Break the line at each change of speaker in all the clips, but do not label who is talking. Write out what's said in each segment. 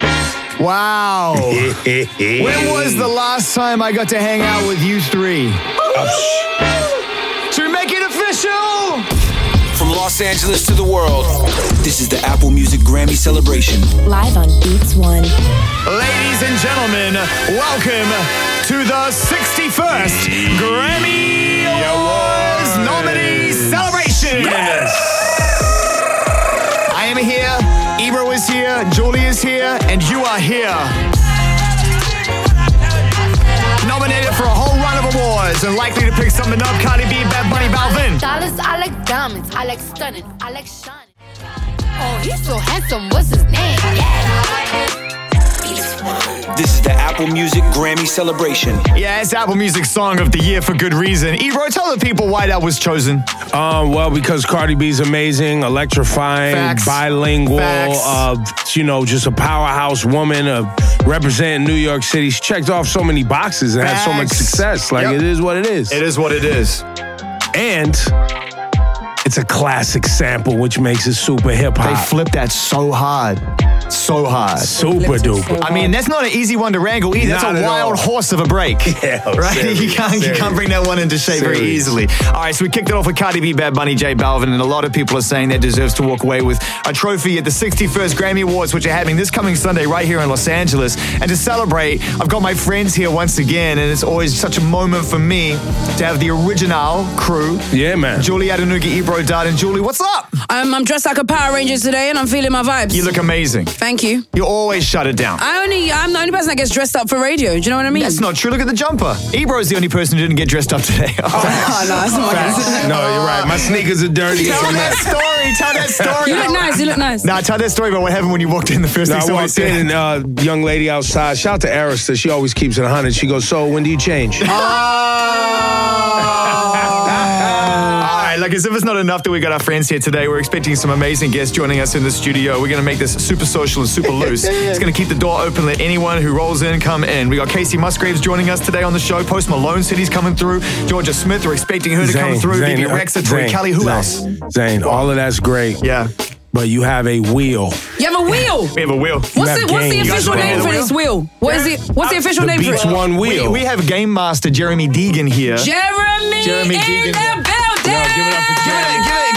Wow. when
when
was the last time I got to hang out with you three? Should we make it official?
From Los Angeles to the world, this is the Apple Music Grammy celebration.
Live on Beats One.
Ladies and gentlemen, welcome to the 61st Grammy Awards nominee celebration. I am here, Ebro is here, Julie is here, and you are here. Nominated for a whole run of awards and likely to pick something up Cardi B, Bad Bunny, Balvin.
Dollars, I like diamonds, I like stunning, I like shining. Oh, he's so handsome, what's his name?
This is the Apple Music Grammy celebration.
Yeah, it's Apple Music Song of the Year for good reason. Ebro, tell the people why that was chosen.
Um, well, because Cardi B's amazing, electrifying,
Facts.
bilingual,
Facts.
uh, you know, just a powerhouse woman of representing New York City. She checked off so many boxes and had so much
Facts.
success. Like
Yep.
it is what it is.
It is what it is.
And it's a classic sample, which makes it super hip
They
hop.
flip that so hard. So hard.
Super duper.
I mean, that's not an easy one to wrangle either.
Not
that's a
at
wild
all.
horse of a break.
Yeah,
right? you,
serious,
can't, you
serious.
can't bring that one into shape very
Serious.
easily. All right, so we kicked it off with Cardi B, Bad Bunny, J Balvin, and a lot of people are saying that deserves to walk away with a trophy at the 61st Grammy Awards, which are happening this coming Sunday right here in Los Angeles. And to celebrate, I've got my friends here once again, and it's always such a moment for me to have the original crew.
Yeah, man.
Julie Adenuga, Ebro Dart, and Julie, what's up?
I'm, I'm dressed like a Power Ranger today and I'm feeling my vibes.
You look amazing.
Thank you.
You always shut it down.
I only, I'm the only person that gets dressed up for radio. Do you know what I mean?
That's not true. Look at the jumper. Ebro's the only person who didn't get dressed up today.
Oh, no, that's not my
no, you're right. My sneakers are dirty.
tell that story. Tell that story.
You look nice. You look nice.
Nah, tell that story about what happened when you walked in the first
No,
thing somebody
I walked
said.
in and uh, young lady outside. Shout out to Arista. She always keeps it 100. She goes, So when do you change?
Ah. All right, Like, as if it's not enough that we got our friends here today, we're expecting some amazing guests joining us in the studio. We're going to make this super social and super loose. it's going to keep the door open, let anyone who rolls in come in. We got Casey Musgraves joining us today on the show. Post Malone City's coming through. Georgia Smith, we're expecting her to come through. Vivian Rexa, Tori
Zane,
Kelly, who
Zane,
else?
Zane, all of that's great.
Yeah,
But you have a wheel.
You have a wheel.
we have a wheel.
What's
have
the, what's the
game. You
official
guys
name
have
for
a
this wheel? What is it? What's the official
The
name for
Beats
it?
One
We,
wheel.
we have Game Master Jeremy Deegan here.
Jeremy,
Jeremy
in
Deegan.
the building.
Yo, give it up for
Give it- give it-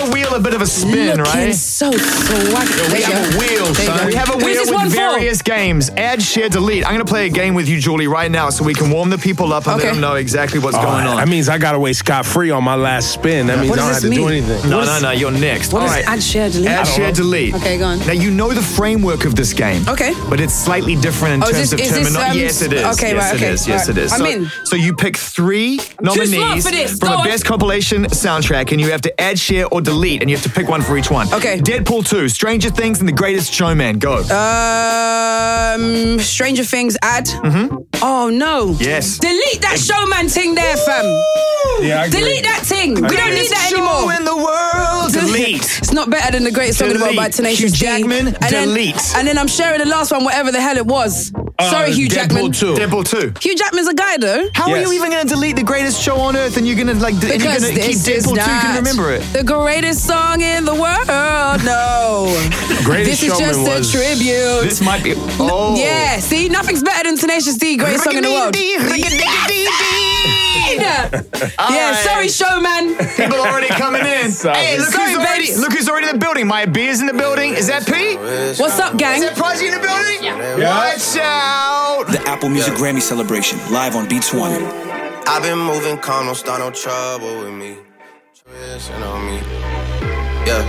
give the wheel a bit of a spin,
Looking
right?
so swaggy.
We have a wheel, son. We have a
Who's
wheel
this
with
one for?
various games. Add, share, delete. I'm going to play a game with you, Julie, right now, so we can warm the people up and let
Okay.
them know exactly what's
Oh,
going on.
That means I got away scot free on my last spin. That means I
What
don't have
does
to
this
do
mean?
anything.
no, no, no. You're next.
What
All
is
right.
add, share, delete?
Add, share, delete.
Okay, go on.
Now you know the framework of this game.
Okay.
But it's slightly different in
Oh, is
terms of
this- is this,
terminology.
um,
yes, it is.
okay,
yes,
right,
it
okay,
is. Yes,
right.
it is.
I'm
so,
in.
so you pick three nominees
for this.
from
Go
a
on.
best compilation soundtrack, and you have to add, share, or delete, and you have to pick one for each one.
Okay.
Deadpool 2, Stranger Things, and The Greatest Showman. Go.
Um, Stranger Things ad. Oh no.
Mm-hmm. Yes.
Delete that showman thing there, fam.
Yeah, I agree.
Delete that thing. We don't need that
Show
anymore.
in the world. Delete.
It's not better than the greatest song in the world by
Delete.
Tenacious
Hugh
D.
Jackman,
And then-
delete.
and then I'm sharing the last one, whatever the hell it was. Sorry,
Uh,
Hugh Jackman.
Deadpool two.
Deadpool 2.
Hugh Jackman's a guy though.
How
Yes.
are you even going to delete the greatest show on earth and you're going to like and you're
Because
going to keep
this is
Deadpool 2 you can
not
remember it?
The greatest song in the world. No.
Greatest
this is
Showman
just
was-
a tribute.
This might be Oh.
Yeah, see, nothing's better than Tenacious D, greatest song in the world. yeah,
right.
sorry, showman.
People already coming in. Hey, look
Sorry,
who's already,
babes.
look who's already in the building. My beer's in the building. Is that P?
What's up, gang?
Is that Prodigy in the building? Watch out.
The Apple Music Grammy celebration, live on Beats One.
I've been moving calm, don't start no trouble with me. Tristin' on me. Yeah.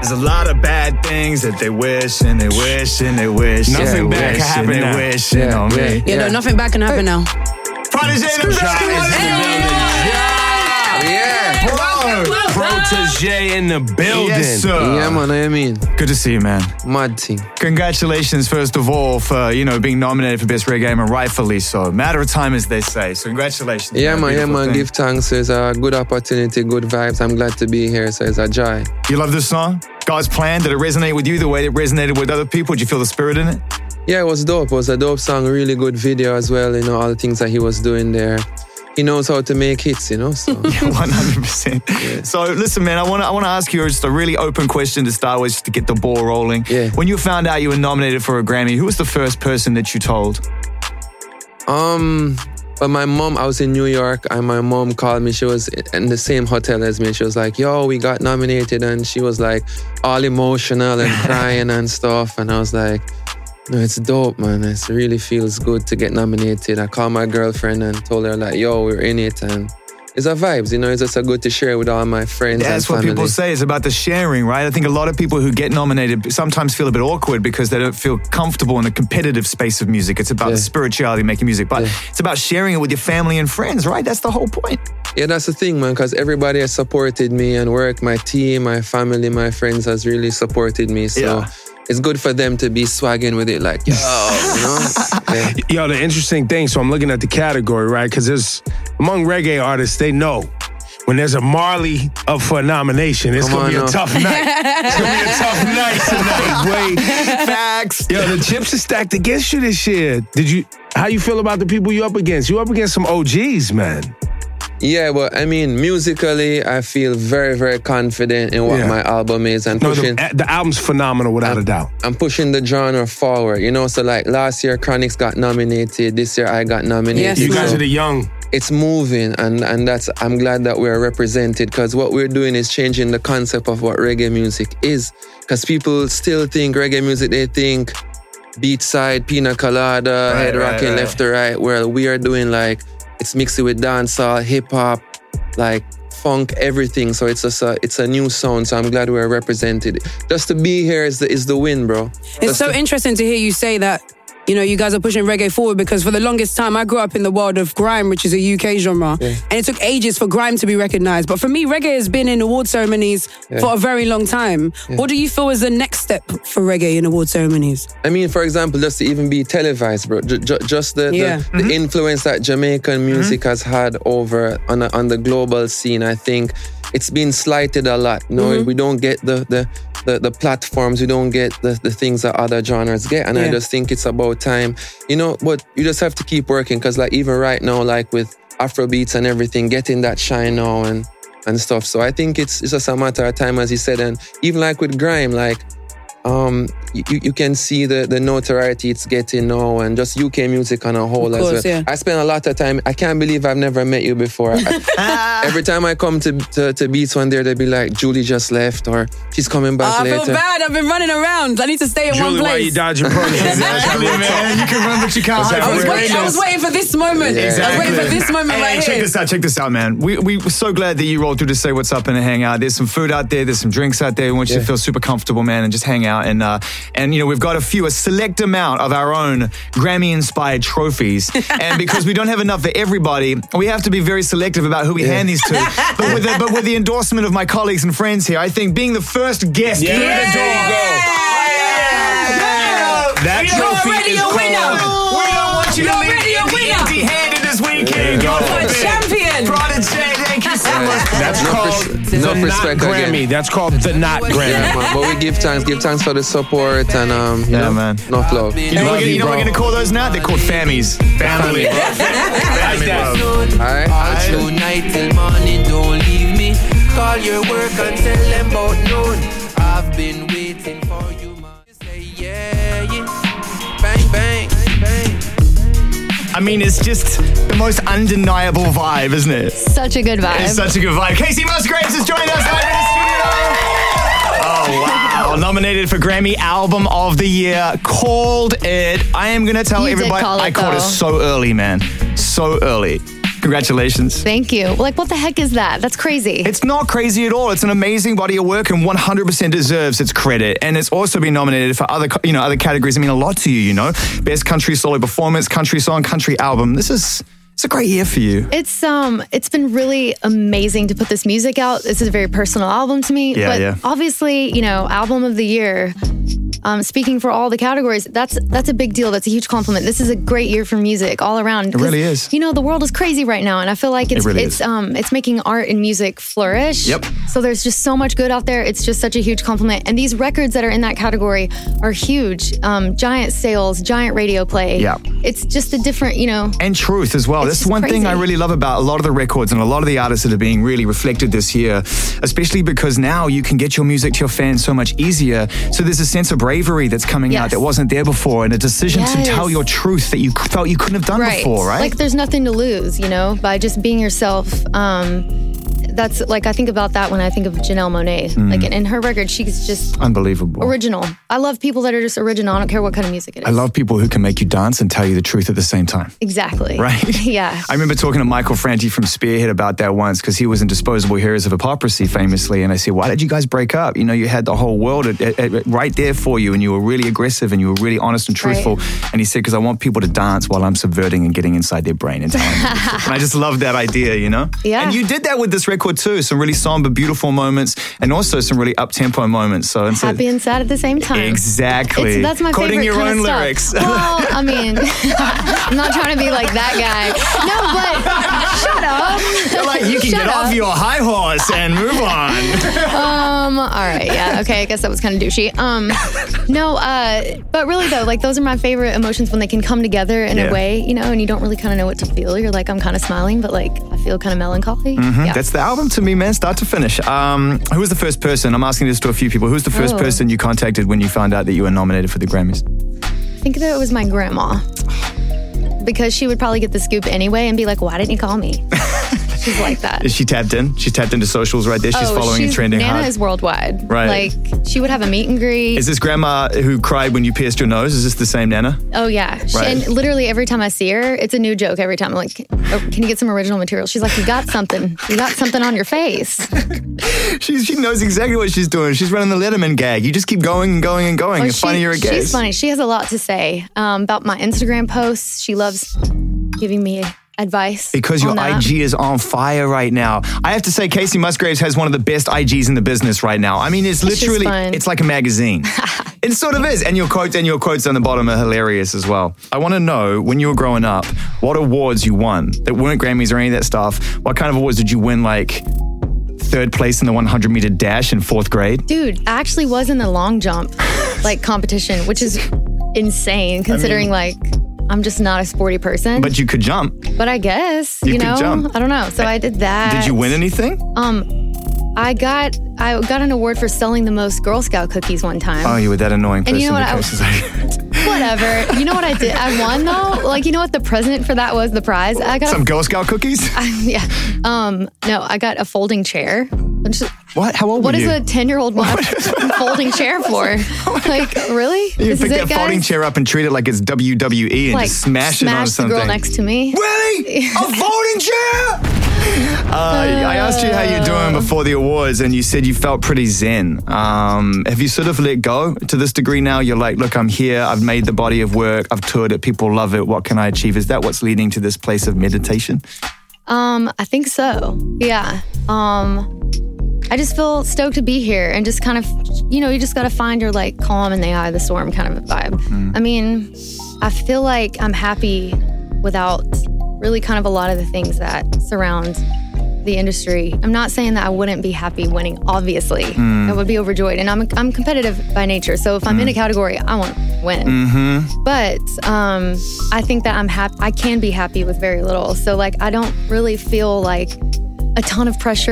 There's a lot of bad things that they wish and they wish and they wish.
Nothing
and they
bad
wish and
can happen
they
now.
Wish and on me.
yeah, no, nothing bad can happen now.
Prodigy in the building.
Yeah.
Yeah. Bro.
Protege in the building.
Yes, sir.
Yeah, man, I mean,
Good to see you, man.
mad thing.
Congratulations, first of all, for you know being nominated for Best Rare Game, and rightfully so. Matter of time, as they say. So congratulations.
Yeah, man, yeah,
Beautiful
man,
thing.
give thanks. It's a good opportunity, good vibes. I'm glad to be here, so it's a joy.
You love this song, God's plan. Did it resonate with you the way it resonated with other people? Did you feel the spirit in it?
Yeah, it was dope. It was a dope song, really good video as well, you know, all the things that he was doing there.
He knows how to make hits, you know. So.
One hundred percent. So listen, man, I want to I want to ask you just a really open question to start with, just to get the ball rolling.
Yeah.
When you found out you were nominated for a Grammy, who was the first person that you told?
Um, but my mom, I was in New York, and my mom called me. She was in the same hotel as me. She was like, "Yo, we got nominated," and she was like, all emotional and crying and stuff. And I was like, "No, it's dope, man. It really feels good to get nominated." I called my girlfriend and told her like, "Yo, we're in it," and it's a vibes, you know. It's just a good to share with all my friends
That's
and
what
family.
people say. It's about the sharing, right? I think a lot of people who get nominated sometimes feel a bit awkward because they don't feel comfortable in a competitive space of music. It's about the
Yeah.
spirituality of making music, but it's about sharing it with your family and friends, right? That's the whole point.
Yeah, that's the thing, man, because everybody has supported me and work, my team, my family, my friends has really supported me. So
Yeah.
it's good for them to be swagging with it, like, yo, you know? Yeah.
Yo, the interesting thing, so I'm looking at the category, right? Because there's among reggae artists, they know when there's a Marley up for a nomination, it's
Come
gonna
on
be a
now.
tough night. It's gonna be a tough night tonight, boy.
Facts.
Yo, the chips are stacked against you this year. Did you how you feel about the people you up against? You up against some OGs, man.
Yeah, but I mean, musically, I feel very, very confident in what
Yeah.
my album is and
No,
pushing.
the, the album's phenomenal without a doubt.
I'm pushing the genre forward, you know. So like last year, Chronics got nominated. This year, I got nominated.
Yes,
You
No.
guys
So
are the young.
it's moving, and and that's I'm glad that we're represented because what we're doing is changing the concept of what reggae music is. Because people still think reggae music, they think beat side, pina colada,
Right,
head
right,
rocking
right.
left to right. Where we are doing like it's mixing with dancehall, hip hop, like funk, everything. So it's just a it's a new sound. So I'm glad we're represented. Just to be here is the is the win, bro.
It's so interesting to hear you say that. You know, you guys are pushing reggae forward because for the longest time, I grew up in the world of grime, which is a UK genre, and it took ages for grime to be recognised. But for me, reggae has been in award ceremonies for a very long time. What do you feel is the next step for reggae in award ceremonies?
I mean, for example, just to even be televised, bro. Ju- ju- just the, the-
Yeah.
the,
Mm-hmm.
influence that Jamaican music has had over on, a, on the global scene. I think it's been slighted a lot. No, we don't get the the, the the platforms. We don't get the, the things that other genres get. And I
Yeah.
just think it's about time, you know. But you just have to keep working because, like, even right now, like with Afrobeats and everything, getting that shine now and and stuff. So I think it's it's just a matter of time, as he said. And even like with grime, like um, you, you- you can see the, the notoriety it's getting now and just UK music on a whole
course,
as well.
yeah.
I spent a lot of time. I can't believe I've never met you before. I- every time I come to, to, to Beats one day, they'll be like, Julie just left or she's coming back
Ah, I feel
later.
bad. I've been running around. I need to stay in one
Julie, why you
place.
dodging punches?
Exactly, man. You can run, but you can't hide
I
from
was,
the
waiting, I was
greatness.
waiting for this moment. I was waiting for this moment
Hey,
right
check
here.
this out, check this out, man. We, we were so glad that you rolled through to say what's up and to hang out. There's some food out there, there's some drinks out there. We want you to
Yeah.
feel super comfortable, man, and just hang out. And, uh, and you know, we've got a few, a select amount of our own Grammy inspired trophies. and because we don't have enough for everybody, we have to be very selective about who we hand these to. but, with the, but with the endorsement of my colleagues and friends here, I think being the first guest in the door.
That
You're
trophy
already
is
a winner.
called-
We don't want you
You're
to leave
already a winner.
empty-handed this weekend. God
You're a
forbid.
champion.
Prodigy, thank you so much.
That's
No
called
pres-
the
no
not
respect again.
Grammy. That's called the not
Yeah,
Grammy.
man, but we give thanks, give thanks for the support and um, you
Yeah,
know,
man.
enough love.
You know, what we're gonna- you know what we're
bro.
gonna call those now? They're called fammies. Family. Family love.
All right.
All night till morning, don't leave me. Call your work and tell them about noon. I've been waiting for you, man. Say yeah, yeah. Bang, bang, bang.
I mean, it's just the most undeniable vibe, isn't it?
Such a good vibe.
It's such a good vibe. Casey Musgraves has joined us live in the studio. Oh wow! Nominated for Grammy Album of the Year, called it. I am gonna tell
You did
everybody
call it,
I called it
though.
so early, man, so early. Congratulations.
Thank you. Like, what the heck is that? That's crazy.
It's not crazy at all. It's an amazing body of work and 100% deserves its credit. And it's also been nominated for other, co- you know, other categories. I mean, a lot to you, you know, best country solo performance, country song, country album. This is it's a great year for you.
It's um it's been really amazing to put this music out. This is a very personal album to me.
Yeah,
but
yeah.
obviously, you know, album of the year, um, speaking for all the categories, that's that's a big deal. That's a huge compliment. This is a great year for music all
It
around.
really
'Cause,
is.
You know, the world is crazy right now, and I feel like it's
really
it's
is.
um it's making art and music flourish.
Yep.
So there's just so much good out there. It's just such a huge compliment, and these records that are in that category are huge. Um, giant sales, giant radio play.
Yeah.
It's just a different, you know.
and truth as well.
It's
That's
just
one thing I
crazy.
really love about a lot of the records and a lot of the artists that are being really reflected this year, especially because now you can get your music to your fans so much easier. So there's a sense of bravery that's coming out
Yes.
that wasn't there before and a decision to
Yes.
tell your truth that you c- felt you couldn't have done before, right?
Like there's nothing to lose, you know, by just being yourself. Um, that's like I think about that when I think of Janelle Monet.
Mm.
Like in, in her record, she's just
Unbelievable.
original. I love people that are just original. I don't care what kind of music it is.
I love people who can make you dance and tell you the truth at the same time.
exactly.
Right?
yeah.
I remember talking to Michael Franti from Spearhead about that once because he was in Disposable Heroes of Hypocrisy famously. And I said, Why did you guys break up? You know, you had the whole world at, at- at- right there for you and you were really aggressive and you were really honest and truthful. And he said, Because I want people to dance while I'm subverting and getting inside their brain and telling them. the truth." and I just love that idea, you know?
Yeah.
And you did that with this record too. Some really somber, beautiful moments and also some really up tempo moments. So it's a-
Happy and sad at the same time.
Exactly.
It's, that's my
Quoting
favorite
your
kind
own
of stuff.
lyrics.
Well, I mean, I'm not trying to be like that guy. No, but shut up.
You're like, you can
Shut
get
up.
off your high horse and move on.
Um. All right. Yeah. Okay. I guess that was kind of douchey. Um. No. Uh. But really though, like those are my favorite emotions when they can come together in
Yeah.
a way, you know, and you don't really kind of know what to feel. You're like, I'm kind of smiling, but like I feel kind of melancholy. Yeah.
Mm-hmm. That's the album to me, man, start to finish. Um, who was the first person? I'm asking this to a few people. Who's the first
Oh.
person you contacted when you found out that you were nominated for the Grammys?
I think that it was my grandma. Because she would probably get the scoop anyway and be like, "Why didn't you call me?" She's like that.
Is she tapped in? She's tapped into socials right there. She's
oh,
following
she's,
and trending
Nana
hard.
is worldwide.
Right.
Like she would have a meet and greet.
Is this grandma who cried when you pierced your nose? Is this the same Nana?
Oh yeah, She-
Right.
and literally every time I see her, it's a new joke every time. I'm like, "Oh, can you get some original material? She's like, you got something, you got something on your face.
She's, she knows exactly what she's doing. She's running the Letterman gag. You just keep going and going and going.
Or
It's
she-
funnier it gets.
She's funny. She has a lot to say um, about my Instagram posts. She loves giving me advice
Because your
on that.
IG is on fire right now. I have to say, Casey Musgraves has one of the best IGs in the business right now. I mean, it's
It's just
literally,
fun.
it's like a magazine. it sort of is. And your quotes and your quotes on the bottom are hilarious as well. I want to know when you were growing up, what awards you won that weren't Grammys or any of that stuff. What kind of awards did you win? Like third place in the 100 meter dash in fourth grade?
Dude, I actually was in the long jump like competition, which is insane considering like I'm just not a sporty person. But,
But you could jump.
I guess
You
you,
could
know
jump. Eh,
I don't know. So I did that.
Did you win anything?
Um, I got I got an award for selling the most Girl Scout cookies one time.
oh, you were that annoying person.
And you know
that
what I-
goes, it's like,
Whatever. You know what I did? I won though. Like you know what the present for that was the prize. I got
Some Girl Scout cookies?
yeah. Um no, I got a folding chair. Which is-
what? How old
What
were
is
you?
a ten year old want a folding chair for? like really?
You
this
pick that
is it, guys?
folding chair up and treat it like it's WWE and
Like
just smash, it on
the
something.
girl next to me.
Really? A folding chair? Uh, I asked you how you're doing before the awards, and you said you felt pretty zen. Um, have you sort of let go to this degree now? You're like, look, I'm here. I've made the body of work. I've toured it. People love it. What can I achieve? Is that what's leading to this place of meditation?
Um, I think so. Yeah. Um, I just feel stoked to be here and just kind of, you know, you just got to find your like calm in the eye of the storm kind of a vibe. I mean, I feel like I'm happy without really kind of a lot of the things that surround the industry. I'm not saying that I wouldn't be happy winning, obviously. I would be overjoyed. And I'm, I'm competitive by nature. So if I'm in a category, I want to win
Mm-hmm.
but um, I think that I'm happy. I can be happy with very little. So like, I don't really feel like a ton of pressure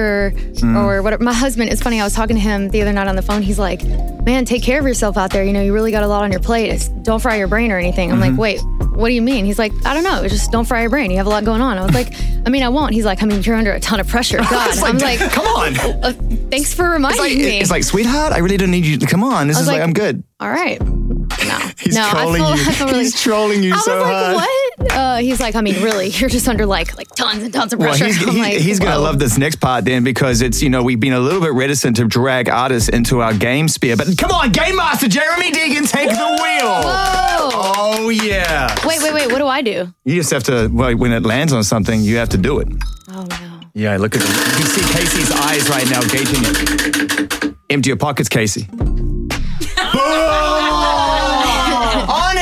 Mm.
or whatever. My husband, it's funny. I was talking to him the other night on the phone. He's like, "Man, take care of yourself out there. You know, you really got a lot on your plate. It's- Don't fry your brain or anything." I'm
Mm-hmm.
like, "Wait, what do you mean?" He's like, "I don't know. Just don't fry your brain. You have a lot going on." I was like, "I mean, I won't." He's like, "I mean, you're under a ton of pressure." God,
It's
I'm like,
come on. It's
uh, "Thanks for reminding
like,
me."
it's like, sweetheart, I really don't need you to come on. This
I
is
was
like,
like-
I'm good.
All right. No.
He's
no,
trolling
I feel,
you.
I feel really,
He's trolling you
I
so
was like,
hard.
What? Uh, he's like, I mean, really, you're just under like like tons and tons of
Well,
pressure.
he's,
I'm
he-
like,
he's going to
whoa.
love this next part then because it's, you know, we've been a little bit reticent to drag artists into our game sphere. But come on, Game Master Jeremy Deegan, take the wheel.
Whoa.
Oh, yeah.
Wait, wait, wait. What do I do?
You just have to, well, when it lands on something, you have to do it.
Oh no.
Yeah, look at You can see Casey's eyes right now gauging it. Empty your pockets, Casey. Boom!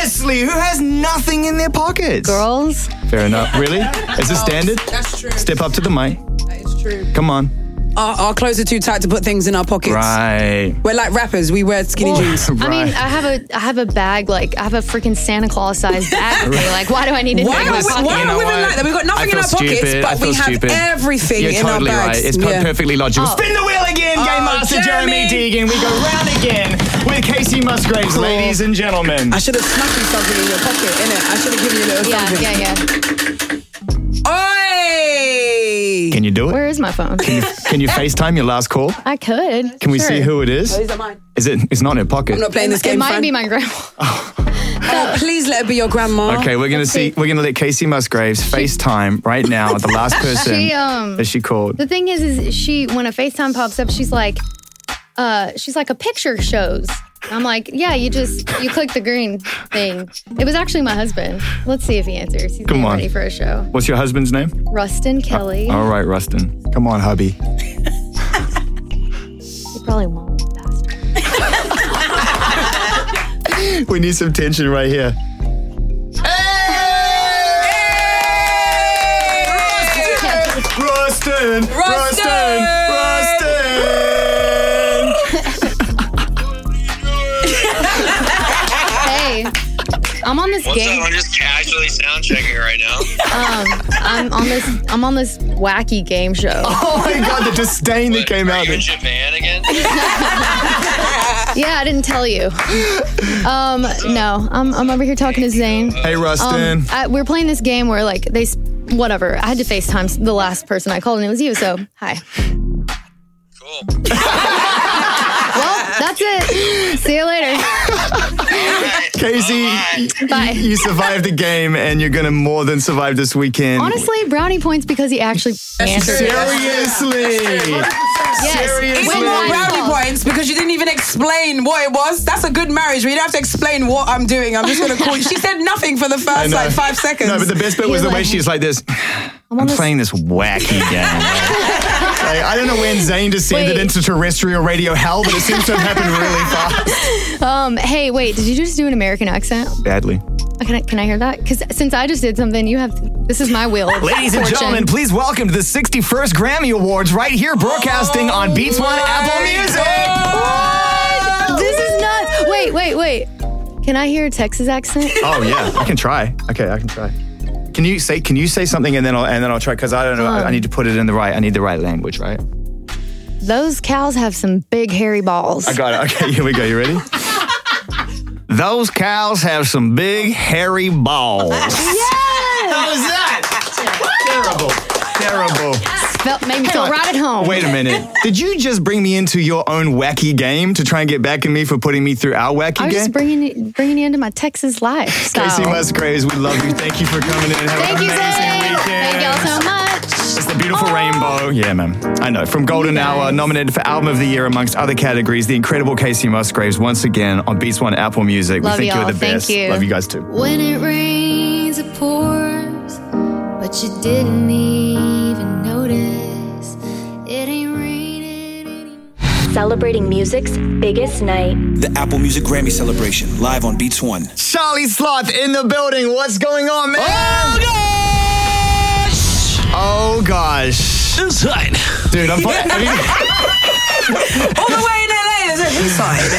Seriously, who has nothing in their pockets?
Girls,
Fair enough. Really? Is it standard?
Oh, That's true.
Step up to the mic.
It's true.
Come on.
Our, our clothes are too tight to put things in our pockets.
Right.
We're like rappers. We wear skinny
Oh.
jeans.
I mean, I have a I have a bag like I have a freaking Santa Claus sized bag. with me. Like, why do I need a
Why
bag in
are,
my
we,
pocket?
why
You
are
know
women
what?
like that? We've got nothing
I
in
feel
our pockets,
stupid. I
but we
feel
have
stupid.
everything
You're
in
totally
our bags.
right. It's per-
Yeah. Oh,
perfectly logical.
Oh.
Spin the wheel again, Game Master Jeremy.
Jeremy.
Deegan. We go round again with Casey Musgraves, ladies and gentlemen.
I should have snuck you something in your pocket, innit? I should have given you a little
Yeah,
something.
yeah, yeah.
Oi!
Can you do it?
Where is my phone?
Can you FaceTime your last call?
I could.
Can we
sure.
see who it is?
are mine.
Is it? It's not in her pocket.
I'm not playing this
It
game.
might
fine.
be my grandma.
Oh, please let it be your grandma.
Okay, we're gonna see. We're gonna let Casey Musgraves FaceTime right now. The last person
She, um,
that she called.
The thing is, is she when a FaceTime pops up, she's like, uh, she's like a picture shows. I'm like, yeah, you just you click the green thing. It was actually my husband. Let's see if he answers. He's
Come
getting
on.
ready for a show.
What's your husband's name?
Rustin Kelly.
All right, Rustin. Oh Come on, hubby.
He probably won't. Bastard.
We need some tension right here. Rustin! Rustin! Rustin!
Hey, I'm on this game.
just casually sound checking right now.
Um, I'm on this. I'm on this wacky game show.
Oh my god, the disdain that came out of it.
Japan again?
Yeah, I didn't tell you. Um, no, I'm, I'm over here talking to Zane.
Uh,
Hey, Rustin.
Um, I, we're playing this game where like they, s- whatever. I had to FaceTime the last person I called, and it was you. So hi.
Cool.
Well, that's it. See you later.
Casey,
Bye.
you survived the game and you're gonna more than survive this weekend.
Honestly, brownie points because he actually answered.
Seriously!
Yes.
Seriously?
When
Win more
I
brownie
called-
points because you didn't even explain what it was. That's a good marriage. We don't have to explain what I'm doing. I'm just gonna call you. She said nothing for the first
know.
like five seconds.
No, but the best bit
He
was
was
the way
like-
she's like this. I'm,
on this-
playing this wacky game. Like, I don't know when Zayn descended
Wait.
into terrestrial radio hell, but it seems to have happened really fast.
Um, hey, wait, did you just do an American accent? Uh,
Badly.
Can I, can I hear that? Because since I just did something, you have this is my wheel. of
Ladies and
fortune.
gentlemen, please welcome to the 61st Grammy Awards right here, broadcasting on Beats One Apple Music.
this is nuts. Wait, wait, wait. Can I hear a Texas accent?
Oh yeah, I can try. Okay, I can try. Can you say? Can you say something and then I'll and then I'll try because I don't know. I, I need to put it in the right. I need the right language, right?
Those cows have some big hairy balls.
I got it. Okay, here we go. You ready? Those cows have some big hairy balls. How was that? Terrible. Terrible.
Felt made me feel right at home.
Wait a minute. Did you just bring me into your own wacky game to try and get back at me for putting me through our wacky
I'm
game?
just bringing you- bringing you into my Texas lifestyle.
Casey Musgraves, we love you. Thank you for coming in. Have
Oh. Thank
an
you,
amazing
Zane.
weekend.
Thank y'all so much.
It's the beautiful rainbow. Yeah, man. I know. From Golden Hour, nominated for Album of the Year amongst other categories, the incredible Casey Musgraves once again on Beats One Apple Music.
Love
we think
y'all.
you're the
Thank
best.
you.
Love you guys too.
When it rains, it pours, but you didn't even notice. It ain't raining anymore.
Celebrating music's biggest night.
The Apple Music Grammy Celebration, live on Beats One.
Charlie Sloth in the building. What's going on, man? Oh gosh! Oh gosh.
This side.
Dude, I'm fine.
All the way in LA, there's a hillside.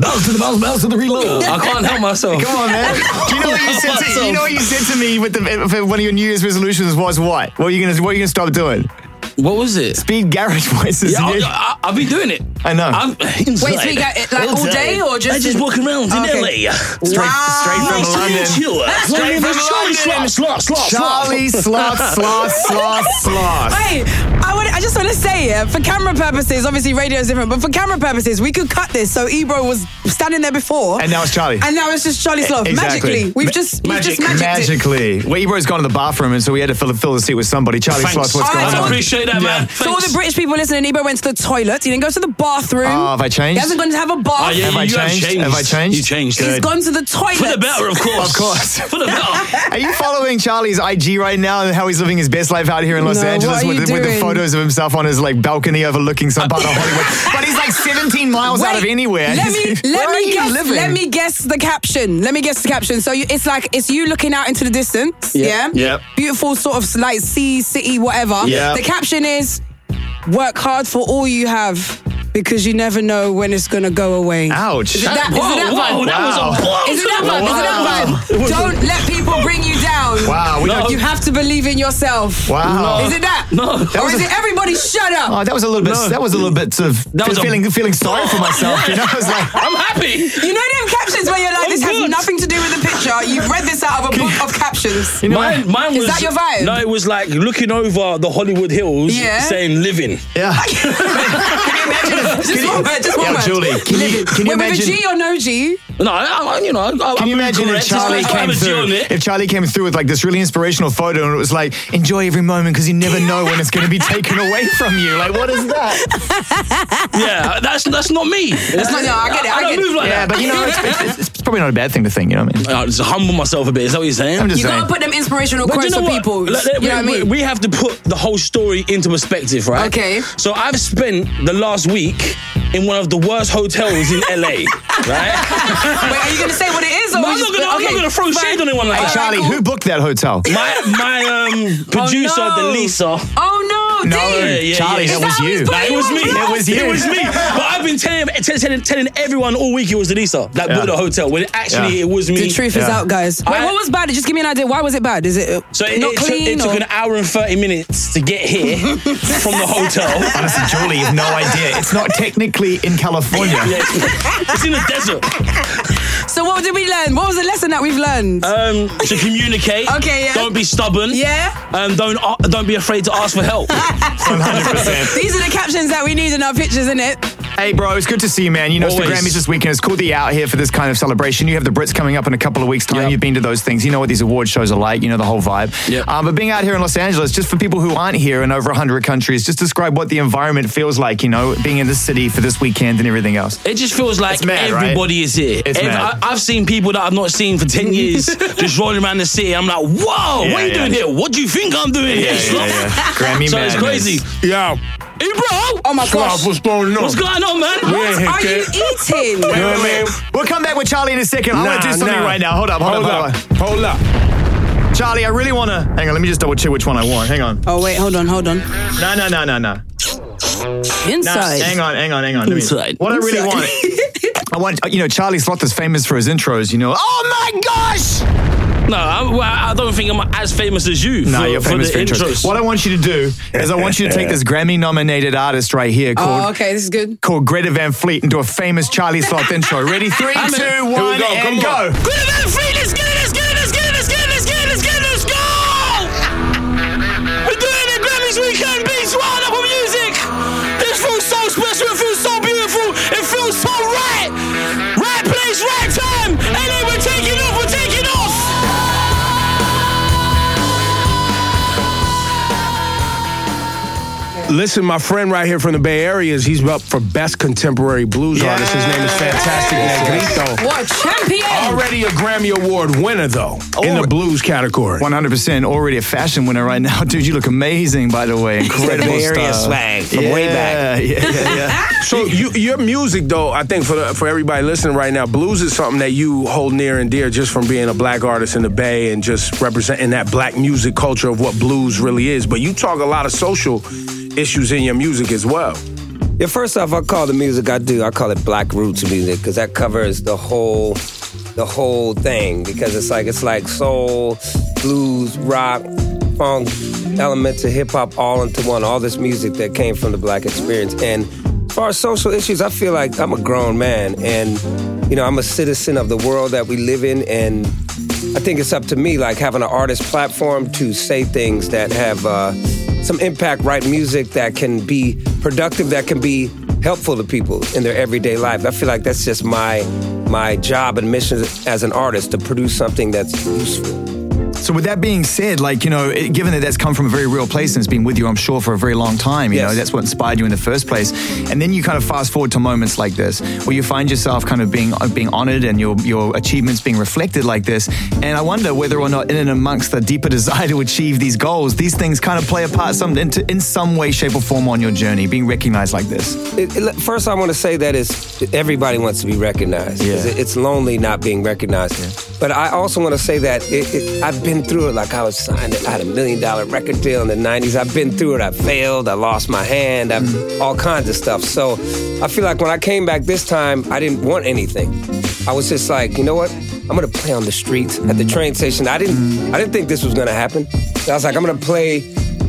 Bounce to the bounce, bounce to the reload. I can't help myself.
Come on, man. Do you know what you said to, you know what you said to me with the, for one of your New Year's resolutions was what? What are you gonna what are you gonna stop doing?
What was it?
Speed garage voices.
Yeah, I'll,
dude.
I- I'll be doing it.
I know.
I'm inside.
Wait, so you got it, like, all day or just
I just
in-
walk around in
Okay.
LA.
Straight,
Wow.
straight from
Nice to
London.
meet you. My name is Charlie Sloth, Sloth, Sloth, Sloth.
Charlie Sloth, Sloth, Sloth, Sloth.
Hey, I would. I just want to say, yeah, for camera purposes, obviously radio is different, but for camera purposes, we could cut this. So Ebro was standing there before,
And now it's Charlie.
and now it's just Charlie Sloth.
E, Exactly.
Magically, we've just we've just magicked it.
Magically. Well, Ebro's gone to the bathroom, and so we had to fill, fill the seat with somebody. Charlie Sloth, what's
All
going
right, so
on?
I appreciate that, man.
So all the British people listening, Ebro went to the toilet. He didn't go to the bathroom.
Oh, have I changed?
He hasn't gone to have a bath.
Oh, yeah,
Have
you,
I
you
changed?
Have changed?
Have I changed?
You changed.
He's gone to the toilet.
For the better, of course.
Of course.
For the better.
Are you following Charlie's IG right now and how he's living his best life out here in Los
No,
Angeles
what are
with,
you
the- with the
doing?
photos of himself on his like balcony overlooking some part of Hollywood? But he's like 17 miles out of
Wait,
anywhere.
Let me let let
are
me
you
guess,
living?
Let me guess the caption. Let me guess the caption. So you, it's like it's you looking out into the distance.
Yep.
Yeah.
Yep.
Beautiful sort of like sea, city, whatever.
Yep.
The caption is work hard for all you have. Because you never know when it's gonna go away.
Ouch!
Is it that,
Whoa,
is it that
whoa,
vibe?
that was a Wow. blow
Is it
to
that
the
vibe? Is it that
Wow. It
vibe?
was a-
Don't let people bring you down.
Wow, we don't-
You have to believe in yourself.
Wow.
Is it that?
No. That
or
was
is
a-
it everybody shut up?
Oh, that was a little bit. That was a little bit of
That was a- Oh,
feeling feeling sorry for myself. You know, I was like,
I'm happy.
You know them captions where you're
I'm
like, this
good.
has nothing to do with the picture. You've read this out of a book of captions.
mine, mine
is
was,
that your vibe?
No, it was like looking over the Hollywood Hills,
Yeah.
saying living.
Yeah.
just one word, just one
Yeah,
word.
Julie, can you-
Live it.
can you
Wait, with
imagine-
a G or no G?
No, I, I, you know, I, I,
Can you imagine if Charlie came through? If Charlie came through with like this really inspirational photo, and it was like, "Enjoy every moment because you never know when it's going to be taken away from you." Like, what is that?
yeah, that's that's not me.
That's not- no, I get it, I
don't
get it.
move like
Yeah,
that.
but you know, it's- it's- it's probably not a bad thing to think. You know what I mean?
just humble myself a bit. Is that what you're saying?
I'm just
You gotta put them inspirational
But
quotes for people.
Like,
you
we,
know what I
we-
mean?
we have to put the whole story into perspective, right?
Okay.
So I've spent the last week in one of the worst hotels in LA, right?
Wait, are you gonna say what it is? Or
No,
we
I'm
just-
not gonna- I'm not gonna throw shade on anyone like
Hey,
that.
Charlie, who booked that hotel?
My my um producer,
no.
Delisa.
Oh no,
No,
Yeah,
Dave.
yeah,
Charlie,
yeah.
that was you.
Nah, it was me.
That was you.
It was me. But I've been telling, eh, telling, telling, telling everyone all week it was Delisa that
Yeah.
bought the hotel. When actually
Yeah.
it was me.
The truth is out, guys. Wait,
I-
what was bad? Just give me an idea. Why was it bad? Is it uh,
So it,
not
it took-
clean?
it took
or-
an hour and thirty minutes to get here from the hotel.
Honestly, Julie, you have no idea. It's not technically in California.
Yeah, it's, it's in the desert.
so what did we learn? What was the lesson that we've learned?
Um, to communicate.
Okay, yeah.
Don't be stubborn.
Yeah.
Um, don't uh, don't be afraid to ask for help.
100%.
These are the captions that we need in our pictures, innit?
Hey, bro, it's good to see you, man. You know, it's
Always.
the Grammys this weekend. It's called the Out here for this kind of celebration. You have the Brits coming up in a couple of weeks' time. You've been to those things. You know what these award shows are like. You know the whole vibe.
Yep.
Um, but being out here in Los Angeles, just for people who aren't here in over 100 countries, just describe what the environment feels like, you know, being in this city for this weekend and everything else.
It just feels like
mad, right?
everybody is here.
It's mad.
I, have seen people that I've not seen for 10 years just rolling around the city. I'm like, whoa,
Yeah,
what are you
yeah.
doing here? What do you think I'm doing here?
Yeah, yeah,
Sloth?"
yeah. Grammy
So it's
madness.
crazy.
Yo,
Hey, bro.
Oh my gosh.
what's going on?
What's going on, man?
We ain't
What
hit
are you
that.
eating?
You know what I mean?
We'll come back with Charlie in a second. I want to
Nah,
do something
nah.
right now. Hold up, hold, up, hold up.
Hold up.
Charlie, I really want to. Hang on, let me just double check which one I want. Hang on.
Oh wait, hold on, hold on.
No, no, no, no, no. No,
Inside.
hang on, hang on, hang on. Let me-
Inside.
What I really
Inside.
want. I want, uh, you know, Charlie Sloth is famous for his intros, you know. Oh my gosh!
No, I, well, I don't think I'm as famous as you.
No,
for,
you're
for
famous for
the
intros.
intros.
What I want you to do is I want you to take this Grammy nominated artist right here called,
Oh, okay, this is good.
called Greta Van Fleet and do a famous Charlie Sloth intro. Ready? Three,
I'm in. Here
two,
we
one,
go,
and
come
go.
on.
Good event, free. Let's get it. Let's get it. Let's get it. Let's get it. Let's get it. Let's get it. Let's go. We're doing the Grammys weekend beats. Wild up on music. This feels so special. It feels so beautiful. It feels so right. Right place, right time. And then we're taking off. We're taking off.
Listen, my friend right here from the Bay Area is he's up for best contemporary blues artist. His name is Fantastic Negrito.
What champion?
Already a Grammy Award winner though in
Oh.
the blues category.
100% already a fashion winner right now. Dude, you look amazing, by the way. Incredible
Bay Area
style.
swag from way back.
Yeah, yeah, yeah.
So you, your music, though, I think for the, for everybody listening right now, blues is something that you hold near and dear, just from being a black artist in the Bay and just representing that black music culture of what blues really is. But you talk a lot of social issues in your music as well.
Yeah, first off, I call the music I do, I call it black roots music because that covers the whole, the whole thing because it's like it's like soul, blues, rock, funk, elements of hip hop all into one. All this music that came from the black experience. And as far as social issues, I feel like I'm a grown man and you know I'm a citizen of the world that we live in and. I think it's up to me, like having an artist platform to say things that have uh, some impact, write music that can be productive, that can be helpful to people in their everyday life. I feel like that's just my my job and mission as an artist to produce something that's useful.
So with that being said, like you know, it- given that that's come from a very real place and it's been with you, I'm sure, for a very long time. You know, that's what inspired you in the first place. And then you kind of fast forward to moments like this, where you find yourself kind of being uh, being honored and your your achievements being reflected like this. And I wonder whether or not, in and amongst the deeper desire to achieve these goals, these things kind of play a part some in, in some way, shape, or form on your journey, being recognized like this.
It- it- first, I want to say that it's everybody wants to be recognized. 'cause
Yeah.
it- it's lonely not being recognized. But I also want to say that it, it, I've been through it. Like I was signed, I had a million dollar record deal in the '90s. I've been through it. I failed. I lost my hand. I've all kinds of stuff. So I feel like when I came back this time, I didn't want anything. I was just like, you know what? I'm gonna play on the streets at the train station. I didn't, I didn't think this was gonna happen. I was like, I'm gonna play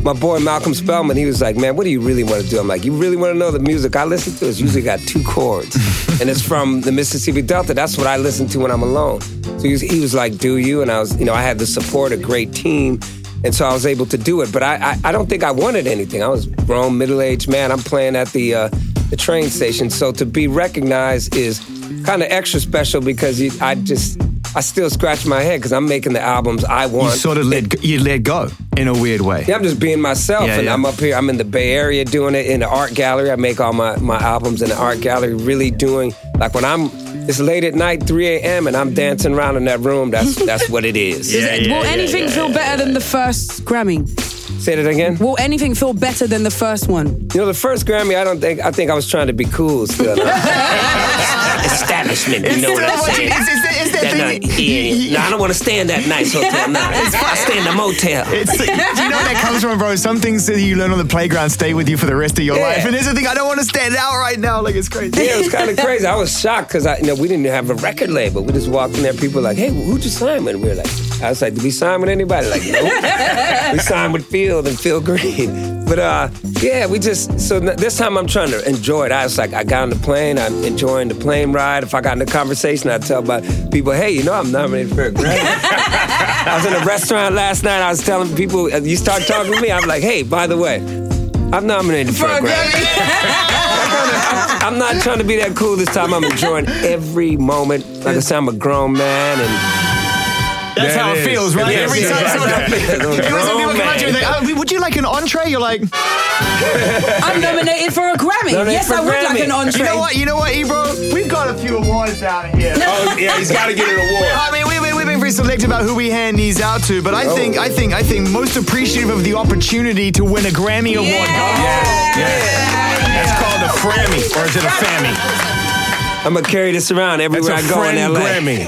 my boy Malcolm Spellman, he was like, Man, what do you really want to do? I'm like, You really want to know the music I listen to? It's usually got two chords. and it's from the Mississippi Delta. That's what I listen to when I'm alone. So he was, he was like, Do you? And I was, you know, I had the support, a great team. And so I was able to do it. But I, I, I don't think I wanted anything. I was a grown, middle aged man. I'm playing at the, uh, the train station. So to be recognized is kind of extra special because you, I just, I still scratch my head because I'm making the albums I want.
You sort of let you let go in a weird way.
Yeah, I'm just being myself,
Yeah,
and
yeah.
I'm up here. I'm in the Bay Area doing it in the art gallery. I make all my, my albums in the art gallery. Really doing like when I'm it's late at night, 3 a.m., and I'm dancing around in that room. That's that's what it is.
Will anything feel better than the first Grammy?
Say that again.
Will anything feel better than the first one?
You know, the first Grammy, I don't think I think I was trying to be cool still. Establishment, you know what I'm saying? That, uh, yeah, yeah. No, I don't want to stay in that nice hotel. No, I stay in the motel.
It's, do you know where that comes from, bro? Some things that you learn on the playground stay with you for the rest of your
Yeah.
life. And there's a thing I don't want to stand out right now. Like it's crazy.
Yeah, it was kind of crazy. I was shocked because I, you know, we didn't have a record label. We just walked in there. People were like, "Hey, who'd you sign with?" And we were like, "I was like, did we sign with anybody?" Like, no. we signed with Field and Phil Green. But uh, yeah, we just so n- this time I'm trying to enjoy it. I was like, I got on the plane. I'm enjoying the plane ride. If I got in a conversation, I tell about people, "Hey, you know, I'm nominated for a Grammy." I was in a restaurant last night. I was telling people, uh, you start talking to me. I'm like, "Hey, by the way, I'm nominated for, a Grammy." I'm not trying to be that cool this time. I'm enjoying every moment. Like I said, I'm a grown man, and
That's
There
how it
is.
feels, right?
Yes,
Every time
yes,
someone
yes, yes.
every time
Grown
people come up to you,
man.
they, "Oh, would you like an entree? You're like,
I'm nominated for a Grammy.
Nominated
yes,
for
I would like
Grammy.
an entree.
You know what? You know what, Ebro? We've got a few awards out here.
Oh, yeah, he's gotta get an award.
I mean, we, we, we've been very selective about who we hand these out to, but I think, I think, I think most appreciative of the opportunity to win a Grammy award.
That's called a Frammy, or is it a Fammy?
I'm gonna carry this around everywhere
That's
I
a
go in
friend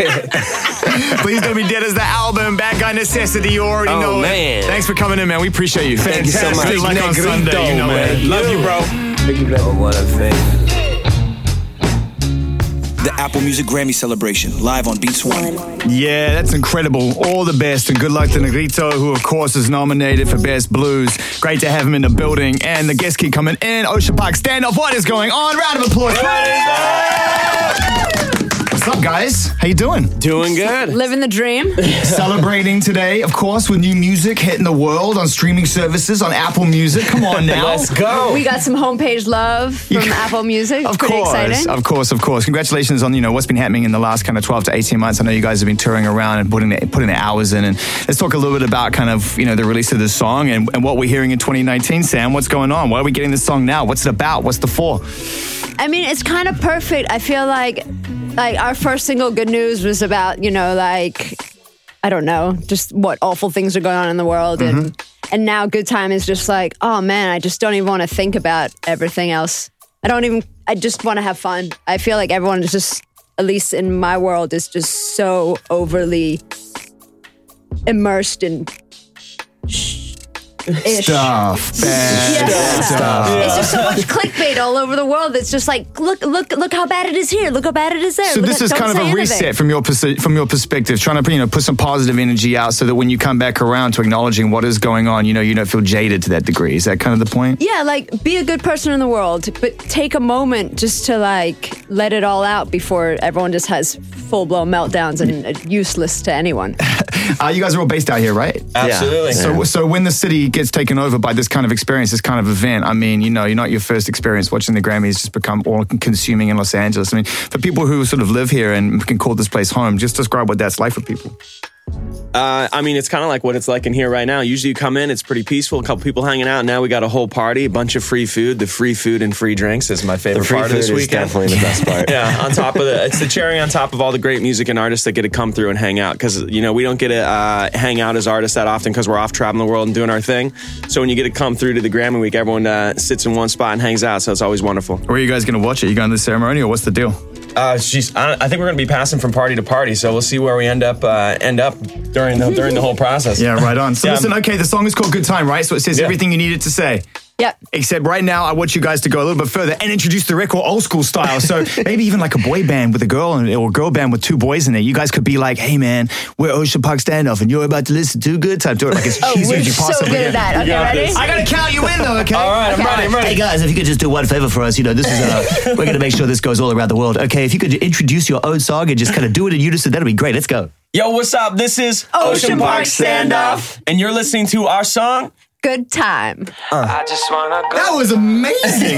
LA.
Please don't be dead as the album. Bad guy necessity. You already
Oh,
know
man.
it. Thanks for coming in, man. We appreciate you.
Thank you so much.
Fantastic luck on
Negrito,
Sunday. You know
man.
it. Love you, bro.
Oh, what a thing.
The Apple Music Grammy Celebration, live on Beats One.
Yeah, that's incredible. All the best and good luck to Negrito, who of course is nominated for Best Blues. Great to have him in the building. And the guests keep coming in. Ocean Park standoff. What is going on? Round of applause. What's up, guys? How you doing?
Doing good.
Living the dream.
Celebrating today, of course, with new music hitting the world on streaming services on Apple Music. Come on now.
We got some homepage love from Apple Music. Of Pretty exciting.
Of course, of course. Congratulations on you know what's been happening in the last kind of twelve to eighteen months. I know you guys have been touring around and putting the, putting the hours in. And let's talk a little bit about kind of you know the release of this song and, and what we're hearing in 2019. Sam, what's going on? Why are we getting this song now? What's it about? What's the for?
I mean, it's kind of perfect. I feel like like our first single, Good News, was about you know like I don't know, just what awful things are going on in the world, and
Mm-hmm.
and now Good Time is just like, oh man, I just don't even want to think about everything else. I don't even. I just want to have fun. I feel like everyone is just, at least in my world, is just so overly immersed in
Stuff. Bad
Yeah.
stuff.
It's just so much clickbait all over the world. It's just like, look, look, look how bad it is here. Look how bad it is there.
So
Look
this
at-
is
don't
kind of
say
a
anything.
reset from your persi- from your perspective, trying to you know put some positive energy out so that when you come back around to acknowledging what is going on, you know you don't feel jaded to that degree. Is that kind of the point?
Yeah, like be a good person in the world, but take a moment just to like let it all out before everyone just has full blown meltdowns and uh, useless to anyone.
Uh, you guys are all based out here, right?
Absolutely.
So, so when the city gets taken over by this kind of experience, this kind of event, I mean, you know, you're not your first experience watching the Grammys just become all-consuming in Los Angeles. I mean, for people who sort of live here and can call this place home, just describe what that's like for people.
Uh, I mean, it's kind of like what it's like in here right now. Usually you come in, it's pretty peaceful, a couple people hanging out. Now we got a whole party, a bunch of free food. The free food and free drinks is my favorite
free
part of this
food is
weekend.
definitely the best part.
yeah, on top of the, it's the cherry on top of all the great music and artists that get to come through and hang out. Because, you know, we don't get to uh, hang out as artists that often because we're off traveling the world and doing our thing. So when you get to come through to the Grammy Week, everyone uh, sits in one spot and hangs out. So it's always wonderful.
Where are you guys going to watch it? You going to the ceremony or what's the deal?
Uh, she's. I, I think we're going to be passing from party to party, so we'll see where we end up. Uh, end up during the during the whole process.
Yeah, um, right on. So
Yeah,
listen,
I'm-
okay, the song is called Good Time, right? So it says
Yeah.
everything you needed to say.
Yep.
Except right now, I want you guys to go a little bit further and introduce the record old school style. So maybe even like a boy band with a girl and, or a girl band with two boys in it. You guys could be like, hey man, we're Ocean Park Standoff and you're about to listen to Good Time. Do it like as
Oh,
cheesy
we're
as you
so
possibly
good at
can.
that. Okay, ready?
I gotta count you in though, okay?
All right, I'm
Okay.
ready, I'm ready.
Hey guys, if you could just do one favor for us, you know, this is, uh, we're gonna make sure this goes all around the world. Okay, if you could introduce your own song and just kind of do it in unison, that'd be great. Let's go.
Yo, what's up? This is
Ocean Park Standoff.
and you're listening to our song. Uh.
Good time.
I just want a good
That was amazing.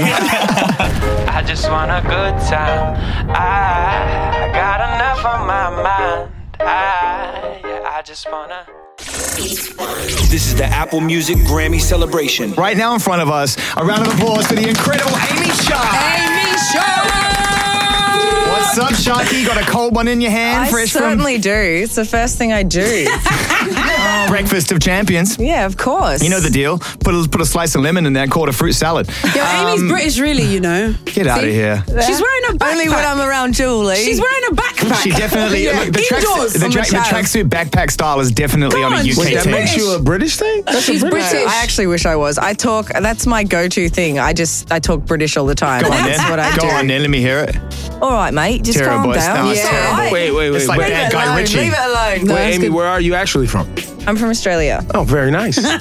I just want a good time. I, I got enough on my mind. I, yeah, I just wanna.
This is the Apple Music Grammy celebration.
Right now in front of us, a round of applause for the incredible Amy Shaw.
Amy Shaw!
What's up, Sharky? You got a cold one in your hand,
I
fresh from-
certainly do. It's the first thing I do.
Breakfast of Champions.
Yeah, of course.
You know the deal. Put a, put a slice of lemon in there and call it a fruit salad.
Yo, Amy's British, really, you know.
Um, Get out of here.
She's wearing a backpack.
Only when I'm around Julie.
She's wearing a backpack.
She definitely
Yeah.
look, the
Indoors
tracksuit the,
on
track, the
chav.
tracksuit backpack style is definitely
Come
on,
on,
a UK
Wait, that
tape.
makes you a
British thing?
She's British. I actually wish I was. I talk. That's my go-to thing. I just I talk British all the time.
Go on
that's
then.
what I
Go
do.
on then. Let me hear it.
All right, mate. Just
Terrible.
calm
It's
down.
not- it's terrible. Wait, wait, wait, It's like wait. Bad
Leave it
Guy
alone.
Ritchie.
Leave it alone.
Wait, Amy, where are you actually from?
I'm from Australia.
Oh, very nice.
nah,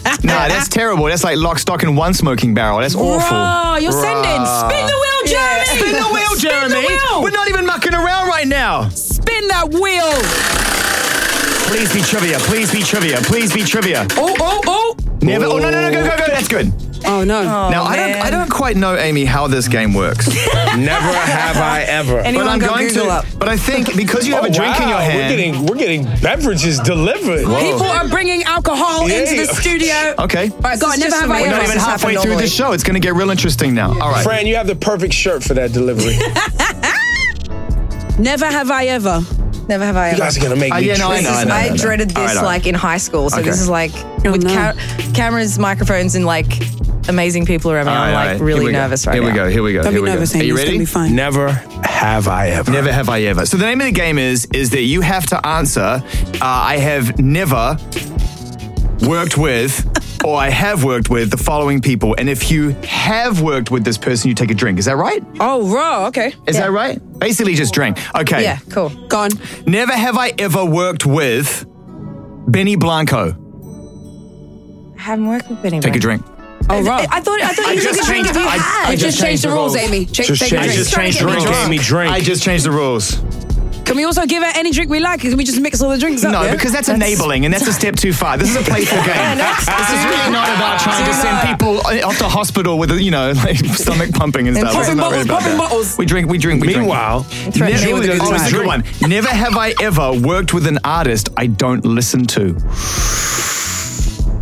that's terrible. That's like lock, stock, and one smoking barrel. That's awful.
Bruh, you're
Bruh.
sending. Spin the wheel, Jeremy.
Yeah. Spin the wheel,
Spin the
Jeremy.
wheel.
We're not even mucking around right now.
Spin that wheel.
Please be trivia. Please be trivia. Please be trivia.
Oh, oh, oh.
Never. Oh no no no go go go. That's good.
Oh no.
now I don't I don't quite know Amy how this game works.
Never have I ever.
but I'm going to. But I think because you have
Oh,
a drink in your
wow,
hand,
We're getting, we're getting beverages delivered.
People are bringing alcohol
Yeah.
into the studio.
Okay.
All right, God, never have I
We're
ever.
not even halfway through the show. It's going to get real interesting now. All right.
Fran, you have the perfect shirt for that delivery. you
Never have I ever.
Never have I ever.
guys are gonna
Oh,
make me.
This
trip.
is- I dreaded this like in high school. So
Okay.
this is like with ca- cameras, microphones, and like amazing people around me. I'm like really nervous right
Oh, here
now.
we go. Here we go.
Don't be
here we
nervous,
go. Are
Andy.
you
It's
ready?
gonna be fine.
Never have I ever. Never have I ever. So the name of the game is is that you have to answer. Uh, I have never worked with. Or I have worked with the following people, and if you have worked with this person, you take a drink. Is that right?
Oh, raw. Okay.
Is that right? Basically, just drink. Okay.
Yeah, cool. Gone.
Never have I ever worked with Benny Blanco.
I haven't worked with anyone.
Take a drink.
Oh, raw.
I thought I thought
I
you took
just
a drink
changed-
if you
I-
had.
I You just just changed changed the the rules, rules. Amy. Check- Just take a
I
drink.
just
Trying
changed
to get
the
me
rules.
drunk.
I just changed the rules.
Can we also give her any drink we like? Can we just mix all the drinks up?
No,
yeah?
because that's, enabling, and that's a step too far. This is a playful game.
Yeah, no,
this is
do
really not
not.
about trying
Do
to send
not.
people off to hospital with you know like stomach pumping and
And
stuff. It's
popping
not really
bottles,
about that.
popping bottles.
We drink, we drink, we
Meanwhile,
drink.
Threatening
Never-
with a good
oh, it's a
time.
good one. Never have I ever worked with an artist I don't listen to.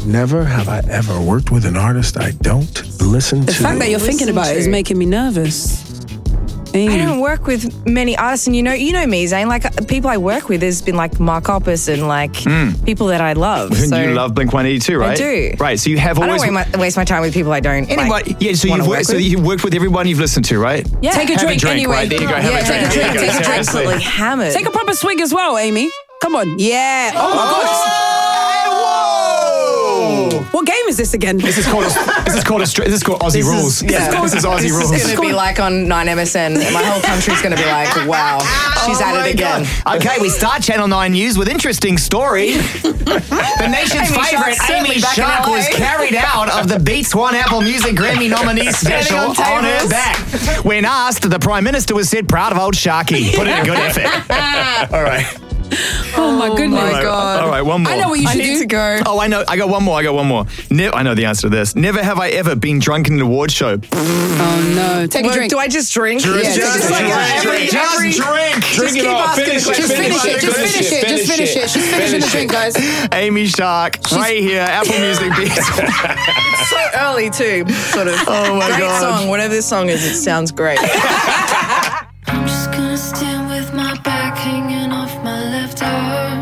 Never have I ever worked with an artist I don't listen
The
to.
fact that you're thinking about it is making me nervous.
I don't work with many artists, and you know, you know me, Zane. Like uh, people I work with has been like Mark Hoppus and like
Hmm.
Mm.
people that I love.
And
So
you love Blink 182, right?
I do.
Right, so you have
I don't
always
waste my, waste my time with people I don't.
anybody.
like,
yeah, so
wanna
you've worked,
work
so
with.
you've worked with everyone you've listened to, right?
Yeah. Take a
Have
drink anyway.
Right? There you go. Have
Yeah,
a
take
drink.
a drink,
There you
take a
go.
drink.
Seriously.
Absolutely hammered.
Take a proper swig as well, Amy. Come on. Yeah. Oh, my God. What game is this again?
Oh! This is called this is called Austra- this is called Aussie rules.
yeah.
this is Aussie rules.
This is going to be like on 9MSN. My whole country's going to be like, wow, she's at it again.
Oh Okay, we start Channel 9 News with interesting story. the nation's
Amy Shark
favorite
certainly
Amy
back in
Shark
LA.
was carried out of the Beats One Apple Music Grammy nominee
Standing
special
on
on, her
tables.
back. When asked, the Prime Minister was said, proud of old Sharky. Put in a good effort. All right.
Oh my goodness.
all right, All right, one more.
I know what you should do. go.
Oh, I know. I got one more. I got one more. Ne- I know the answer to this. Never have I ever been drunk in an award show.
Oh no. Take a drink. Do
I just drink?
Just-
yeah,
just-
take a drink.
just drink. Just drink. Drink
Just
it
keep
all.
asking.
Finish it.
Just
Finish
finish it.
it.
Just finish it. Just finish it. Just finish the drink, guys.
Amy Shark, right here, Apple Music.
It's so early too, sort of.
Oh my
great
God.
song. Whatever this song is, it sounds great.
I'm just gonna stand with my back hanging off my left arm.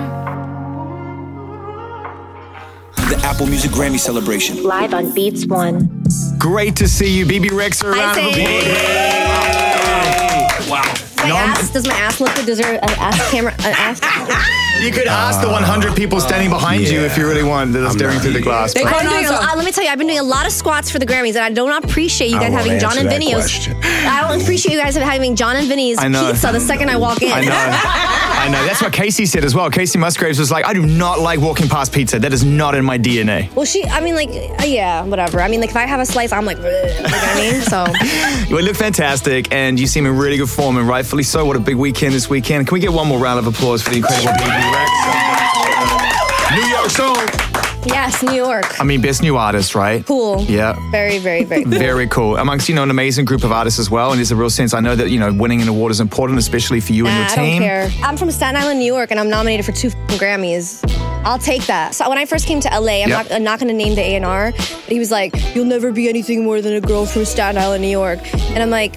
The Apple Music Grammy celebration.
Live on Beats One.
Great to see you, BB Rex. A round of applause. Wow.
My ass, does my ass look good? Does there an ass camera? An ass?
You could ask the 100 people standing behind you if you really want. They're staring through the glass. but-
I've been doing a lot- let me tell you, I've been doing a lot of squats for the Grammys, and I do not appreciate you
I
guys
won't
having John
answer
and
that
Vinny's.
question.
I don't appreciate you guys having John and Vinny's
I know.
pizza the second I walk in.
I know. I know. That's what Casey said as well. Casey Musgraves was like, I do not like walking past pizza. That is not in my DNA.
Well, she, I mean, like, uh, yeah, whatever. I mean, like, if I have a slice, I'm like, "Ugh," you know what I mean? So,
You look fantastic and you seem in really good form and rightfully so. What a big weekend this weekend. Can we get one more round of applause for the incredible BB Rex? New York song.
yes, New York.
I mean, best new artist, right?
Cool.
Yeah.
Very, very, very cool.
Very cool. Amongst, you know, an amazing group of artists as well. And there's a real sense, I know that, you know, winning an award is important, especially for you
Nah,
and
I
your team.
don't care. I'm from Staten Island, New York, and I'm nominated for two f***ing Grammys. I'll take that. So when I first came to LA,
Yep.
I'm not, I'm not going to name the A&R, but he was like, "You'll never be anything more than a girl from Staten Island, New York," and I'm like.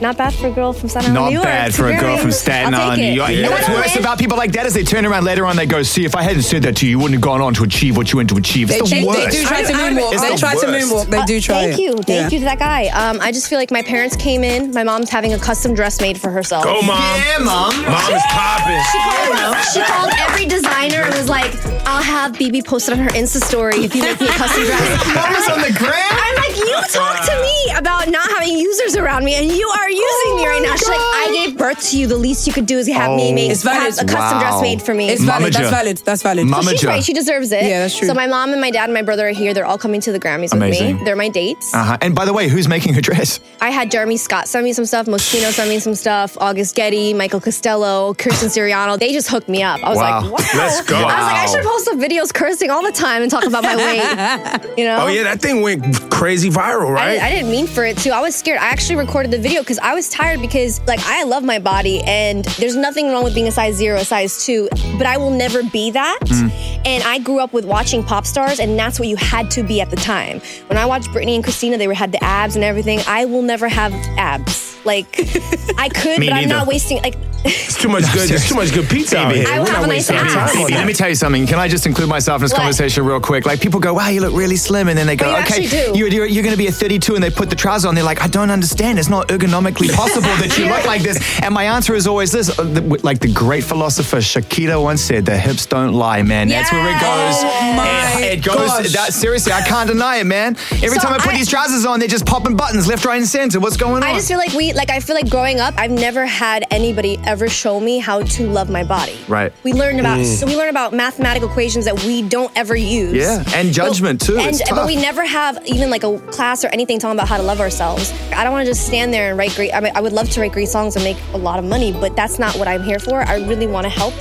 Not bad for a girl from Staten Island,
Not
New York.
bad
It's
for a girl
Grammy.
from Staten
I'll
Island,
take
New
it.
York. You
If
know
I
what's
don't
worse
win-
about people like that is they turn around later on they go, "See, if I hadn't said that to you, you wouldn't have gone on to achieve what you went to achieve." It's the worst. It's the worst.
They do try
Thank
it.
you, thank
Yeah.
you to that guy. Um, I just feel like my parents came in. My mom's having a custom dress made for herself.
Go, mom.
Yeah, mom.
Mom is popping.
She called, she called every designer and was like, I'll have BB posted on her Insta story if you make me a custom dress.
Mom is on the gram?
I'm like, you talk to me about not having users around me and you are using me right now. She's like, I gave birth to you. The least you could do is have me
Oh.
make
It's valid.
have a custom
Wow.
dress made for me.
It's valid. That's Momager. valid. That's valid.
So she's
Momager.
right. She deserves it.
Yeah, that's true.
So my mom and my dad and my brother are here. They're all coming to the Grammys with
Amazing.
me. They're my dates.
Uh-huh. And by the way, who's making her dress?
I had Jeremy Scott send me some stuff, Moschino sent me some stuff, August Getty, Michael Costello, Kirsten Siriano. They just hooked me up. I was like, wow.
Let's go.
I was like, I should post up videos cursing all the time and talk about my weight. You know?
Oh yeah, that thing went crazy viral,
I,
right?
I didn't mean for it to. I was scared. I actually recorded the video because I was tired because, like, I love my body and there's nothing wrong with being a size zero, a size two, but I will never be that.
Hmm.
And I grew up with watching pop stars, and that's what you had to be at the time. When I watched Britney and Christina, they were, had the abs and everything. I will never have abs. Like, I could,
Me
but I'm
neither.
not wasting. Like,
It's too much good. It's too much good pizza out
Baby.
here.
I
We're
will have
not
a
wasting
nice
our
ass.
time on
Let me
that.
tell you something. Can I just include myself in this
What?
conversation real quick? Like people go, "Wow, you look really slim," and then they go,
But you
"Okay,
actually do.
you're, you're, you're going to be a 32," and they put the trouser on. They're like, "I don't understand. It's not ergonomically possible that you look like this." And my answer is always this: uh, the- like the great philosopher Shakira once said, "The hips don't lie, man." That's where it goes.
Oh
my
it, it goes.
gosh.
That, seriously, I can't deny it, man. Every
So
time I put
I-
these trousers on, they're just popping buttons left, right, and center. What's going on?
I just feel like we, like, I feel like growing up, I've never had anybody ever show me how to love my body.
right.
We learn about
Mm.
so we learn about mathematical equations that we don't ever use.
Yeah, and judgment, too.
And
It's
but
tough.
we never have even like a class or anything talking about how to love ourselves. I don't want to just stand there and write great. I mean, I would love to write great songs and make a lot of money, but that's not what I'm here for. I really want to help,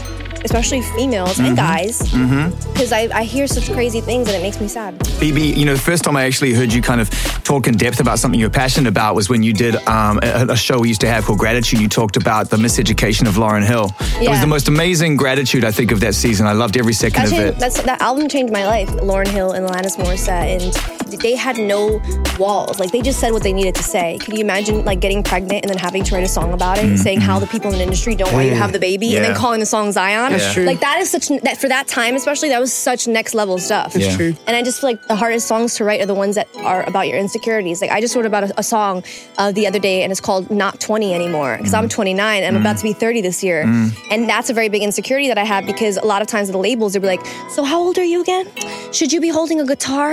especially females
Mhm.
and guys,
Mm-hmm.
because I, I hear such crazy things and it makes me sad.
BB, you know, the first time I actually heard you kind of talk in depth about something you're passionate about was when you did um, a, a show we used to have called Gratitude. You talked about the miseducation of Lauren Hill. It was
Yeah.
the most amazing gratitude I think of that season. I loved every second of
That, changed,
it.
that's, that album changed my life. Lauren Hill and Alanis Morissette, and they had no walls. Like they just said what they needed to say. Can you imagine like getting pregnant and then having to write a song about it, saying how the people in the industry don't want you to
Mm.
have the baby, and then
Mm-hmm. Yeah.
calling the song Zion?
That's Yeah. true.
Like that is such that for that time especially that was such next level stuff.
That's Yeah. true.
And I just feel like the hardest songs to write are the ones that are about your insecurities. Like I just wrote about a, a song uh, the other day, and it's called "Not 20 Anymore"
Mm.
because I'm 29 and I'm about to be 30 this year,
Mm.
and that's a very big insecurity that I have because a lot of times the labels they'll be like, "So how old are you again? Should you be holding a guitar?"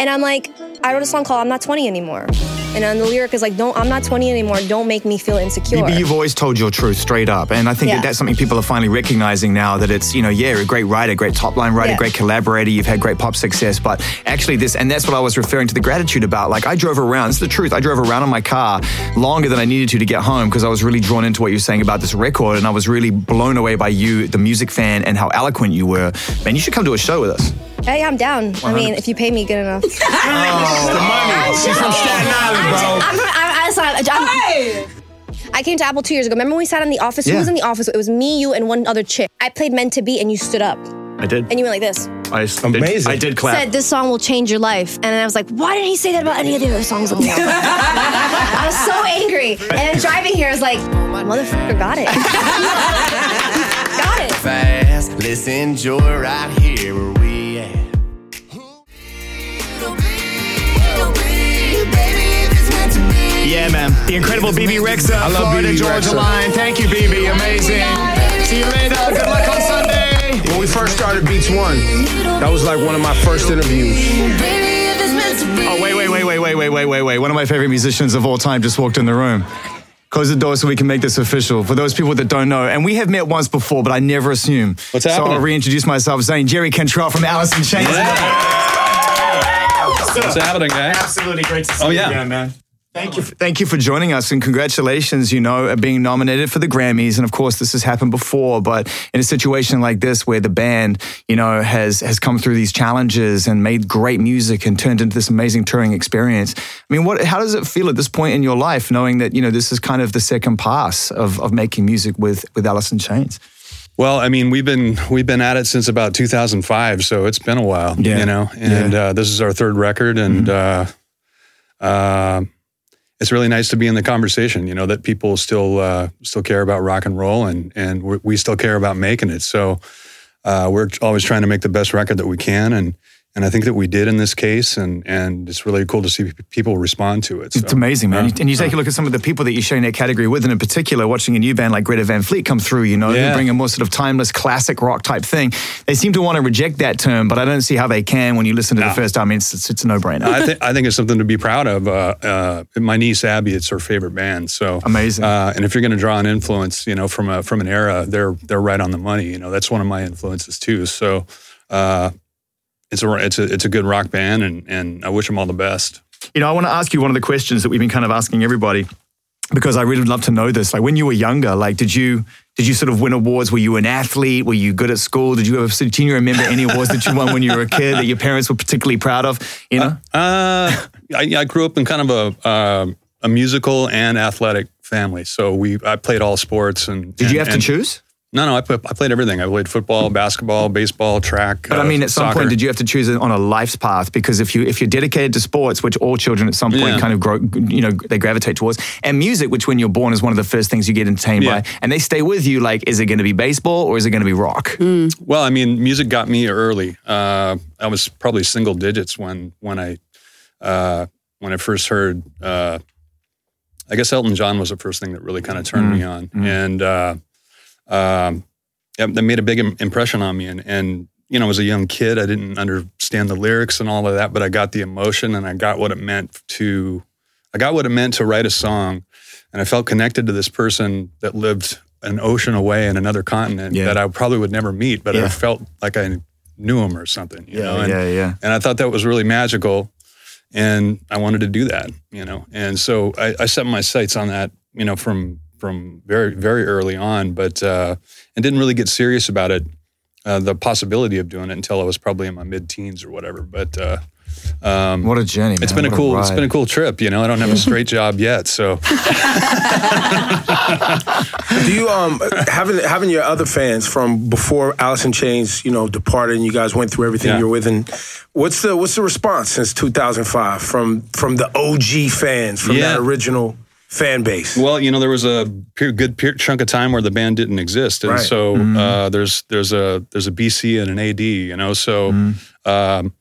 And I'm like, I wrote a song called "I'm Not 20 Anymore." And then the lyric is like, "Don't, I'm not 20 anymore. Don't make me feel insecure."
But you've always told your truth straight up. And I think
Yeah.
that that's something people are finally recognizing now that it's, you know, yeah, you're a great writer, great top line writer,
Yeah.
great collaborator, you've had great pop success. But actually, this, and that's what I was referring to the gratitude about. Like, I drove around, it's the truth. I drove around in my car longer than I needed to to get home because I was really drawn into what you were saying about this record. And I was really blown away by you, the music fan, and how eloquent you were. Man, you should come to a show with us.
Hey, I'm down. I mean, if you pay me good enough.
Oh, the money.
She's from Staten Island, bro. I'm, from, I'm, I'm, sorry, I'm, I came to Apple two years ago. Remember when we sat in the office? Who
Yeah.
was in the office? It was me, you, and one other chick. I played Meant to Be, and you stood up.
I did.
And you went like this.
I Amazing. I did clap.
Said this song will change your life, and then I was like, why didn't he say that about any of the other songs on the album? I was so angry, and then driving here, I was like, motherfucker, got it.
Fast, let's enjoy right here where we at.
Yeah, man. The incredible BB Rexa,
I love
Florida
BB
Georgia
Rexa.
line. Thank you, BB. Amazing. See you later. Good luck on Sunday.
When we first started Beats One, that was like one of my first interviews.
Oh, wait, wait, wait, wait, wait, wait, wait, wait, wait. One of my favorite musicians of all time just walked in the room. Close the door so we can make this official for those people that don't know. And we have met once before, but I never assume. What's So I'll
happening?
reintroduce myself saying Jerry Cantrell from Alice in Chains.
What's happening, guys?
Absolutely great to see
oh,
you
yeah.
again, man. Thank you. For, thank you for joining us and congratulations, you know, at being nominated for the Grammys. And of course, this has happened before, but in a situation like this where the band, you know, has has come through these challenges and made great music and turned into this amazing touring experience. I mean, what how does it feel at this point in your life knowing that, you know, this is kind of the second pass of of making music with with Alice in Chains?
Well, I mean, we've been we've been at it since about 2005, so it's been a while,
Yeah. Mm-hmm.
you know. And uh, this is our third record, and uh, uh, it's really nice to be in the conversation. You know that people still uh, still care about rock and roll, and and we we still care about making it. So uh, we're always trying to make the best record that we can, and and I think that we did in this case, and and it's really cool to see pe- people respond to it.
It's amazing, man. and you take a look at some of the people that you're sharing that category with, and in particular, watching a new band like Greta Van Fleet come through, you know,
Yeah.
who bring a more sort of timeless classic rock type thing. They seem to want to reject that term, but I don't see how they can when you listen to the first time. It's, it's, it's a no brainer.
I, th- I think it's something to be proud of. Uh, uh, my niece Abby, it's her favorite band. So
amazing.
Uh, and if you're going to draw an influence, you know, from a from an era, they're they're right on the money. You know, that's one of my influences too. So uh, it's a it's a it's a good rock band, and and I wish them all the best.
You know, I want to ask you one of the questions that we've been kind of asking everybody because I really would love to know this. Like when you were younger, like did you did you sort of win awards? Were you an athlete? Were you good at school? Did you ever can you remember any awards that you won when you were a kid that your parents were particularly proud of? You know?
Uh, I, I grew up in kind of a um a musical and athletic family, so we I played all sports. And
Did you
and-
have to
and-
choose?
No, no, I, put, I played everything. I played football, basketball, baseball, track. uh,
But I mean, at some point,
did you?
did you have to choose on a life's path? Because if you if you're dedicated to sports, which all children at some point
Yeah.
kind of grow, you know, they gravitate towards, and music, which when you're born is one of the first things you get entertained by, and they stay with you. Like, is it going to be baseball or is it going to be rock?
Well, I mean, music got me early. Uh, I was probably single digits when when I uh, when I first heard. Uh, I guess Elton John was the first thing that really kind of turned
Mm-hmm.
me on, and uh, um, yeah, that made a big im- impression on me. And and you know, as a young kid, I didn't understand the lyrics and all of that, but I got the emotion and I got what it meant to. I got what it meant to write a song, and I felt connected to this person that lived an ocean away in another continent
Yeah.
that I probably would never meet, but
Yeah.
I felt like I knew him or something, you know. And,
yeah, yeah.
and I thought that was really magical, and I wanted to do that, you know. And so I, I set my sights on that, you know, from from very very early on, but uh, and didn't really get serious about it, uh, the possibility of doing it until I was probably in my mid teens or whatever. But uh, um,
what a journey!
It's
man.
been a
What a
cool it's been a
ride.
cool trip, you know. I don't have a straight job yet, so
Do you um having having your other fans from before Alice in Chains, you know, departed and you guys went through everything
Yeah.
you were with and what's the what's the response since 2005 from from the OG fans from
Yeah.
that original fan base?
Well, you know, there was a per- good per- chunk of time where the band didn't exist, and
Right.
so uh, there's there's a there's a BC and an AD, you know, so um,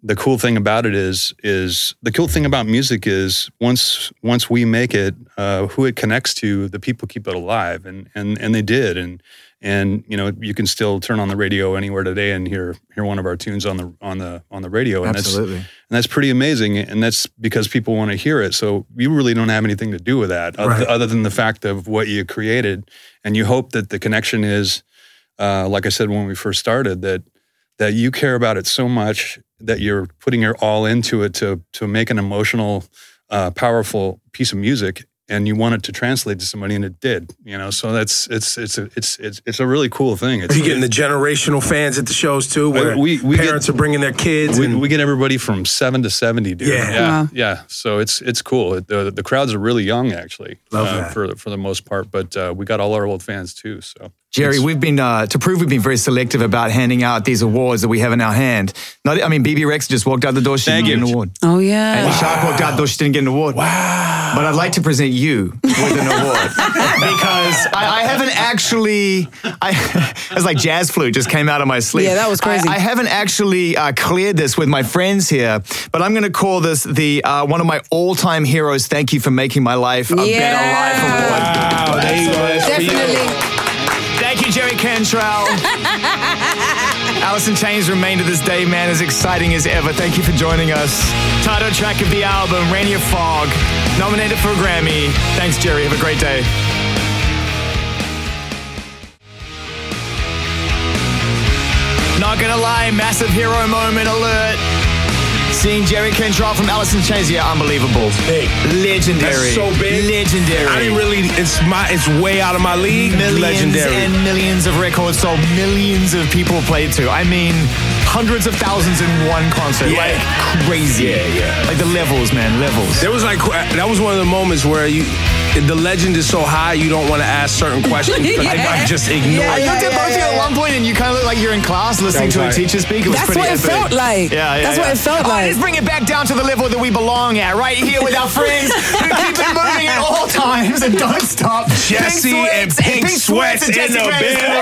the cool thing about it is is the cool thing about music is once once we make it, uh, who it connects to, the people keep it alive, and and and they did, and and you know you can still turn on the radio anywhere today and hear hear one of our tunes on the on the on the radio, and
Absolutely.
that's and that's pretty amazing, and that's because people want to hear it. So you really don't have anything to do with that, oth-
Right.
other than the fact of what you created, and you hope that the connection is, uh, like I said when we first started, that that you care about it so much that you're putting your all into it to to make an emotional, uh, powerful piece of music, and you want it to translate to somebody, and it did. You know, so that's it's it's a, it's it's it's a really cool thing. It's,
You getting the generational fans at the shows too, where
we- we
parents are bringing their kids.
we,
and,
we get everybody from seven to seventy, dude.
Yeah.
yeah,
Wow.
yeah. So it's it's cool. It- The, the crowds are really young, actually,
Love
uh,
that.
for for the most part. But uh, we got all our old fans too. So
Jerry, we've been uh, to prove we've been very selective about handing out these awards that we have in our hand. Not, I mean, BB Rex just walked out the door; she didn't get an award.
Oh yeah.
And Shark walked out the door; she didn't get an award. Wow! But I'd like to present you with an award because I, I haven't actually. I it's like jazz flute just came out of my sleeve.
Yeah, that was crazy.
I, I haven't actually uh, cleared this with my friends here, but I'm going to call this the uh, one of my all-time heroes. Thank you for making my life a better life award.
Wow,
there you go. That's for you.
Definitely.
Thank you, Jerry Cantrell. Allison Chains remain to this day, man, as exciting as ever. Thank you for joining us. Title track of the album, Rainy of Fog, nominated for a Grammy. Thanks, Jerry. Have a great day. Not gonna lie, massive hero moment alert. Seeing Jerry Cantrell from Allison Chains, yeah, unbelievable. Big. Legendary.
That's so big.
Legendary.
I didn't really. It's my. It's way out of my league.
Millions
Legendary.
and millions of records sold, millions of people played to. I mean, hundreds of thousands in one concert.
Yeah.
Like crazy.
Yeah, yeah.
Like the levels, man, levels.
There was like that was one of the moments where you, the legend is so high you don't want to ask certain questions. because they
Yeah.
might just ignore.
I
it.
looked at both of you at one point, and you kind of look like you're in class listening to a
Right.
teacher speak. It was
That's
pretty
what it
epic.
felt like.
Yeah, yeah,
That's
yeah.
what it felt
All right,
like.
Let's bring it back down to the level that we belong at, right here with our friends who keep it moving at all times and don't stop.
Jesse
Pink
and
Sweats,
Pink Sweats
and
in
Jesse
the
Grace.
building.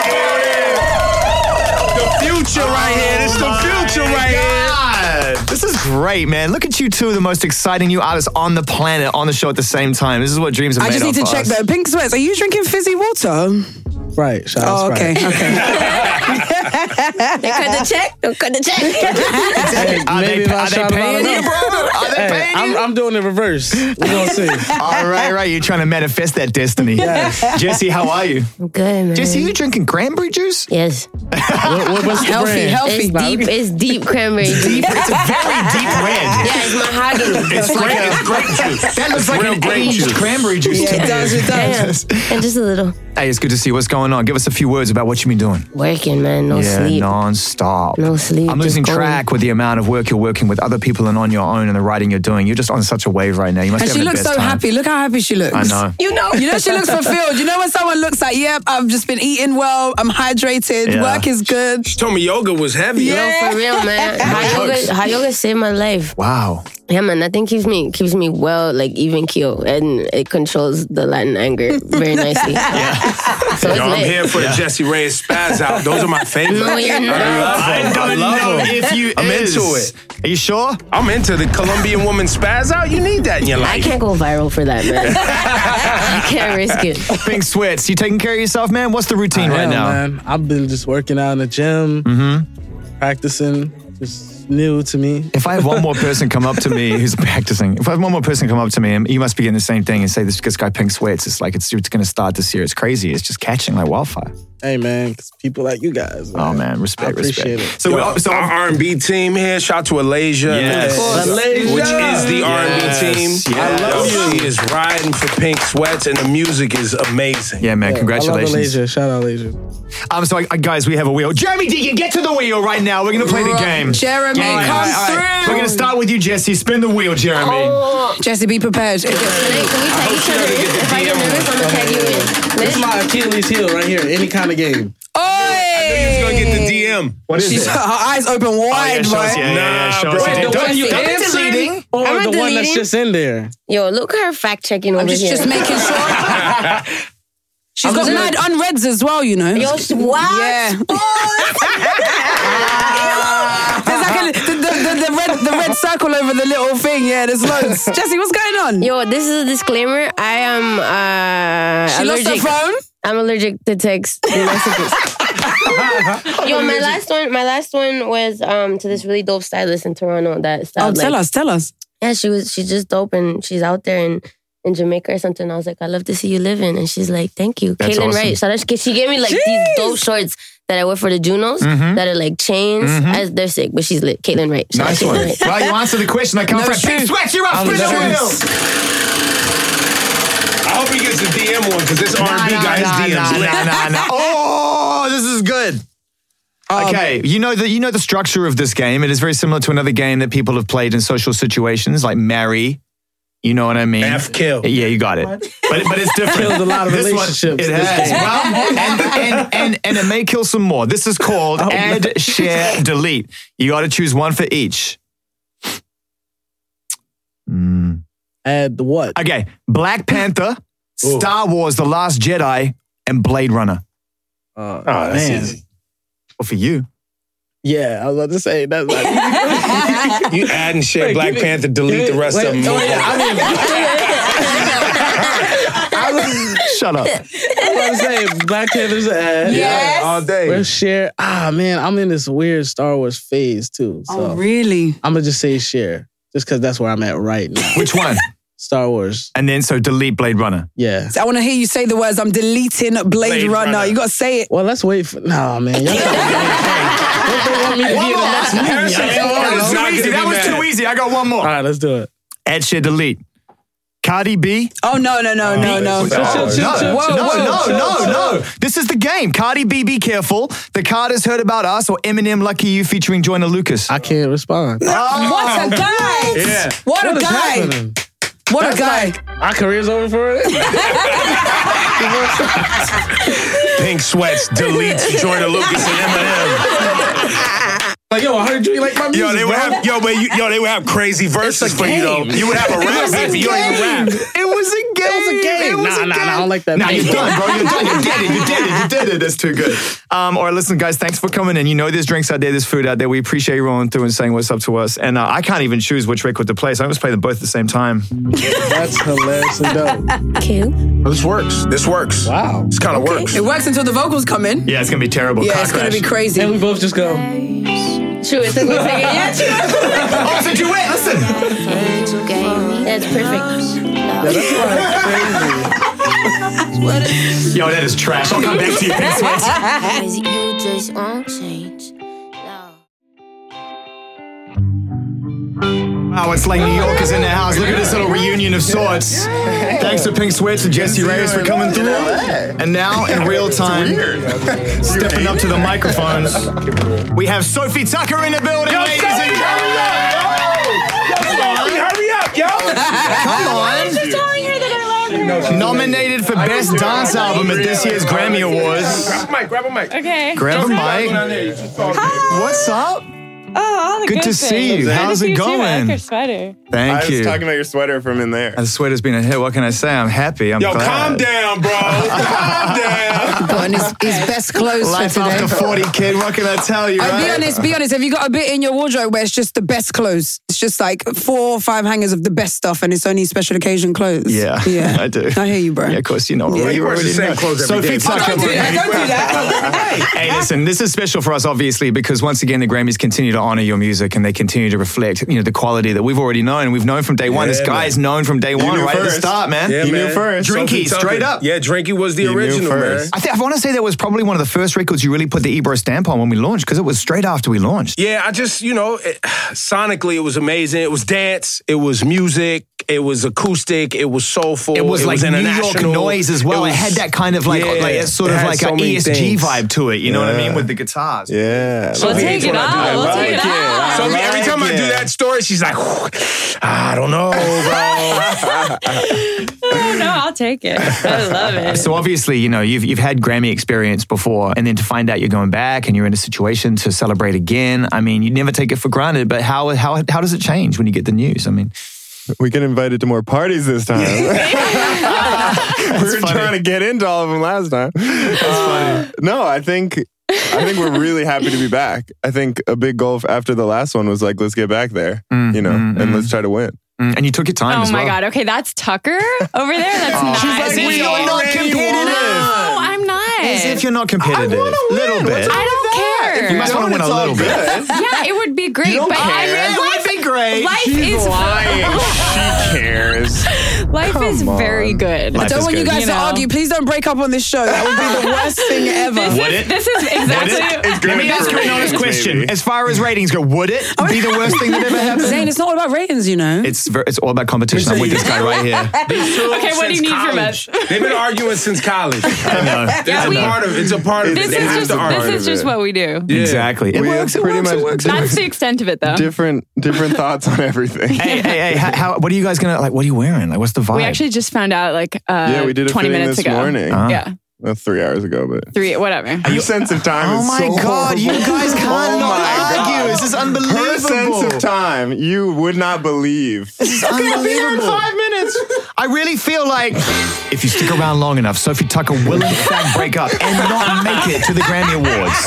The future right here. This
Oh,
the future right here.
This is great, man. Look at you two, the most exciting new artists on the planet, on the show at the same time. This is what dreams are
I
made
just need
of
to
for
check
us.
that. Pink sweats. Are you drinking fizzy water?
Right. Shout
Oh,
out
okay.
Sprite.
They cut the check. Don't cut the
Hey,
check.
maybe if I shout about it out.
Are they
Hey,
paying you?
I'm, I'm doing it reverse. We're gonna see.
All right, right. You're trying to manifest that destiny.
Yes.
Jesse, how are you?
I'm good, man.
Jesse, you drinking cranberry juice?
Yes.
what's the Healthy, brand? healthy,
It's
Bobby.
deep. It's deep cranberry.
It's
juice.
deep- it's a very deep red.
Yeah, it's my Hagen.
It's grape- it's grape juice. That looks like an aged cranberry juice
Yeah,
to
it
me.
does. It does. And just a little.
Hey, it's good to see you. What's going on? Give us a few words about what you've been doing.
Working, man. No
yeah,
sleep.
non-stop.
No sleep.
I'm losing
just going.
track with the amount of work you're working with other people and on your own and the writing you're doing. You're just on such a wave right now. You must
And
be
she
having the
looks so
best time.
happy. Look how happy she looks.
I know.
You know. You know she looks fulfilled. You know when someone looks like, yep, I've just been eating well, I'm hydrated,
Yeah.
work is good.
She told me yoga was heavy.
No, for real, man. Hot yoga, hot yoga saved my life.
Wow.
Yeah, man. That thing keeps me keeps me well, like even keel, and it controls the Latin anger very nicely. So it's
Yo, I'm
lit.
here for the Jesse Reyes spaz out. Those are my favorites.
No, you're not.
I love 'em.
I don't
love
know
'em.
if you
I'm
is.
into it.
Are you sure?
I'm into the Colombian woman spaz out. You need that in your
I
life.
can't go viral for that, man. I can't risk it.
Pink sweats. You taking care of yourself, man? What's the routine
I
right
am,
now?
man. I've been just working out in the gym,
Mm-hmm.
practicing. Just new to me.
If I have one more person come up to me who's practicing, if I have one more person come up to me, and you must be getting the same thing and say this, this guy pink sweats. It's like it's, it's going to start this year. It's crazy. It's just catching like wildfire.
Hey man, 'cause people like you guys.
Oh man,
I
respect,
appreciate
respect.
it.
So,
Yo,
we're- so
Our R&B team here. Shout out to Alasia,
Yes. Of course. Alasia.
which is the
Yes,
R&B team.
yes. I love
Yo,
you.
She is riding for Pink Sweats, and the music is amazing.
Yeah, man. congratulations.
I love Alasia. Shout out Alasia.
um, so I, I- guys, we have a wheel. Jeremy Deacon, get to the wheel right now. We're going to play the
Right,
game.
Jeremy,
All
come
all all We're going to start with you, Jesse. Spin the wheel, Jeremy.
Jesse, be prepared. It gets-
This is my Achilles heel right here. Any kind of game.
He's gonna get the DM.
What
is She's- it? her
eyes open
wide,
show us-
bro.
yeah, yeah, yeah, show
Nah,
us the
bro.
deal.
The
Don't
one
you-
you
don't be
answered?
deleting.
Or
I'm
the one
not
that's
deleting.
just in there.
Yo, look at her fact checking over
I'm just,
here.
just making sure. She's
I'm
got
just-
mad unreds as well, you know.
Yo, she- what?
Yeah. There's like a, the, the, the, the red the red circle over the little thing. Yeah, there's loads. Jesse, what's going on?
Yo, this is a disclaimer. I am. Uh,
She lost her
allergic-
phone?
I'm allergic to text and messages. Yo, my last one. My last one was um to this really dope stylist in Toronto that
Oh,
styled,
tell
like-
us, tell us.
Yeah, she was. She's just dope, and she's out there in in Jamaica or something. I was like, I love to see you living, and she's like, Thank you,
That's
Caitlin
awesome.
Wright. So that, she gave me like these dope shorts that I wear for the Junos
Mhm.
that are like chains. I, they're sick, but she's lit. Caitlin Wright. Shout out
Mm-hmm. Nice
Caitlin
one.
Wright.
Well, you answered the question. I come
No
from
shit.
Big Sweat.
Ah,
You're up.
I'm
Spin the
nervous.
wheel.
I hope he gets the DM one because this R&B guy
nah,
is DMs
nah,
lit.
nah, nah, nah. Oh, this is good. Um, okay, you know the you know the structure of this game. It is very similar to another game that people have played in social situations, like marry. You know what I mean? F kill. Yeah, you got it. But but it's different.
Killed a lot of
This one-
relationships,
it
this
has.
game.
Well, and, and and and it may kill some more. This is called
Oh.
add, share, delete. You got to choose one for each. Hmm.
Add what?
Okay, Black Panther, Star Wars: The Last Jedi, and Blade Runner.
Oh,
that's
man.
easy. Well, for you.
Yeah, I was about to say that's like
you add and share Black Panther, delete
give
the
it-
rest
wait,
of them.
oh, yeah, I
Shut up.
I was saying Black Panther's an
uh,
ad.
Yes. All day.
We'll share. Ah man, I'm in this weird Star Wars phase too. So
Oh, really?
I'm gonna just say share, just because that's where I'm at right now.
Which one?
Star Wars.
And then so delete Blade Runner.
Yeah.
I want to hear you say the words. I'm deleting Blade,
Blade
Runner.
Runner.
You gotta say it.
Well, let's wait for. Nah, man. Y'all want me to be in the next movie? I
That
don't
was
know.
too easy. That was too easy. I got one more. All
right, let's do it.
Add, share, delete. Cardi B.
Oh no no no no no.
No, no,
Whoa, whoa,
no,
chill,
no,
chill.
no. This is the game. Cardi B, be careful. The card is heard about us or Eminem Lucky You featuring Joyner Lucas. I
can't respond.
Oh.
What a guy!
Yeah.
What a
What is
guy!
happening?
What
That's
a guy!
Our career's over for it.
Pink sweats, deletes, Jordan Lucas and Eminem.
Like yo, I heard you like my
Yo,
music,
they would
bro.
have yo, but you, yo, they would have crazy verses for you though. You would have a rap beef, and you don't even rap.
It was a game. It was a
Nah, nah,
game.
nah, I don't like that.
Nah,
name.
you're done, bro. You're done. You did it. You did it. You did it. That's too good. Um, all right, listen, guys. Thanks for coming in. You know, there's drinks out there, there's food out there. We appreciate you rolling through and saying what's up to us. And uh, I can't even choose which record to play, so I must play them both at the same time.
That's hilarious and dope.
Cool.
This works. This works. Wow. This kind of works.
It works until the vocals come in.
Yeah, it's gonna be terrible.
Yeah,
Car
it's gonna
crash.
be crazy. And
we both just go.
True, it took me a second. Yeah, true.
oh, it's a duet. Listen.
That's perfect.
Yo, that is trash. I'll come back to you. Pink sweats.
Cause you just won't change.
Wow, it's like New Yorkers in the house. Look at this little reunion of sorts. Thanks to Pink Sweats and Jesse Reyes for coming through. And now, in real time, stepping up to the microphones, we have Sophie Tucker in the building, ladies and gentlemen.
Hurry up, yo!
Come on.
telling her that I love
Nominated for Best Dance Album at this year's Grammy Awards.
Grab a mic, grab a mic.
Okay.
Grab a mic. What's up?
Oh, all the
Good to see
things.
you.
Good to
How's
see
it
you too. I like
going?
your sweater.
Thank
I was
you.
talking
about
your sweater from in there.
The sweater's been a hit. What can I say? I'm happy. I'm
Yo,
glad.
calm down, bro. calm down.
Put on his, his best clothes
Life
for today.
after 40, kid. What can I tell you?
Uh,
right?
be honest, be honest. Have you got a bit in your wardrobe where it's just the best clothes? It's just like four or five hangers of the best stuff, and it's only special occasion clothes.
Yeah,
yeah.
I do.
I hear you, bro.
Yeah, of course, you know.
Yeah.
you
He wears the same
know.
clothes
Sophie
every day.
Tucker.
Don't do that, don't do
that. hey, listen, this is special for us, obviously, because once again, the Grammys continue to honor your music and they continue to reflect, you know, the quality that we've already known. We've known from day one. This
Yeah,
guy
man.
is known from day
You
one,
knew
right at
first.
the start, man.
Yeah,
You
man. Sophie
Drinky,
Tucker.
straight up.
Yeah, Drinky was the
You knew
original,
first.
man.
I, think I want to say that was probably one of the first records you really put the Ebro stamp on when we launched, because it was straight after we launched.
Yeah, I just, you know, it, sonically it was amazing. It was dance, it was music, it was acoustic, it was soulful.
It was like New York
international.
noise as well. It,
was-
had that kind of like,
Yeah,
like it's sort
it
of
had
like
so
an
many
ESG
things.
vibe to it. You know what I
Yeah.
mean with the guitars.
Yeah.
So
We'll take it out, we'll take it out.
So every time I do that story, she's like, I don't know, bro.
Oh, no, I'll take it. I love it.
So obviously, you know, you've you've had Grammy experience before, and then to find out you're going back and you're in a situation to celebrate again. I mean, you never take it for granted. But how how how does it change when you get the news? I mean,
We get invited to more parties this time. we were trying to get into all of them last time. Uh, No, I think I think we're really happy to be back. I think a big goal after the last one was like, let's get back there,
Mm,
you know, and let's try to win.
And you took your time.
oh my god. Okay, that's Tucker over there. That's not.
Oh, She's like, we are not competitive.
No, I'm not.
As if you're not competitive. A little bit.
I don't care.
You must want to win a little bit.
yeah, it would be great.
You don't
but I
care.
mean,
It would
life-
be great.
Life
She's
is
lying. She cares.
Uh, Life is very good.
I don't want you guys to
know?
argue. Please don't break up on this show. That would be the worst thing ever.
This is- This is exactly.
Let me ask you an honest question. As far as ratings go, would it be the worst thing that ever happened?
Zane, it's not all about ratings, you know.
Oh, It's ver- it's all about competition. I'm with this guy right here.
Okay, what do you need from us?
They've been arguing since college.
I know.
It's
Yeah,
a
we-
part of. It's a part of. it.
This is
They have
just,
to argue.
this is just what we do.
Exactly. It
We have
works. It
pretty
works. It
much
works.
That's the extent of it, though.
different different thoughts on everything.
Hey, hey, hey! How, how, what are you guys gonna like? What are you wearing? Like, what's the vibe?
We actually just found out like uh,
yeah, we did a
20
fitting
minutes
this
ago.
morning.
Ah. Uh-huh.
Yeah,
Well, three hours ago, but
three, whatever.
your sense of time
Oh
is
my
so
God, you
horrible.
guys can't
Oh
not
my
argue.
God.
This is
Her sense
unbelievable.
of time, you would not believe.
This is unbelievable.
minutes.
I really feel like if you stick around long enough, Sophie Tucker will in fact break up and not make it to the Grammy Awards.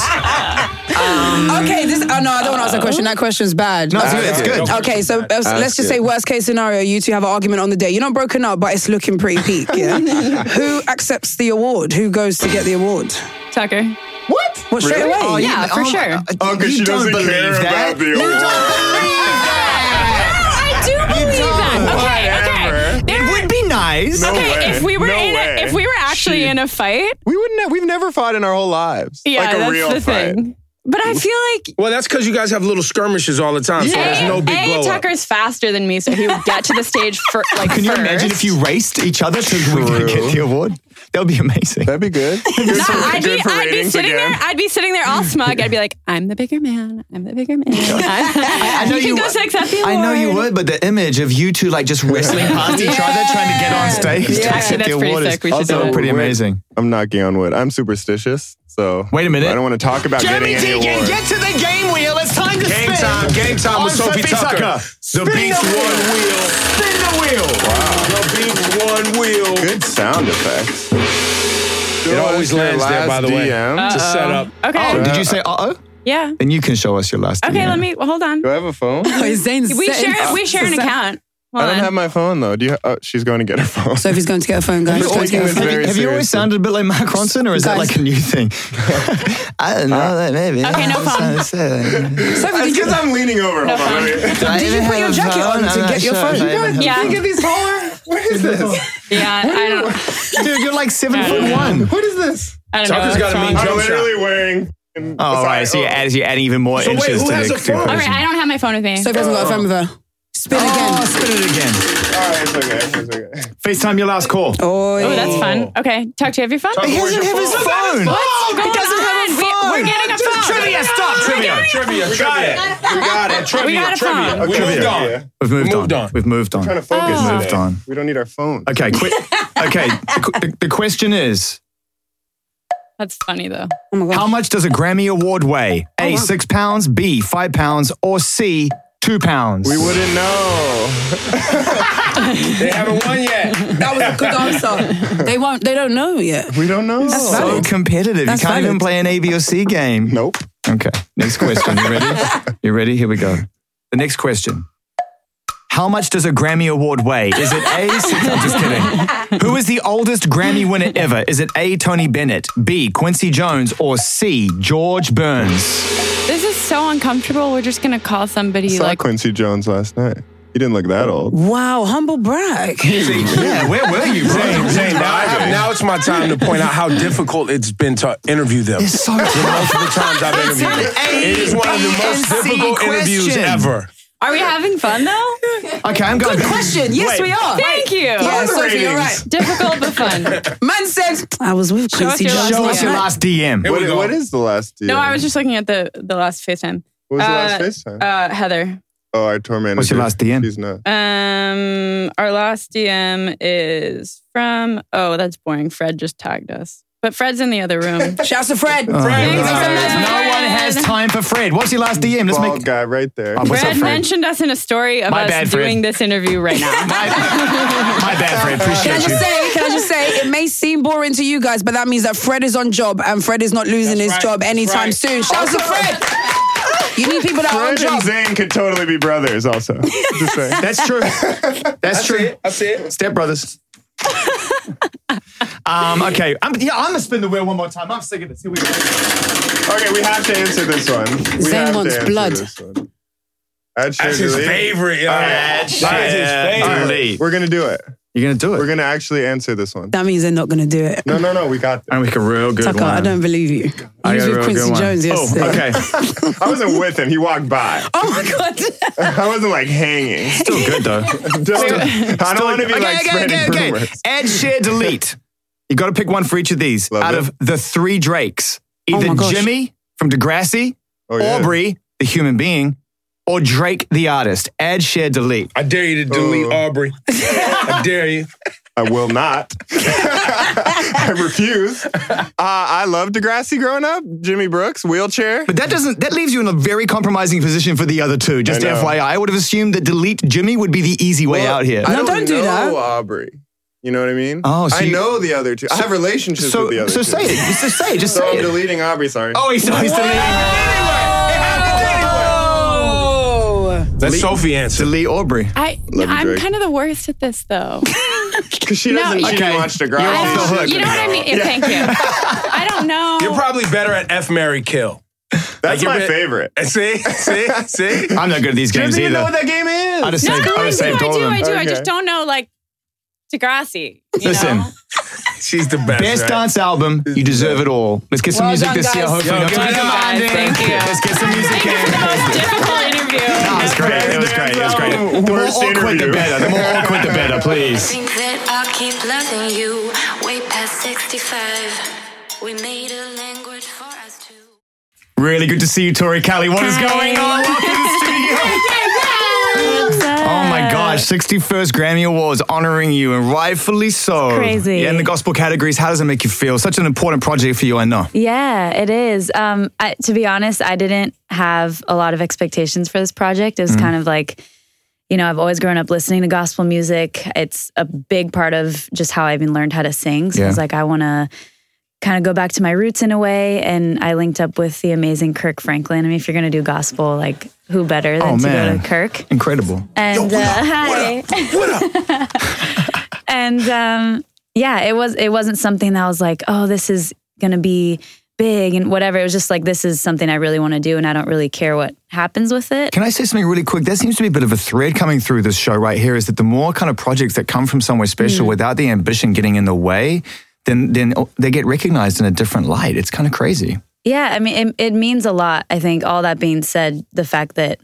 okay, this. Oh no, I don't want to ask that question. That question's bad.
No, it's good, it's good.
Okay, so uh,
Ask
let's just
it.
say worst case scenario, you two have an argument on the day. You're not broken up, but it's looking pretty peak. Yeah. Who accepts the award? Who goes to get the award?
Tucker.
What? What straight
Really?
away? uh,
Oh, yeah, for sure.
Oh, because she doesn't care about the
I do believe that. Okay, okay. There-
It would be nice.
okay, if we were
No
in,
way.
a, if we were actually in a fight,
We wouldn't. Have, we've never fought in our whole lives.
yeah,
like a
that's
real
the
fight.
thing. But I feel like
Well, that's because you guys have little skirmishes all the time, so there's no big
a,
blow up.
Tucker's faster than me, so he would get to the stage for like.
Can you
first.
imagine if you raced each other to we could get the award? That would be amazing. That'd
be good.
No, I'd be, I'd be sitting there. I'd be sitting there all smug. I'd be like, "I'm the bigger man. I'm the bigger man." I,
know
you
you
can go
would.
six at the
I know you
award.
would, but the image of you two like just wrestling past each other, trying to get on stage
Yeah.
to
Actually,
accept
that's
the
pretty
award is
sick. We should do
also
that.
pretty amazing.
I'm knocking on wood. I'm superstitious, so wait a minute. I don't want to talk about
Jeremy
getting any
Deacon,
awards.
get to the game wheel. It's time to
Game
spin.
time, game time with
On
Sophie Tucker.
The Beats One Wheel. Spin the wheel.
Wow.
One wheel.
Good sound effects.
It always lands there, by the way.
DM.
To set up.
Okay.
Oh, did you say uh oh?
Yeah.
Then you can show us your last.
Okay,
DM.
let me well, hold on.
Do I have a phone?
Oh, Zane's
We
setting-
share we share an account.
I
Hold
don't
on.
have my phone though. Do you? Oh, she's going to get her phone.
Sophie's going to get a phone, guys.
You're
Going to
taking
get a
this
phone.
very
Have you always
seriously.
sounded a bit like Mark Ronson, or is that
Guys.
like a new thing? I don't know. That maybe.
Okay, no problem.
It's because I'm leaning over. Hold on. let me-
Did you put your jacket on to get your phone?
Yeah.
Look at these taller. What is this?
Yeah, I don't
Dude, you're like seven foot one.
What is this?
I don't know.
Tucker's got
what's
a mean
wrong.
jump shot.
wearing.
Oh, all right. So you're adding, you're adding even more
So wait,
inches
who
to
has
the
a phone? Oh.
All right, I don't have my phone with me.
Sophie hasn't got a phone with her. Spin
Oh,
again.
spin it again.
All right, it's okay. It's okay.
FaceTime your last call.
Oh, that's fun. Okay, Tuck, do you have your phone?
He
What's
doesn't have his phone.
going
He doesn't have
on?
a
We-
phone.
We're getting a phone.
Trivia, stop trivia.
Trivia, trivia. We got it. Trivia,
We got a
trivia.
phone.
We moved
Trivia.
on.
We've moved,
Moved
on.
on.
We've moved on.
Trying to focus.
Oh.
Moved
today.
on.
We don't need our phones.
Okay, quick. Okay, the, qu- the- the question is:
That's funny though.
Oh my
How
god.
much does a Grammy award weigh?
Oh,
A six pounds, B five pounds, or C two pounds?
We wouldn't know.
They haven't won yet.
That was a good answer. They won't. They don't know yet.
We don't know.
That's
so
valid.
competitive.
That's
you can't even
valid.
play an A, B, or C game.
Nope.
Okay. Next question. You ready? you ready? Here we go. The next question. How much does a Grammy Award weigh? Is it A? I'm just kidding. Who is the oldest Grammy winner ever? Is it A. Tony Bennett, B. Quincy Jones, or C. George Burns?
This is so uncomfortable. We're just gonna call somebody
Saw
like
Quincy Jones last night. He didn't look that old.
Wow, humble brag.
Yeah, where were you, bro?
Zane, Zane, now, I have, now it's my time to point out how difficult it's been to interview them.
It's so
The multiple times I've interviewed them. It is one of the most
ABC
difficult interviews
question.
ever.
Are we having fun though?
Okay, I'm going.
Good question. Yes,
Wait.
we are.
Thank you.
Yeah, Sophie, you're right.
Difficult but fun.
Man said, I was with
Show us
Quincy
your
Jones.
last
Show
one.
us your last DM.
What
Here we
is,
go.
what is the last deal?
No, I was just looking at the the last FaceTime.
What was the last
uh,
FaceTime?
Uh, Heather.
oh, our tour manager.
What's your last DM?
She's not.
Um, our last DM is from. Oh, that's boring. Fred just tagged us. But Fred's in the other room.
Shouts to Fred.
Oh,
Thanks,
guys,
Fred.
No one has time for Fred. What's your last DM? Let's make guy right there. what's
Fred,
up, Fred?
mentioned us in a story of
My
us
bad, Fred.
doing this interview right now.
My bad, Fred.
Can I
Appreciate you.
just say? Can I just say? It may seem boring to you guys, but that means that Fred is on job and Fred is not losing his job anytime soon. Shouts to Fred. You need people that
Fred
are on
and
job.
Zane could totally be brothers, also. Just saying.
That's true. That's, true.
I see it.
Step brothers. um, okay. I'm, yeah, I'm gonna spin the wheel one more time. I'm sick of this. Here we go.
Okay, we have to answer this one. We
Zane
have to
wants
answer
blood.
this one. That's,
That's
shit
his
elite.
favorite, yo.
All right.
That's
All right.
his favorite.
All right. We're gonna do it.
You're gonna do it.
We're gonna actually answer this one.
That means they're not going to do it.
No, no, no. We got this.
And we can real good
Tucker, I don't believe you. You was with Quincy Jones yesterday.
Oh, okay. I wasn't with him. He walked by.
Oh my god.
I wasn't like hanging.
Still good though.
Just, I don't want to be
okay,
like
okay,
spreading
okay, okay.
rumors.
Add, share, delete. You got to pick one for each of these out of the three Drakes.
Oh
Either
my gosh.
Jimmy from Degrassi,
Oh,
yeah.
Aubrey the human being, or Drake the artist. Add, share, delete.
I dare you to delete Aubrey. I dare you.
Oh. I will not. I refuse. Uh, I loved Degrassi growing up. Jimmy Brooks, wheelchair.
But that doesn't. That leaves you in a very compromising position for the other two. Just
I know.
FYI, I would have assumed that delete Jimmy would be the easy way out here.
I know Aubrey. You know what I mean?
Oh, so
I
you-
know the other two. I
so-
have relationships
so-
with the other
so
two.
say it. Just- just say it. Just
so
say
I'm
it.
deleting Aubrey. Sorry.
Oh, he's, he's deleting.
Oh.
That's Sophie answer.
Delete Aubrey.
I,
Love you,
I'm
Drake.
kind of the worst at this though.
Because she
No,
doesn't.
you-
she
Okay.
didn't watch the
I
She
don't-
doesn't
you know what I mean?
know.
Yeah, Thank you. I don't know.
You're probably better at F Mary Kill.
That's
you're
my
be-
favorite.
See, see, see.
I'm not good at these games
Doesn't even
either.
know what that game is.
I just
no,
saved,
no,
I
I
just
do, I
saved
do,
all of them.
I do. I just don't know like Degrassi. You
Listen.
know?
She's the best.
Best
right?
dance album. You deserve it all. Let's get some
Well
music
done,
this year.
guys.
Hopefully,
Yo,
not
give
too
it up.
demanding.
Thank you.
Let's get some music in.
Difficult interview.
It was great. It was great. It was great. The more
Worst
awkward, the
interview.
better. The more awkward, the better. Please.
Think that I'll keep loving you way past 65. We made a language for us two.
Really good to see you, Tori Kelly. What is going on? Welcome to the studio. Oh my gosh, 61st Grammy Awards honoring you, and rightfully so.
crazy.
Yeah, in the gospel categories, how does it make you feel? Such an important project for you, I know.
Yeah, it is. Um, I, to be honest, I didn't have a lot of expectations for this project. It
Mm-hmm.
was kind of like, you know, I've always grown up listening to gospel music. It's a big part of just how I even learned how to sing. So I was
Yeah.
like, I want to kind of go back to my roots in a way. And I linked up with the amazing Kirk Franklin. I mean, if you're going to do gospel, like, who better than
Oh,
to go
man.
to Kirk?
Incredible.
And uh, hi. and um, yeah, it was it wasn't something that I was like, oh, this is gonna be big and whatever. It was just like this is something I really want to do, and I don't really care what happens with it.
Can I say something really quick? There seems to be a bit of a thread coming through this show right here is that the more kind of projects that come from somewhere special
Mm.
without the ambition getting in the way, then then they get recognized in a different light. It's kind of crazy.
Yeah, I mean, it, it means a lot. I think all that being said, the fact that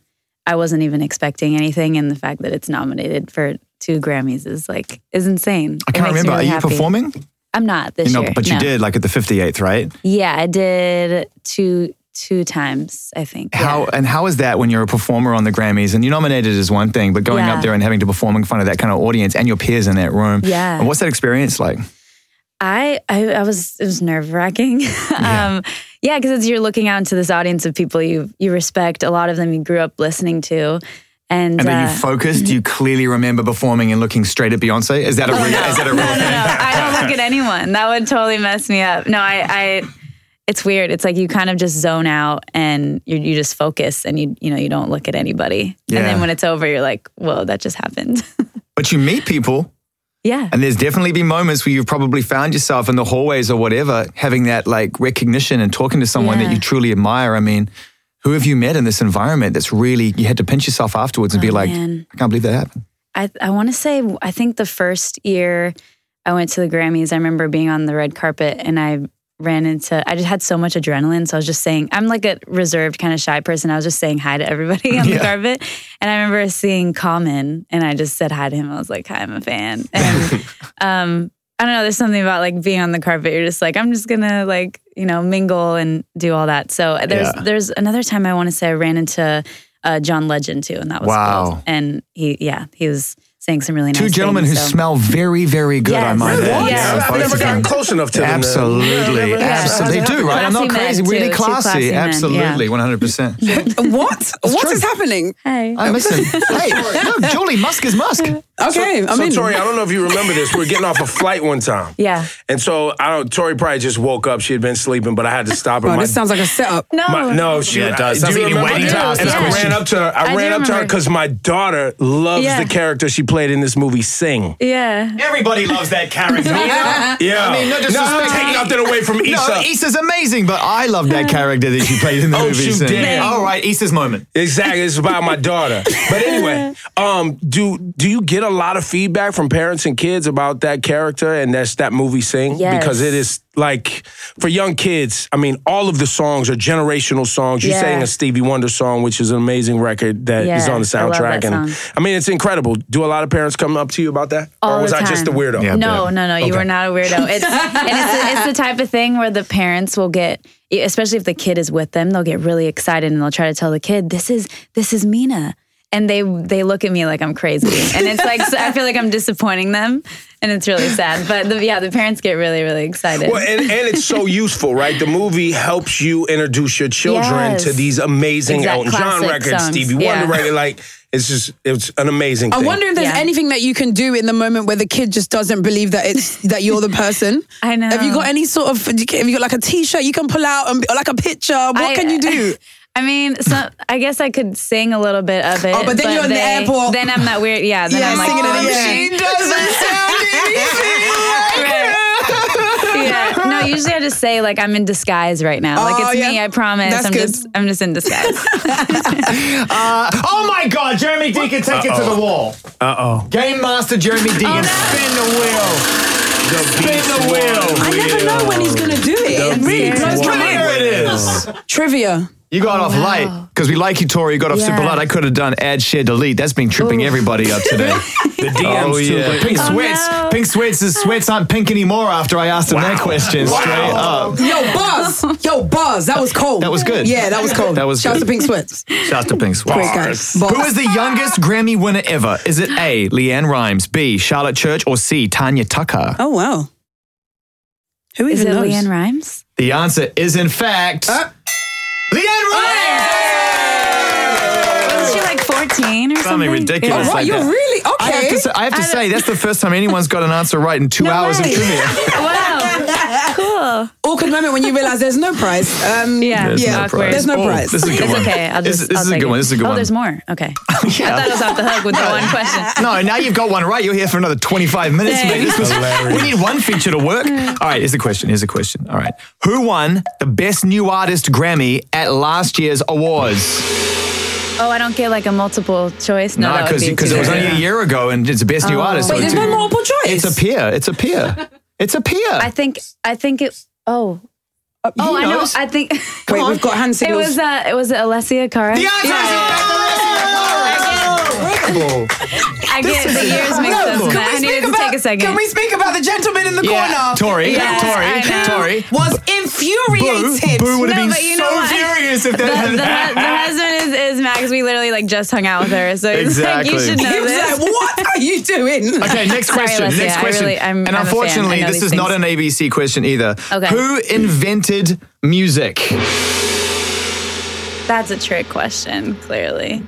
I wasn't even expecting anything, and the fact that it's nominated for two Grammys is like is insane.
I
It
can't
makes me
remember. Are
really
you
happy.
performing?
I'm not this
you know,
year.
but you
no.
did like at the 58th, right?
Yeah, I did two two times. I think.
How and how is that when you're a performer on the Grammys and you're nominated is one thing, but going
Yeah.
up there and having to perform in front of that kind of audience and your peers in that room.
Yeah.
And what's that experience like?
I I, I was it was nerve wracking. um, yeah, because it's you're looking out into this audience of people you you respect. A lot of them you grew up listening to, and,
And are you
uh,
focused? Do you clearly remember performing and looking straight at Beyonce? Is that a real is that a real
Oh, no, no, no. I don't look at anyone. That would totally mess me up. No, I, I it's weird. It's like you kind of just zone out and you you just focus and you you know you don't look at anybody. And
Yeah.
then when it's over, you're like, whoa, that just happened.
But you meet people
yeah.
And there's definitely been moments where you've probably found yourself in the hallways or whatever, having that like recognition and talking to someone that you truly admire. I mean, who have you met in this environment that's really, you had to pinch yourself afterwards and be like,
Oh, man.
I can't believe that happened.
I I want to say I think the first year I went to the Grammys, I remember being on the red carpet and I ran into I just had so much adrenaline, so I was just saying I'm like a reserved kind of shy person. I was just saying hi to everybody on the
Yeah.
carpet, and I remember seeing Common, and I just said hi to him. I was like, "Hi, I'm a fan." And um, I don't know. There's something about like being on the carpet. You're just like, I'm just gonna like you know mingle and do all that. So there's
Yeah.
there's another time I want to say I ran into uh, John Legend too, and that was
Wow.
cool. And he yeah he was saying some really nice
Two gentlemen who
things, so.
smell very, very good, I
Yes.
might
Really?
add.
Yes. I've never gotten
close enough to them, though.
Absolutely.
Yeah, never-
Absolutely. They
yeah.
do, right? I'm not
Classy men,
crazy.
too.
Really
Two
classy.
classy men,
Absolutely. 100%.
What? What is happening?
Hey.
I listen. hey, no, Julie, Musk is Musk.
Okay,
so,
I'm
so
in.
Tori, I don't know if you remember this. We were getting off a flight one time.
Yeah.
And so I don't. Tori probably just woke up. She had been sleeping, but I had to stop her.
Wow,
My-
this sounds like a setup.
my- no, she
Yeah, it does.
I-
Sounds like
do
you're
remember?
waiting to ask
And
this
I
question.
ran up to her.
I
I,
do
ran up to her
remember.
because my daughter loves
Yeah.
the character she played in this movie, Sing.
Yeah.
Everybody loves that character.
Yeah.
I mean, no
No,
disrespect.
I'm taking nothing away from
No,
Issa.
Issa's amazing, but I love that character that she played in the
Oh,
movie.
you
so-
did.
All right, Issa's moment.
Exactly. It's about my daughter. But anyway, um, do do you get a lot of feedback from parents and kids about that character and that's that movie Sing?
Yes.
Because it is like for young kids, I mean, all of the songs are generational songs. You
Yeah.
sang a Stevie Wonder song, which is an amazing record that is
Yeah,
on the
I love
soundtrack.
that
and
song.
I mean it's incredible. Do a lot of parents come up to you about that?
All
or was
the
I just the
time.
weirdo?
no, no, no. You were not a weirdo. It's, and it's, the, it's the type of thing where the parents will get, especially if the kid is with them, they'll get really excited and they'll try to tell the kid, "This is this is Mina," and they they look at me like I'm crazy, and it's like so I feel like I'm disappointing them, and it's really sad. But the, yeah, the parents get really really excited.
Well, and, and it's so useful, right? The movie helps you introduce your children
Yes.
to these amazing
Exact
Elton John
classic
records,
songs.
Stevie
Yeah.
Wonder record. Like it's just it's an amazing
I
thing.
wonder if there's anything that you can do in the moment where the kid just doesn't believe that it's that you're the person.
I know.
Have you got any sort of? Have you got like a T-shirt you can pull out and be- or like a picture? What
I-
can you do?
I mean, so, I guess I could sing a little bit of it.
Oh, but then you're in the airport.
Then I'm that weird. Yeah, then
Yeah,
I'm like, oh,
singing in the air.
she doesn't sound easy. yeah. No, usually I just say like I'm in disguise right now. Like
Oh,
it's me.
yeah.
I promise.
That's
I'm
good.
just I'm just in disguise.
Uh, oh my God, Jeremy Deacon, take it to the wall.
Uh oh.
Game Master Jeremy Deacon, spin the wheel. spin the wheel.
I never know when he's gonna do it. It really blows my
There
mind.
it is.
Trivia.
You got off light because we like you, Tori. You got off super
Yeah.
light. I could have done add, share, delete. That's been tripping everybody up today. the
DMs
oh,
too,
yeah.
but-
Pink
Oh,
sweats. Pink sweats. His sweats aren't pink anymore after I asked them that question straight up.
Yo, Buzz. Yo, Buzz. That was cold.
That was good.
Yeah, that was cold.
That was
Shout out
good.
to Pink Sweats.
Shout out to Pink Sweats.
Great guy. Bars.
Who is the youngest Grammy winner ever? Is it A, Leanne Rhymes, B, Charlotte Church, or C, Tanya Tucker?
Oh wow. Who
Is
even
it
knows? Uh,
Leanne Rhymes?
The answer is, in fact, Leanne
Oh! Wasn't she like 14 or something?
something ridiculous.
Oh,
Yeah.
like that. I have to say, I have to
I
say that's the first time anyone's got an answer right in two hours of trivia.
wow. Cool.
Awkward moment when you realize there's no prize. Um,
Yeah.
There's no
yeah.
prize.
there's no
Oh,
prize.
this is a good
It's
one.
okay. I'll
This-
just,
this
I'll
is a
take
good
it.
one. This is a good
oh,
one. Oh,
there's more. Okay. I thought I was off the hook with the one question.
No, now you've got one right. You're here for another 25 minutes.
Dang.
man. This was-
Hilarious.
we need one feature to work. All right, here's the question. Here's the question. All right. Who won the Best New Artist Grammy at last year's awards?
Oh, I don't get like a multiple choice. No, that would
because
be
because
too
it was
bad.
only a year ago and it's the Best New
Oh.
Artist.
Wait,
so
there's
it's-
no multiple
choice?
It's a peer. It's a peer. It's a peer.
I think I think it. Oh.
he
oh, I know.
knows.
I think.
Wait, we've got hand
It
signals.
was uh, it was Alessia Cara.
The answer Incredible.
I get the years mixed up.
Can
I
we
needed
speak
to
about?
take a second.
Can we speak about the gentleman in the
Yeah,
corner?
Tori,
Yes,
Tori,
I know.
Tori.
Was
Boo,
infuriated.
Boo would have
No,
been
but you know
so
what?
furious if
the,
that
the,
hadn't
the husband is, is Max. We literally like just hung out with her, so it's like
Exactly.
you should know
He was
this.
like, "What are you doing?"
Okay, next
Sorry,
question.
Alessia,
next
I
question.
really- I'm-
and
I'm a fan.
unfortunately,
I know
this
these
is not an
things.
ABC question either.
Okay.
Who invented music?
That's a trick question, clearly.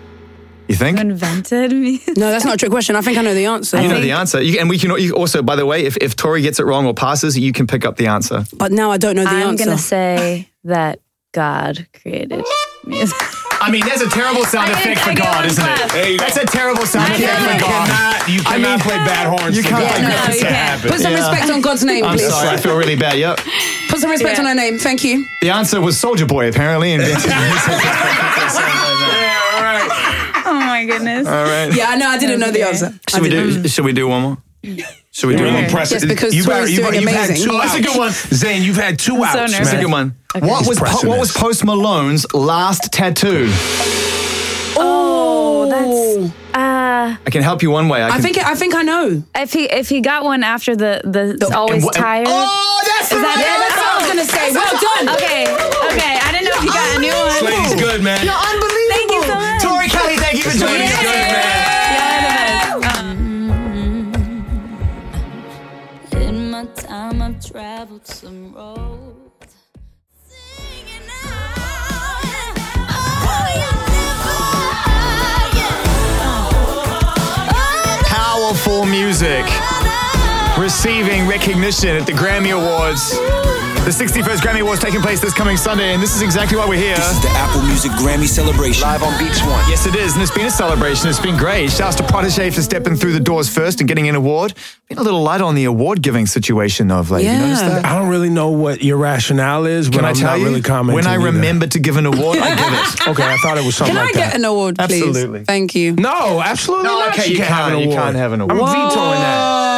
You think?
Invented me.
No, that's not a trick question. I think I know the answer.
you know the answer. You, and we can you also, by the way, if, if Tori gets it wrong or passes, you can pick up the answer.
But now I don't know the
I'm
answer.
gonna say that God created music.
I mean, that's a terrible sound
I get-
effect
I
for
get
God,
one
isn't it?
clap.
There you go.
That's a terrible sound
I
effect
know.
for
You
God.
Cannot, you
I
cannot
mean,
play bad horns.
you
for
can't
God.
play
No,
bad
you
horns.
can't.
Put some respect on God's name,
I'm
please.
sorry, I feel really bad. Yep.
Put some respect on her name. Thank you.
The answer was Soldier Boy, apparently. Invented music.
Oh my goodness.
All right.
Yeah, I know. I didn't know the answer.
Should we do? Should we do one more? Should we do
You're
one more?
impressed.
Just because
you
Tori's
you
doing
you've
amazing.
Had two
Oh, that's a
outs.
good one.
Zane, you've had two
I'm so
outs.
nervous.
That's a
man.
good one.
Okay.
What was
He's
what was
pressing
Post Malone's last tattoo?
Oh, that's uh
I can help you one way. I,
I
can,
think I think I know.
if he if he got one after the the it's always
and what- and-
tired.
Oh, that's
Is
the
that
right
it?
That's what I was gonna say. Well done.
Okay, okay. I didn't know if you got a new one.
Slade's good, man.
You're unbelievable.
Thank you so much.
Tori Kelly, thank you for joining us.
Y'all are the best. Um,
music receiving recognition at the Grammy Awards. The 61st Grammy Awards taking place this coming Sunday, and this is exactly why we're here.
This is the Apple Music Grammy celebration. Live on Beach One.
Yes, it is, and it's been a celebration. It's been great. Shouts to Protege for stepping through the doors first and getting an award. Been a little light on the award giving situation of late. You notice that?
I don't really know what your rationale is, but
Can I
I'm
tell
not
you?
really commenting.
When I
either.
remember to give an award, I give it.
okay, I thought it was
Can
something like
I get
that.
an award, please?
Oh Absolutely.
Thank you.
No, absolutely
No,
not.
okay,
She
you
can't have an
can't. You
award.
can't have an award.
I'm vetoing
that.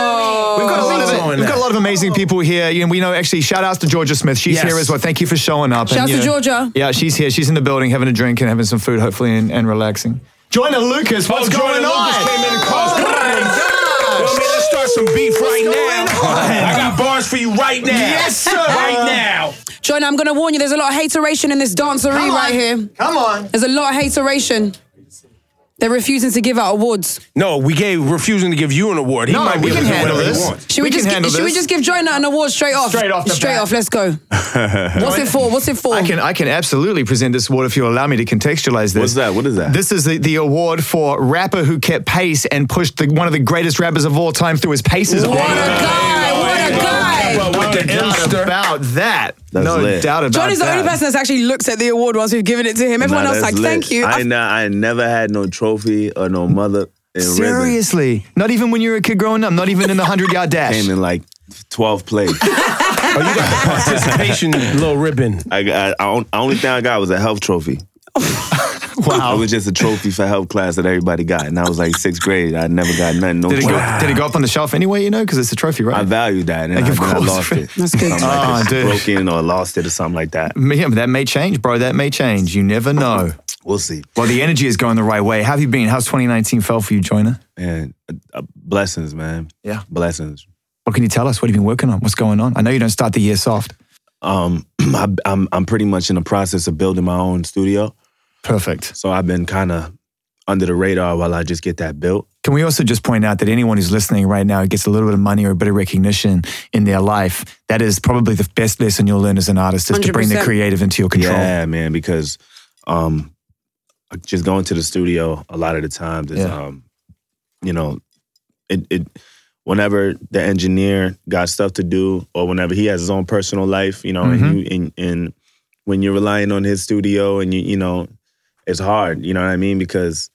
We've got a lot of we've got a lot of amazing people here. You know, we know actually. Shout outs to Georgia Smith. She's
Yes.
here as well. Thank you for showing up.
Shouts
you know-
to Georgia.
Yeah, she's here. She's in the building having a drink and having some food, hopefully, and, and relaxing. Joyner Lucas, what's going on? Oh,
Well, man, let's start some beef right now. I got bars for you right now.
Yes, sir.
Right now.
Jonah, I'm gonna warn you. There's a lot of hateration in this dancery
Come on.
right here.
Come on.
There's a lot of hateration. They're refusing to give out awards.
No, we gave refusing to give you an award. He
No,
might be
we
able
can
to do
handle
whatever he
this.
wants.
Should we, just gi- should we just give Jonah an award straight off?
Straight off the
straight
bat.
off. Let's go. What's it for? What's it for?
I can I can absolutely present this award if you allow me to contextualize this. What's that? What is that? This is the, the award for rapper who kept pace and pushed the, one of the greatest rappers of all time through his paces. What a guy!
What a guy!
What the doubt about that? no
lit.
doubt about
Jonah's the
that.
only person that's actually looked at the award once we've given it to him. Everyone
Nah,
else
that's
like,
lit.
thank you.
I ain't, not, I ain't never had no trophy or no mother. In Seriously,
Seriously, not even when you were a kid growing up, not even in the hundred yard dash.
came in like 12th place.
Oh,
Participation little ribbon.
I got. I, on- only thing I got was a health trophy.
wow,
it was just a trophy for health class that everybody got, and I was like sixth grade. I never got nothing. No
Did it, go,
trophy.
did it go up on the shelf anyway? You know, because it's a trophy, right?
I valued that, and
Like,
I,
of
and I
course.
lost it.
That's good.
Something like
Oh,
it's
dude.
broken or lost it or something like that.
Yeah, but that may change, bro. That may change. You never know.
We'll see.
Well, the energy is going the right way. How have you been? How's 2019 felt for you, Joyner?
And uh, uh, blessings, man.
Yeah,
blessings.
What can you tell us? What have you been working on? What's going on? I know you don't start the year soft.
Um, I, I'm I'm pretty much in the process of building my own studio.
Perfect.
So I've been kind of under the radar while I just get that built.
Can we also just point out that anyone who's listening right now gets a little bit of money or a bit of recognition in their life? That is probably the best lesson you'll learn as an artist is to bring the
100%.
creative into your control.
Yeah, man, because um just going to the studio a lot of the times is um you know, it it whenever the engineer got stuff to do or whenever he has his own personal life, you know,
Mm-hmm.
and, you, and and when you're relying on his studio and you you know, it's hard, you know what I mean? Because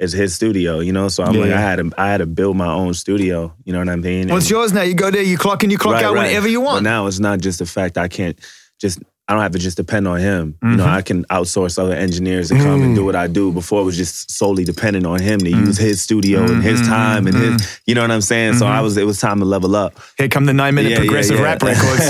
it's his studio, you know. So I'm
Yeah,
like,
yeah.
I had to, I had to build my own studio. You know what I mean? And-
Well, it's yours now. You go there, you clock in, you clock
Right,
out
right.
whenever you want.
But now it's not just the fact I can't just I don't have to just depend on him. You know,
Mhm.
I can outsource other engineers to come
Mm.
and do what I do. Before it was just solely dependent on him to use his studio and
Mm-hmm,
his time and his you know what I'm saying? So I was it was time to level up.
Here come the nine minute progressive rap records.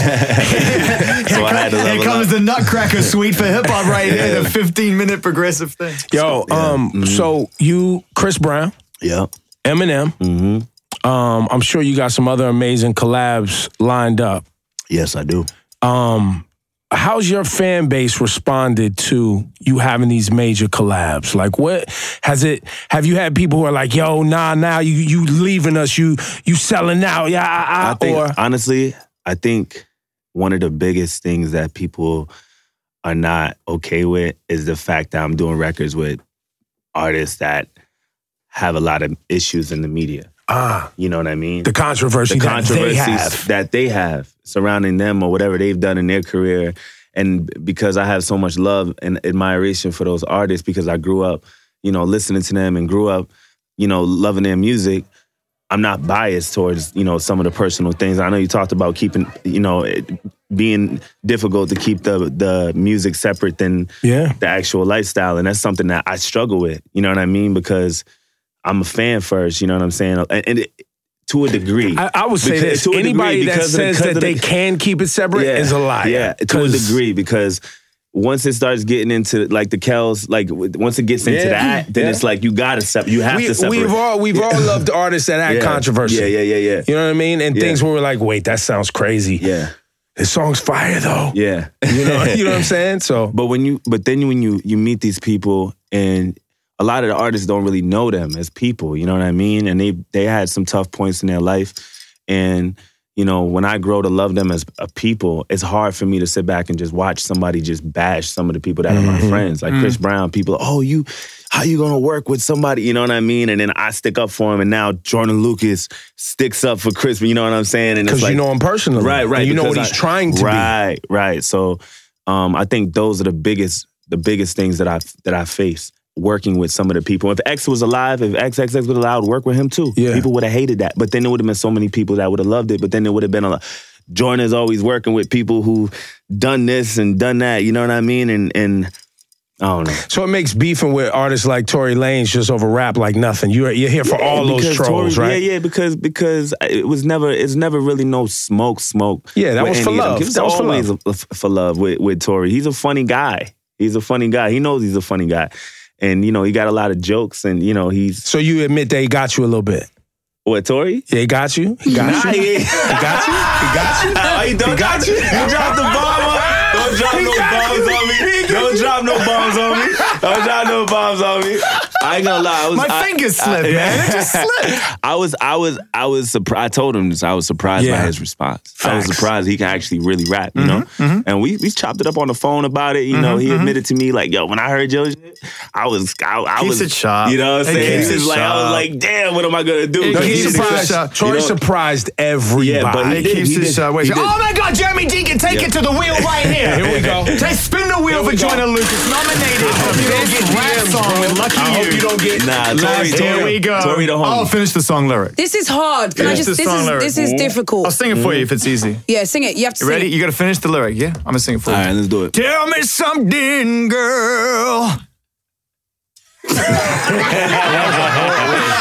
so I had to level
Here comes
up.
the Nutcracker suite for hip hop right here, the 15 minute progressive thing.
Yo, um, so you, Chris Brown.
Mm-hmm. Yeah.
Eminem. Mm-hmm. Um, I'm sure you got some other amazing collabs lined up.
Yes, I do.
Um, how's your fan base responded to you having these major collabs? Like, what has it? Have you had people who are like, "Yo, nah, nah, you you leaving us? You you selling out? Yeah, ah, ah,"
I think
or
honestly, I think one of the biggest things that people are not okay with is the fact that I'm doing records with artists that have a lot of issues in the media.
ah,
You know what I mean?
the controversy,
the
that they
controversies
have.
that they have surrounding them or whatever they've done in their career. And because I have so much love and admiration for those artists, because I grew up, you know, listening to them and grew up, you know, loving their music. I'm not biased towards, you know, some of the personal things. I know you talked about keeping, you know, it being difficult to keep the the music separate than
Yeah.
the actual lifestyle, and that's something that I struggle with. You know what I mean? Because I'm a fan first. You know what I'm saying? And, and it, to a degree,
I, I would say this:
Because- to a degree,
anybody that
because of the-
says
because
that
of
they
the-
can keep it separate
yeah,
is a liar.
Yeah, to a degree because once it starts getting into like the Kells, like w- once it gets into
Yeah,
that, then
yeah.
it's like you gotta separate. You have
we,
to separate.
We've all we've all loved artists that had
Yeah.
controversy.
Yeah, yeah, yeah, yeah.
You know what I mean? And
Yeah.
things where we're like, wait, that sounds crazy.
Yeah.
His song's fire though.
Yeah.
You know, you know what I'm saying? So
But when you but then when you you meet these people and a lot of the artists don't really know them as people, you know what I mean? And they they had some tough points in their life and you know, when I grow to love them as a people, it's hard for me to sit back and just watch somebody just bash some of the people that are my
Mhm.
Mm-hmm.
friends. Like
Mm.
Chris Brown, people, oh, you, how you gonna work with somebody? You know what I mean? And then I stick up for him, and now Jordan Lucas sticks up for Chris. You know what I'm saying? And it's
'Cause you
like-
know him personally.
right? Right.
And you know
because
what he's trying to be.
Right. Right. So, um, I think those are the biggest, the biggest things that I that I face working with some of the people. If X was alive, if XXX was allowed, I would work with him too. Yeah. People would have hated that, but then there would have been so many people that would have loved it. But then there would have been a lot. Jordan is always working with people who done this and done that. You know what I mean? And and I don't know.
So it makes beefing with artists like Tory Lanez just over rap like nothing. You're you're here for
Yeah,
all those
because
trolls,
Tory-
right?
Yeah, yeah, because because it was never it's never really no smoke smoke.
Yeah, that
with
was for
any of them.
love.
It's
That was for
always
love.
a- f- for love with with Tory. He's a funny guy. He's a funny guy. He knows he's a funny guy, and you know he got a lot of jokes, and you know he's.
So you admit they got you a little bit.
What Tory?
Yeah, he got you. He got
Nah,
you.
yeah.
He got you. He got you.
Oh, he done got you. You dropped the bomb on Don't drop no bombs on me. Don't drop no bombs on me. Don't drop no bombs on me. I ain't gonna lie. I was,
My
I-
fingers
I-
slipped, man. It just slipped.
I was, I was, I was surprised. I told him this. I was surprised by
Yeah.
his response. I was surprised he can actually really rap, you know?
mhm.
And we, we chopped it up on the phone about it. You know,
Mhm,
he
mhm.
admitted to me, like, yo, when I heard your shit, I was, I, I
Keeps
was,
it sharp.
you know what I'm
It
saying?
keeps
He
it
was like, I
sharp.
was like, damn, what am I gonna do?
No, he
Because
surprised. Tory
you know-
surprised everybody.
Yeah, but he
did-
did-
did-
he did- he
he
did-
did.
Oh my God, Jeremy Deacon, take
Yeah.
it to the wheel right here.
Here we go.
Take, spin the wheel for Jordan Lucas, nominated for Best Rap Song with Lucky
I
You.
hope you don't get- Nah, Tory-
Here
Tory-
we go.
Tory the homie.
I'll finish the song lyric.
This is hard. Can I
Finish
just?
the
This
song
is
lyric.
this is difficult.
I'll sing it for you if it's easy.
Yeah, sing it. You have to
You
sing
ready?
it.
You gotta finish the lyric, yeah? I'm gonna sing it for you. All
right, let's do it.
Tell me something, girl.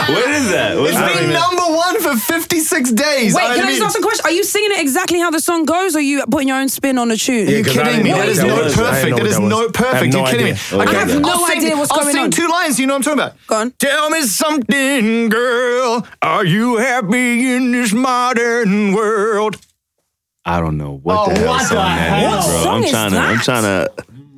What is that? What's
It's
that?
been number one for 56 days.
Wait, can I just ask a question? Are you singing it exactly how the song goes, or are you putting your own spin on the tune?
Are you kidding me?
What
That
are
is
you
no
doing?
perfect. That is no perfect. You're kidding me.
I have no
I'll sing-
idea what's going
I'll sing
on.
two lines. You know what I'm talking about.
Go on.
Tell me something, girl. Are you happy in this modern world?
I don't know what
Oh,
the hell
what
song
the
that
hell?
is, bro.
What song
I'm
is
trying to. I'm
that?
trying to.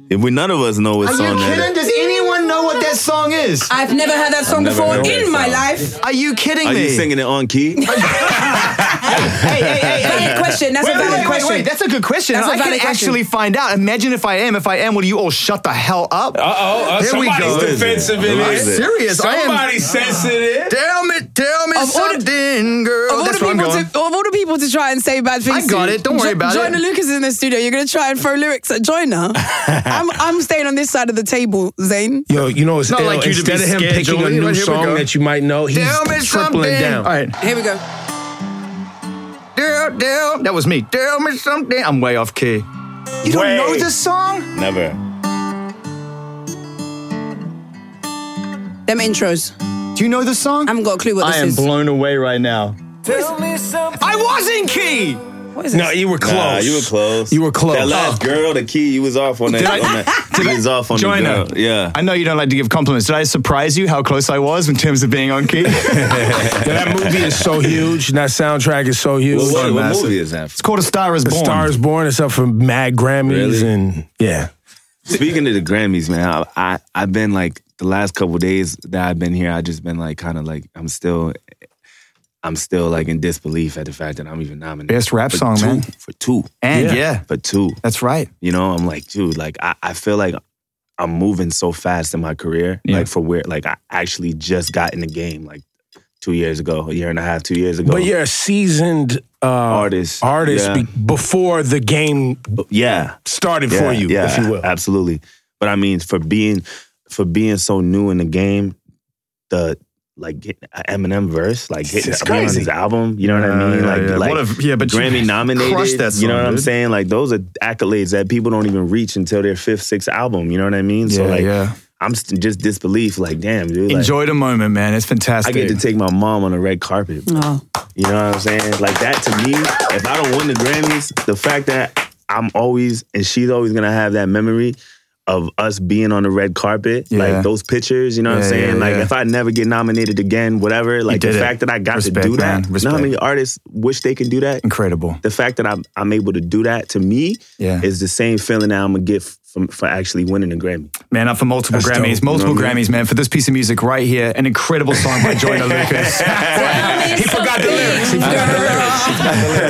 If we none of us know what
Are
song
you kidding?
that is.
Does anyone know what that song is?
I've never heard that song
never
before
heard that
in my
song.
life.
Are you kidding
Are
me?
you singing it on key?
hey, hey, hey, hey.
Valid question. That's a
Wait, wait,
valid
wait,
question.
Wait, wait. That's a good question.
That's a
I can
valid question.
actually find out. Imagine if I am. If I am, will you all shut the hell up?
Uh-oh, uh,
Here we go.
somebody's defensive in
I'm
here.
serious. I am.
Somebody's sensitive.
Tell me, tell me
Of all the-
something, girl.
Of all, the
That's where I'm
people to,
going.
of all the people to try and say bad things
I got
to,
it. Don't worry about it.
Joyner Lucas is in the studio. You're going to try and throw lyrics at Joyner. I'm, I'm staying on this side of the table, Zane.
Yo, you know it's
Not
ill.
like you to be
Instead of him
scared,
picking
Julie.
a new
Like, here we go.
song that you might know, he's
Tell me
tripling
something.
down.
All right.
Here we go.
Tell, tell. That was me. Tell me something. I'm way off key. You don't
Way.
know this song?
Never.
Them intros.
Do you know the song? I
haven't got a clue what this
I am
is.
blown away right now.
Tell me something.
I was in key.
What is
No, you were close.
Nah, you were close.
You were close.
That last girl, the key, you was off on
Oh.
that.
Did I-
on that you was off on
Joyner.
the girl. Yeah.
I know you don't like to give compliments. Did I surprise you how close I was in terms of being on key?
that movie is so huge. and That soundtrack is so huge.
Well, what,
so
what
massive.
movie is that?
It's called A Star Is
The
Born.
Star is Born. It's up for mad Grammys
Really?
and yeah.
Speaking of the Grammys, man, I, I I've been like the last couple days that I've been here, I just been like kind of like I'm still, I'm still like in disbelief at the fact that I'm even nominated.
Best rap
for
song,
two,
man.
For two,
And Yeah. yeah.
for two.
That's right.
You know, I'm like, dude, like I, I feel like I'm moving so fast in my career. Like for where, like I actually just got in the game like two years ago, a year and a half, two years ago.
But you're a seasoned uh, artist. Artist
yeah.
be- before the game
yeah
started
yeah,
for you,
yeah,
if you will.
absolutely. But I mean, for being for being so new in the game, the like getting a Eminem verse, like hitting
It's
being on his
crazy.
album, you know what
Yeah,
I mean?
yeah,
like,
yeah.
like
What if- yeah, but you
Grammy nominated,
crushed that
you know
song,
what I'm
dude.
saying? Like those are accolades that people don't even reach until their fifth, sixth album. You know what I mean? so
Yeah,
like,
yeah.
I'm st- just disbelief. Like, damn, dude, like,
Enjoy the moment, man. It's
I
fantastic.
get to take my mom on a red carpet.
Oh.
You know what I'm saying? Like that to me, if I don't win the Grammys, the fact that I'm always and she's always gonna have that memory of us being on the red carpet,
Yeah.
like those pictures, you know what
Yeah,
I'm
yeah,
saying? like
yeah.
if I never get nominated again, whatever, like the
did it.
fact that I got
Respect,
to do
man.
that. You know how
Respect.
many artists wish they can do that?
Incredible.
The fact that I'm I'm able to do that to me
Yeah.
is the same feeling that I'm gonna get from for actually winning a Grammy.
man, up for multiple
That's
Grammys,
dope.
multiple
You know what I mean?
Grammys, man, for this piece of music right here. An incredible song by Joyner Lucas.
he forgot the lyrics.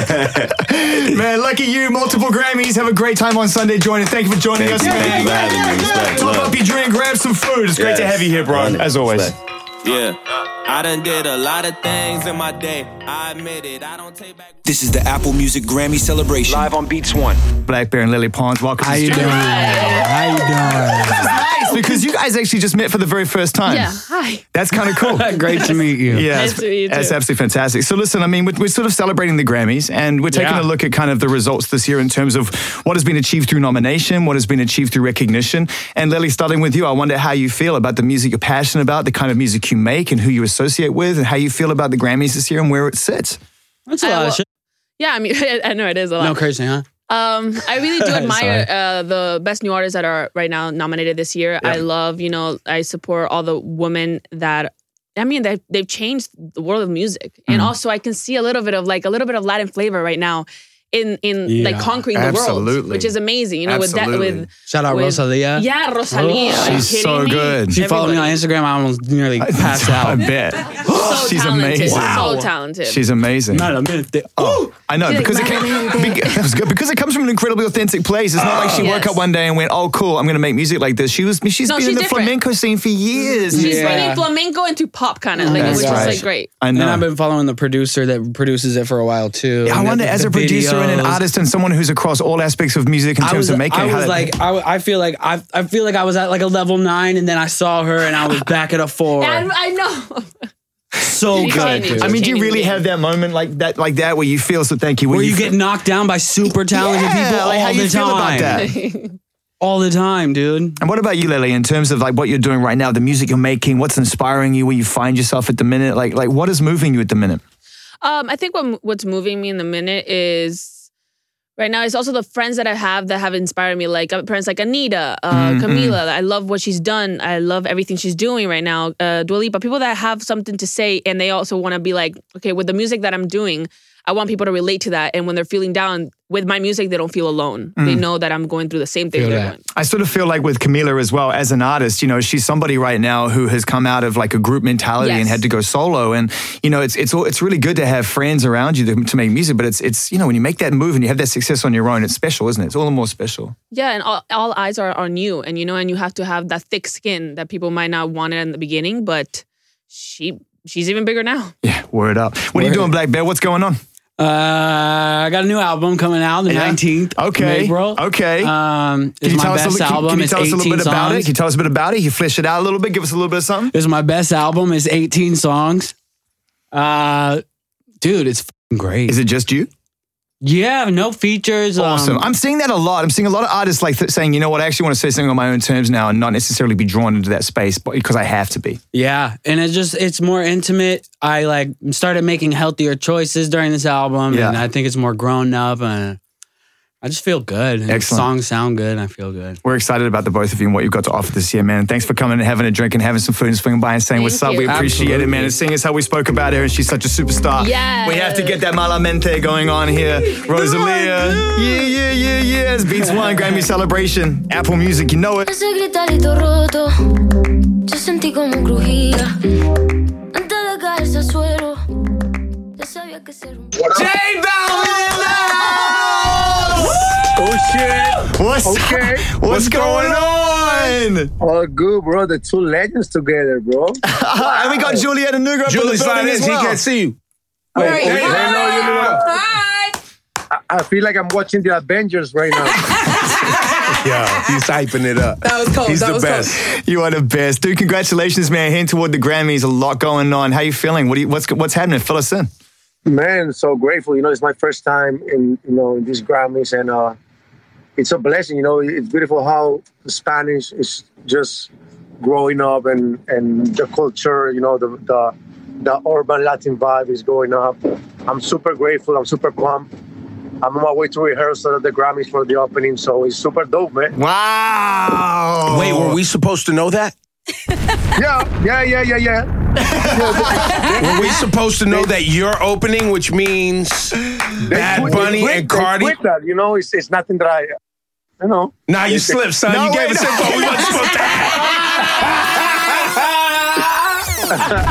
man, lucky you, multiple Grammys. Have a great time on Sunday, Joyner. Thank you for joining
Thank
us.
you, thank you for having me. Respect,
Top
love.
up your drink, grab some food. It's great to
Yes.
have you here, bro, as always.
Yeah. I done did a lot of things in my day. I admit it. I don't take back.
This is the Apple Music Grammy celebration. Live on Beats One.
Black Bear and Lily Pons, welcome. How
you doing?
How you doing? Nice, because you guys actually just met for the very first time.
Yeah, hi.
That's kind of cool.
Great to meet you.
Yeah,
Nice to meet you
That's
too.
absolutely fantastic. So listen, I mean, we're, we're sort of celebrating the Grammys, and we're taking
Yeah.
a look at kind of the results this year in terms of what has been achieved through nomination, what has been achieved through recognition. And Lily, starting with you, I wonder how you feel about the music you're passionate about, the kind of music you make, and who you associate with, and how you feel about the Grammys this year and where it sits.
That's a lot of shit. Yeah, I mean, I know it is a lot.
No cursing,
huh? Um, I really do admire
Sorry.
uh, the best new artists that are right now nominated this year. I
Yeah.
love, you know, I support all the women that. I mean, they they've changed the world of music, and
Mhm.
also I can see a little bit of like a little bit of Latin flavor right now, in in like
Yeah.
conquering the world,
Absolutely.
which is amazing. You know, with that with
shout out Oh,
with-
Rosalia.
Yeah, Rosalia.
Oh,
Are you kidding me?
She followed me on Instagram. I almost nearly passed out.
I bet.
So
She's
talented.
amazing.
Wow. So talented.
She's amazing.
Not a minute.
oh, I know
She's
because it
like,
came, because, that was good, because it comes from an incredibly authentic place. It's not like she woke
Yes.
up one day and went, "Oh, cool, I'm going to make music like this." She was she's
No,
been in
she's
the
different.
flamenco scene for years.
She's bringing flamenco into pop kind of like,
That's
which
right.
is like great.
I
And I've been following the producer that produces it for a while too.
I
And
wonder,
the-
as
the
a producer and an
videos.
artist and someone who's across all aspects of music in
I
terms
was,
of making,
I
how
was
that-
like, I, I feel like I, I feel like I was at like a level nine, and then I saw her, and I was back at a four.
And I know.
so good. dude.
I mean, do you really have that moment like that, like that, where you feel so? Thank you.
where you
feel-
get knocked down by super talented
Yeah,
people
like,
all
how
the
you
time?
feel about that?
all the time, dude.
And what about you, Lily? In terms of like what you're doing right now, the music you're making, what's inspiring you, where you find yourself at the minute, like like what is moving you at the minute?
Um, I think what, what's moving me in the minute is right now is also the friends that I have that have inspired me. Like uh, friends like Anita, uh,
Mm,
Camila. I love what she's done. I love everything she's doing right now. Uh, Dua Lipa, people that have something to say and they also want to be like, okay, with the music that I'm doing, I want people to relate to that. And when they're feeling down with my music, they don't feel alone. They
Mm.
know that I'm going through the same thing.
Feel
they're
that.
going
I sort of feel like with Camila as well, as an artist, you know, she's somebody right now who has come out of like a group mentality and
Yes.
had to go solo. And you know, it's it's all- it's really good to have friends around you to, to make music, but it's it's you know when you make that move and you have that success on your own, it's special, isn't it? It's all the more special.
Yeah, and all, all eyes are on you, and you know, and you have to have that thick skin that people might not want it in the beginning, but she she's even bigger now.
Word up. What are you doing, Black Bear? What's going on?
Uh, I got a new album coming out on the
Yeah.
nineteenth.
Okay.
April.
Okay.
Um,
Can
it's
you
my
tell
best
us a, li- can-
album.
Can you
It's
tell us a little
18
bit about it?
songs.
Can you tell us a bit about it? You flesh it out a little bit. Give us a little bit of something.
This is my best album. It's 18 songs. Uh, dude, it's f***ing great. Is
it just you?
Yeah, no features. um,
Awesome. I'm seeing that a lot. I'm seeing a lot of artists like th- saying, you know what, I actually want to say something on my own terms now and not necessarily be drawn into that space but because I have to be.
yeah, and it's just it's more intimate. I like started making healthier choices during this album,
Yeah.
and I think it's more grown up, and I just feel good. And
Excellent.
Songs sound good, and I feel good.
We're excited about the both of you and what you've got to offer this year, man. Thanks for coming and having a drink and having some food and swinging by and saying what's
Thank
up. We
you.
appreciate it, man. And seeing as how we spoke about her and she's such a superstar.
Yes.
We have to get that Malamente going on here. Rosalia. Yeah, yeah, yeah, yeah. It's Beats One Grammy celebration. Apple Music, you know it.
Ese gritalito roto, yo sentí como crujía. Antes de caerse al suelo, ya sabía que se rompía.
Oh shit!
What's
okay?
What's, going on?
All Oh, good, bro. The two legends together, bro.
and we got Juliet and Nugra.
Julie
slide
Sines, he can't see
you.
Wait,
Right.
wait, hey, no, you know what? I, I feel like I'm watching the Avengers right now.
Yeah, he's hyping it up.
That was cold,
He's
that
the
was cold.
best.
You are the best, dude. Congratulations, man. Heading toward the Grammys, a lot going on. How you feeling? What do you, what's what's happening? Fill us in.
Man, so grateful. You know, it's my first time in you know in these Grammys, and uh, it's a blessing. You know, it's beautiful how the Spanish is just growing up, and and the culture. You know, the the the urban Latin vibe is going up. I'm super grateful. I'm super pumped. I'm on my way to rehearsal at the Grammys for the opening, so it's super dope, man.
Wow.
Wait, were we supposed to know that?
Oh. yeah, yeah, yeah, yeah, yeah.
Were we supposed to know that you're opening, which means Bad
They
Bunny
quit-
and
they
Cardi?
quit that, you know, it's, it's nothing that I you know.
Now you slipped, son.
No,
you gave
wait,
us
no.
info we wasn't supposed to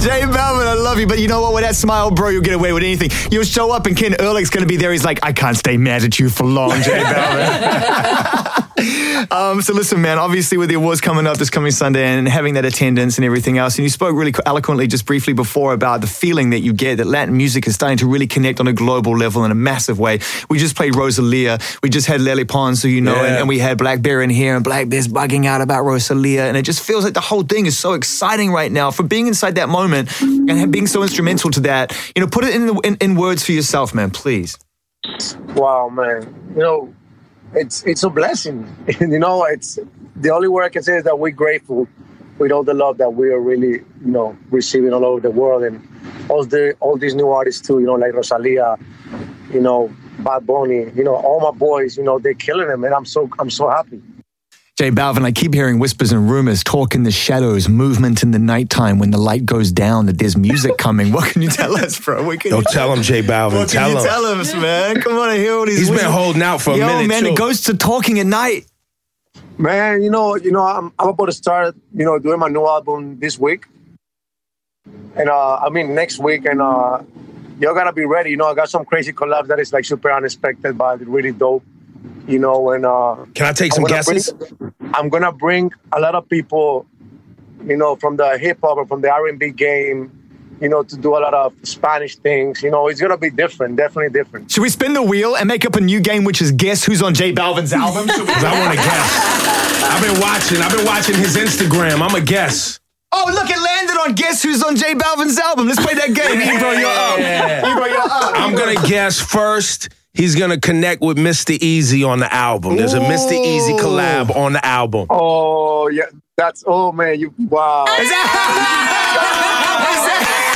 Jay Melvin, I love you, but you know what? With that smile, bro, you'll get away with anything. You'll show up and Ken Ehrlich's gonna be there. He's like, I can't stay mad at you for long, Jay Melvin. um, so listen, man, obviously with the awards coming up this coming Sunday and having that attendance and everything else, and you spoke really eloquently just briefly before about the feeling that you get that Latin music is starting to really connect on a global level in a massive way. We just played Rosalia, we just had Lele Pons, so you know, and,
Yeah.
and we had Black Bear in here, and Black Bear's bugging out about Rosalia, and it just feels like the whole thing is so exciting right now. For being inside that moment and being so instrumental to that, you know, put it in the, in, in words for yourself, man, please.
Wow, man. You know, it's it's a blessing. you know, it's the only word I can say is that we're grateful with all the love that we are really, you know, receiving all over the world and all the all these new artists too, you know, like Rosalia, you know, Bad Bunny, you know, all my boys, you know, they're killing them and I'm so I'm so happy.
Jay Balvin, I keep hearing whispers and rumors, talk in the shadows, movement in the nighttime when the light goes down that there's music coming. What can you tell us, bro? What can
Yo,
you
tell him, Jay Balvin.
What
tell
can
him.
you tell us, man? Come on, I hear all these.
He's been
whispers.
holding out for a
Yo,
minute,
man,
too.
it goes to talking at night.
Man, you know, you know, I'm, I'm about to start, you know, doing my new album this week, and uh, I mean next week, and uh, y'all gotta be ready. You know, I got some crazy collabs that is like super unexpected, but really dope. You know, and uh,
Can I take some
gonna bring-
guesses?
I'm gonna bring a lot of people, you know, from the hip hop or from the R&B game, you know, to do a lot of Spanish things. You know, it's gonna be different, definitely different.
Should we spin the wheel and make up a new game, which is guess who's on Jay Balvin's album?
I want to guess. I've been watching. I've been watching his Instagram. I'm a guess.
Oh, look, it landed on Guess Who's on Jay Balvin's album. Let's play that game.
Ebro, you're
oh.
up.
Ebro, you're up.
I'm gonna guess first. He's gonna connect with Mr. Easy on the album. There's a Mr. Easy collab on the album.
Oh yeah, that's oh man, you wow.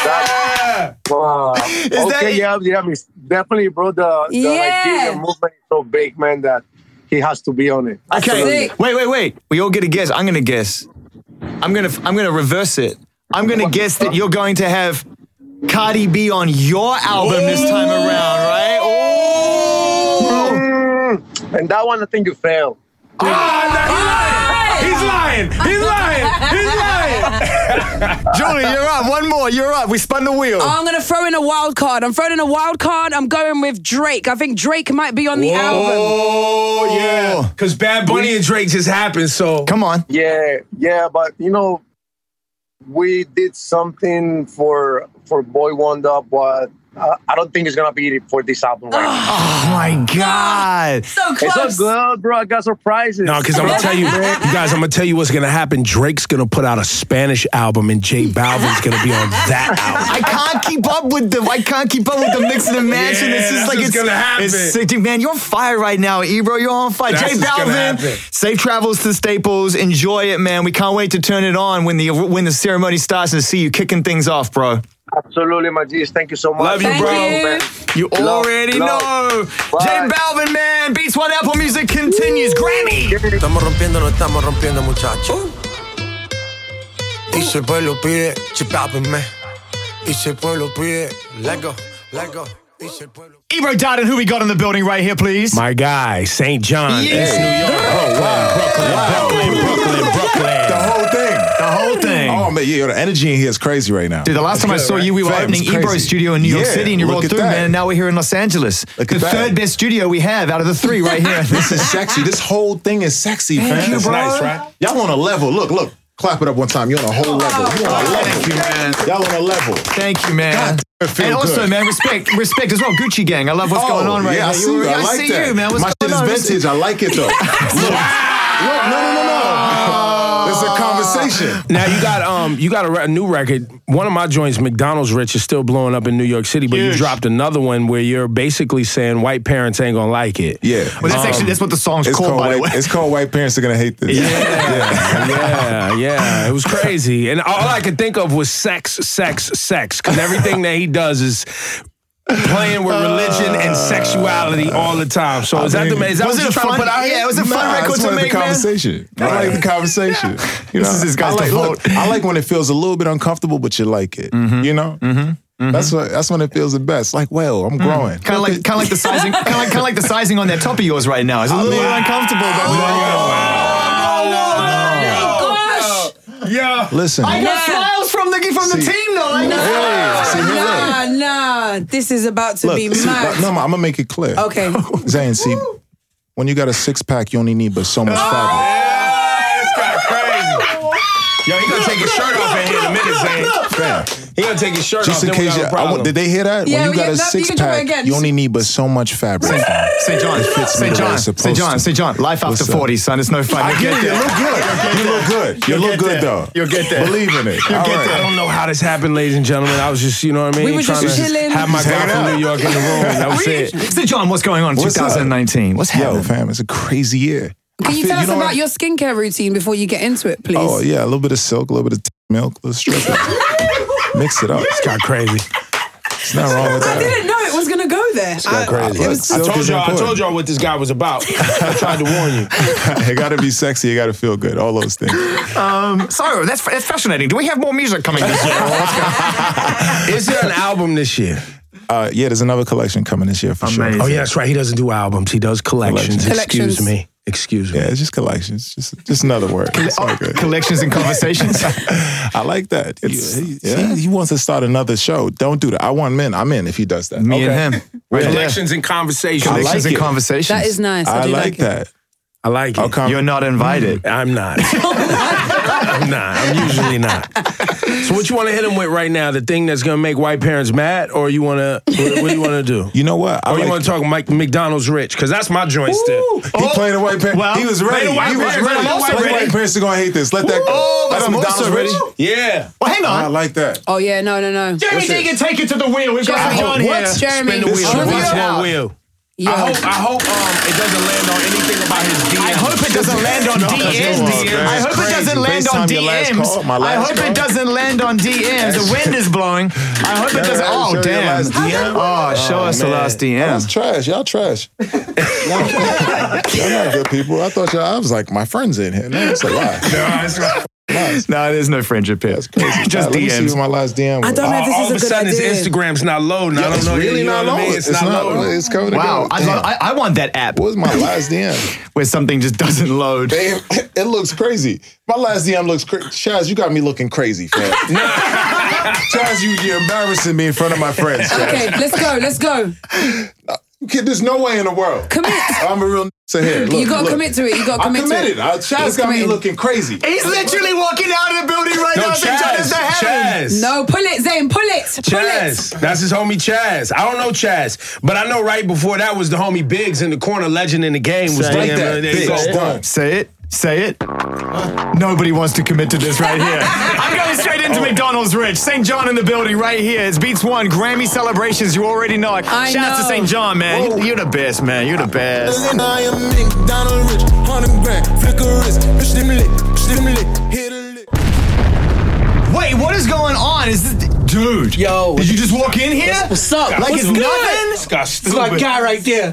That's- wow. okay, yeah, yeah, I mean, definitely, bro. The, the
Yeah.
idea, the movement is so big, man, that he has to be on it.
Okay. Wait, wait, wait. We all get a guess. I'm gonna guess. I'm gonna I'm gonna reverse it. I'm gonna guess that you're going to have Cardi B on your album this time around, right? Oh.
Mm, And that one, I think you failed.
He's lying. He's lying. He's
lying. Julie, you're up. One more. You're up. We spun the wheel.
Oh, I'm gonna throw in a wild card. I'm throwing in a wild card. I'm going with Drake. I think Drake might be on the
Oh
album.
yeah, because Bad Bunny and Drake just happened. So
come on.
Yeah, yeah, but you know, we did something for for Boy Wonder, but uh, I don't think it's gonna be for this album right now.
Oh my God.
So It's so good, bro. I got surprises.
No, because I'm gonna tell you, you guys, I'm gonna tell you what's gonna happen. Drake's gonna put out a Spanish album, and Jay Balvin's gonna be on that album.
I can't keep up with the I can't keep up with the mix and the mansion.
Yeah,
it's just
that's
like
what's
it's
gonna happen.
It's sick, dude. Man, you're on fire right now, Ebro. You're on fire.
That's
Jay
what's gonna
Balvin,
happen.
safe travels to Staples. Enjoy it, man. We can't wait to turn it on when the when the ceremony starts and see you kicking things off, bro.
Absolutely, my G's. Thank you so much.
Love you, Thank bro. you. You
Love,
already
love.
know. Jay Balvin, man, Beats One Apple Music continues. Grammy.
Estamos rompiendo, no estamos rompiendo, muchachos. Y si el pueblo pide, chipápenme. Y si el pueblo pide, let go, let go. Y si el pueblo
Ebro Darden, who we got in the building right here, please.
My guy, St. John. East New York. Oh, wow. Brooklyn, Brooklyn, Brooklyn, Brooklyn.
The whole thing.
The whole thing.
Oh man, yeah, yo, the energy in here is crazy right now.
Dude, the last time I saw you, we were
Fam,
opening
it's crazy.
Ebro's studio in New York
Yeah,
City, and you
look
rolled
at
through,
that.
man. And now we're here in Los Angeles,
Look
the
at that.
third best studio we have out of the three right here.
this is sexy. This whole thing is sexy,
Thank
man.
you,
It's
bro.
nice, right? Y'all on a level. Look, look. Clap it up one time. You're on a whole level. You're on a level.
Oh, Thank you, man.
Y'all on a level.
Thank you, man.
it feel
and also,
good.
man, respect, respect as well. Gucci Gang, I love what's
Oh,
going on right
yeah,
now.
I see you. I like
see
that.
you, man. What's
My shit
going
is
on?
vintage. I like it though. Look, no, no, no, no. It's a conversation.
Now you got um you got a, re- a new record. One of my joints, McDonald's Rich, is still blowing up in New York City, but you dropped another one where you're basically saying white parents ain't gonna like it.
Yeah.
Well, that's actually- that's what the song's
it's
called, by
white,
the way.
It's called White Parents Are Gonna Hate This.
Um, Yeah, yeah, yeah. It was crazy, and all I could think of was sex, sex, sex, because everything that he does is playing with religion and sexuality all the time. So
I
is that the
mean,
is that
was it
what you're
a
trying
fun-
to put out? here?
yeah, it was a fun Nah, record I just to wanted the make, man. conversation. I like the conversation. You
This is this guy's
I like,
default.
look, I like when it feels a little bit uncomfortable, but you like it. You know? Mm-hmm. That's what that's when it feels the best. Like, well,
Mm.
I'm growing.
Kind of like, kind of like the sizing, kind of like, kind of like the sizing on that top of yours right now. It's a little
Ah,
uncomfortable, but we don't
Yeah. Listen.
Oh, I got smiles from the from the
See-
team though. I
Hey, see, here, look.
Nah, nah, this is about to
Look,
be
see,
mad.
no, I'm gonna make it clear.
Okay.
Zayn, see, when you got a six pack, you only need but so
Ah.
much fabric.
Yo, he gonna take his shirt off in here in a minute, Zane.
He gonna take his shirt
off,
Just in
then we
case
got
you,
a
I
problem.
want- did they hear that?
Yeah,
when you
yeah,
got a
no, you
six
can try again.
pack, you only need but so much fabric.
St. John,
It fits me
St.
the way
John,
it's
St.
supposed
John,
to.
St. John. Life after
What's up?
forty, son. It's no fun.
I
You'll
get it. You look good. You look good. You
You'll
look
get
good,
there.
though.
You'll get there.
Believe in it.
You'll
All
get
right.
there.
I don't know how this happened, ladies and gentlemen. I was just, you know what I mean?
We were just
Trying to
chilling.
Have my
Just
guy
hanging
from
out.
New York in the room. That was
We-
it.
St. John, what's going on? in
What's up?
2019. What's happening?
Yo, fam, it's a crazy year.
Can you
feel-
tell
you
us
know
about
what?
your skincare routine before you get into it, please?
Oh yeah, a little bit of silk, a little bit of t- milk. Let's strip it. Mix it up. It's got crazy. It's not wrong with
I
that.
didn't know it was gonna go there. I-
crazy.
it was-
I
Silk
told
is
y'all, I
important.
told y'all what this guy was about. I tried to warn you.
it got to be sexy. It got to feel good. All those things.
Um, so that's that's fascinating. Do we have more music coming this year?
Is there an album this year?
Uh, yeah, there's another collection coming this year for sure.
Oh yeah, that's right. He doesn't do albums. He does collections.
Collections.
Excuse me. Excuse me.
Yeah, it's just collections. Just just another word. It's all good.
Collections and conversations.
I like that. He- he, he- he wants to start another show. Don't do that. I want men. I'm in if he does that.
Me
okay.
and him. Right there.
Collections and conversations.
Collections and conversations.
That is nice. I
I,
do
like,
like it.
that.
I like it.
You're not invited.
I'm not. I'm not. I'm usually not. So what you want to hit him with right now? The thing that's gonna make white parents mad, or you want to? What, what do you want to do?
You know what? I
or you
like
want to talk Mike McDonald's rich? Because that's my joint still.
He
Oh.
played a white parent.
Well,
he was
played
ready.
a white
he was
parent.
ready.
I'm also
White
ready.
parent parents are gonna hate this. Let that go.
Ooh, but
That's
I'm also
McDonald's
ready.
rich.
Yeah.
Well, hang
I
on.
like that.
Oh yeah, no, no, no.
Jeremy Deegan, take it to the wheel. We've got
Jeremy,
John here.
what? Jeremy,
Spin the
this
wheel.
should be
Watch
out.
one wheel.
Yeah.
I hope. I hope um, it doesn't land on anything about his DM.
I hope it doesn't land on DMs. I hope it doesn't land on DMs. I hope it doesn't land on DMs. The wind is blowing. I hope it doesn't. Oh, damn. Oh, show us the last
That's
DM.
trash. Y'all trash. y'all, y'all not good people. I thought y'all. I was like, my friend's in here. No, it's a lie.
No, there's no friendship here. Just
Nah, Let me see
DMs.
what my last DM was.
I don't know if this
all
is
of
a
a
good
sudden,
idea.
his Instagram's not loading. I
Yeah,
don't
it's
know.
really
you know
not
what I mean?
loading.
It's,
It's
not,
not-
loading.
it's coming to
Wow,
go.
I,
Damn.
love, I, I want that app
What was my last DM?
where something just doesn't load.
Damn, it looks crazy. My last DM looks crazy. Chaz, you got me looking crazy, fam. Chaz, you, you're embarrassing me in front of my friends. Chaz.
Okay, let's go. Let's go.
You kid, there's no way in the world.
Commit.
I'm a real. So here, look,
you gotta
look.
commit to it. You gotta
I
commit to
committed.
it.
I, Chaz
He's
got me
committed.
looking crazy.
He's literally walking out of the building right
No,
now. St. John is
Chaz.
the heaven.
Chaz.
No, pull it, Zayn. Pull it. Pull it.
Chaz. That's his homie Chaz. I don't know Chaz, but I know right before that was the homie Biggs in the corner, legend in the game. Was
Say
like
it.
that. There you
Biggs,
go.
done.
Say it. Say it. Nobody wants to commit to this right here. I'm going straight
Oh.
into McDonald's Rich. St. John in the building right here. It's Beats One Grammy celebrations. You already know it.
I
Shout out to
know.
St. John, man. You're the best, man. You're the best.
And I am McDonald Rich, 100 grand, flicker wrist, bitch, them lit, bitch, them lit, hit a lick.
Wait, what is going on? Is this, dude?
Yo,
Did you just walk in here?
what's up?
Like
what's
it's
good?
nothing?
Disgusting.
It's my guy right there.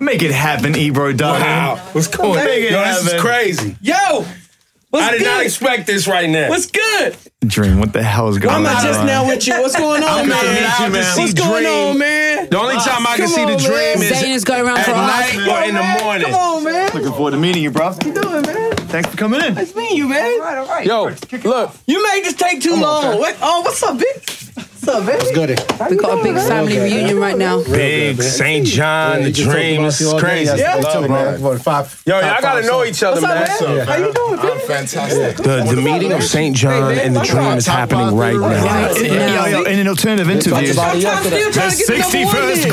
Make it happen, Ebro, darling.
Wow. What's going on?
Make it
Yo, this
happen.
is crazy.
Yo, what's
I did
good?
not expect this right now.
what's good?
Dream, what the hell is going
Why am
on?
I just now with you? What's going on,
good to
man?
meet you, man.
What's
See
going
Dream.
on, man?
the only time I can
Come
see the
on,
dream
man.
is
Zayn is going around
at
for a
night
while.
or in the morning.
Come on, man.
Looking forward to meeting you, bro.
Doing, man.
Thanks for coming in.
It's me, you, man.
Yo, look.
You made this take too long. What? Oh, what's up, bitch? What's up, baby? What's
Goody.
We got a big family reunion right now.
Big St. John, the dream. This is crazy.
Yeah,
Yo,
we
y'all
talk about what, five. top
gotta
five
know
songs.
each other,
What's up, man?
man.
How you doing, baby?
Fantastic.
The, the meeting of St. John and the dream is happening right now.
In, yo, yo, in an alternative interview,
I'm trying, still
the
trying to get the number one
61st
in.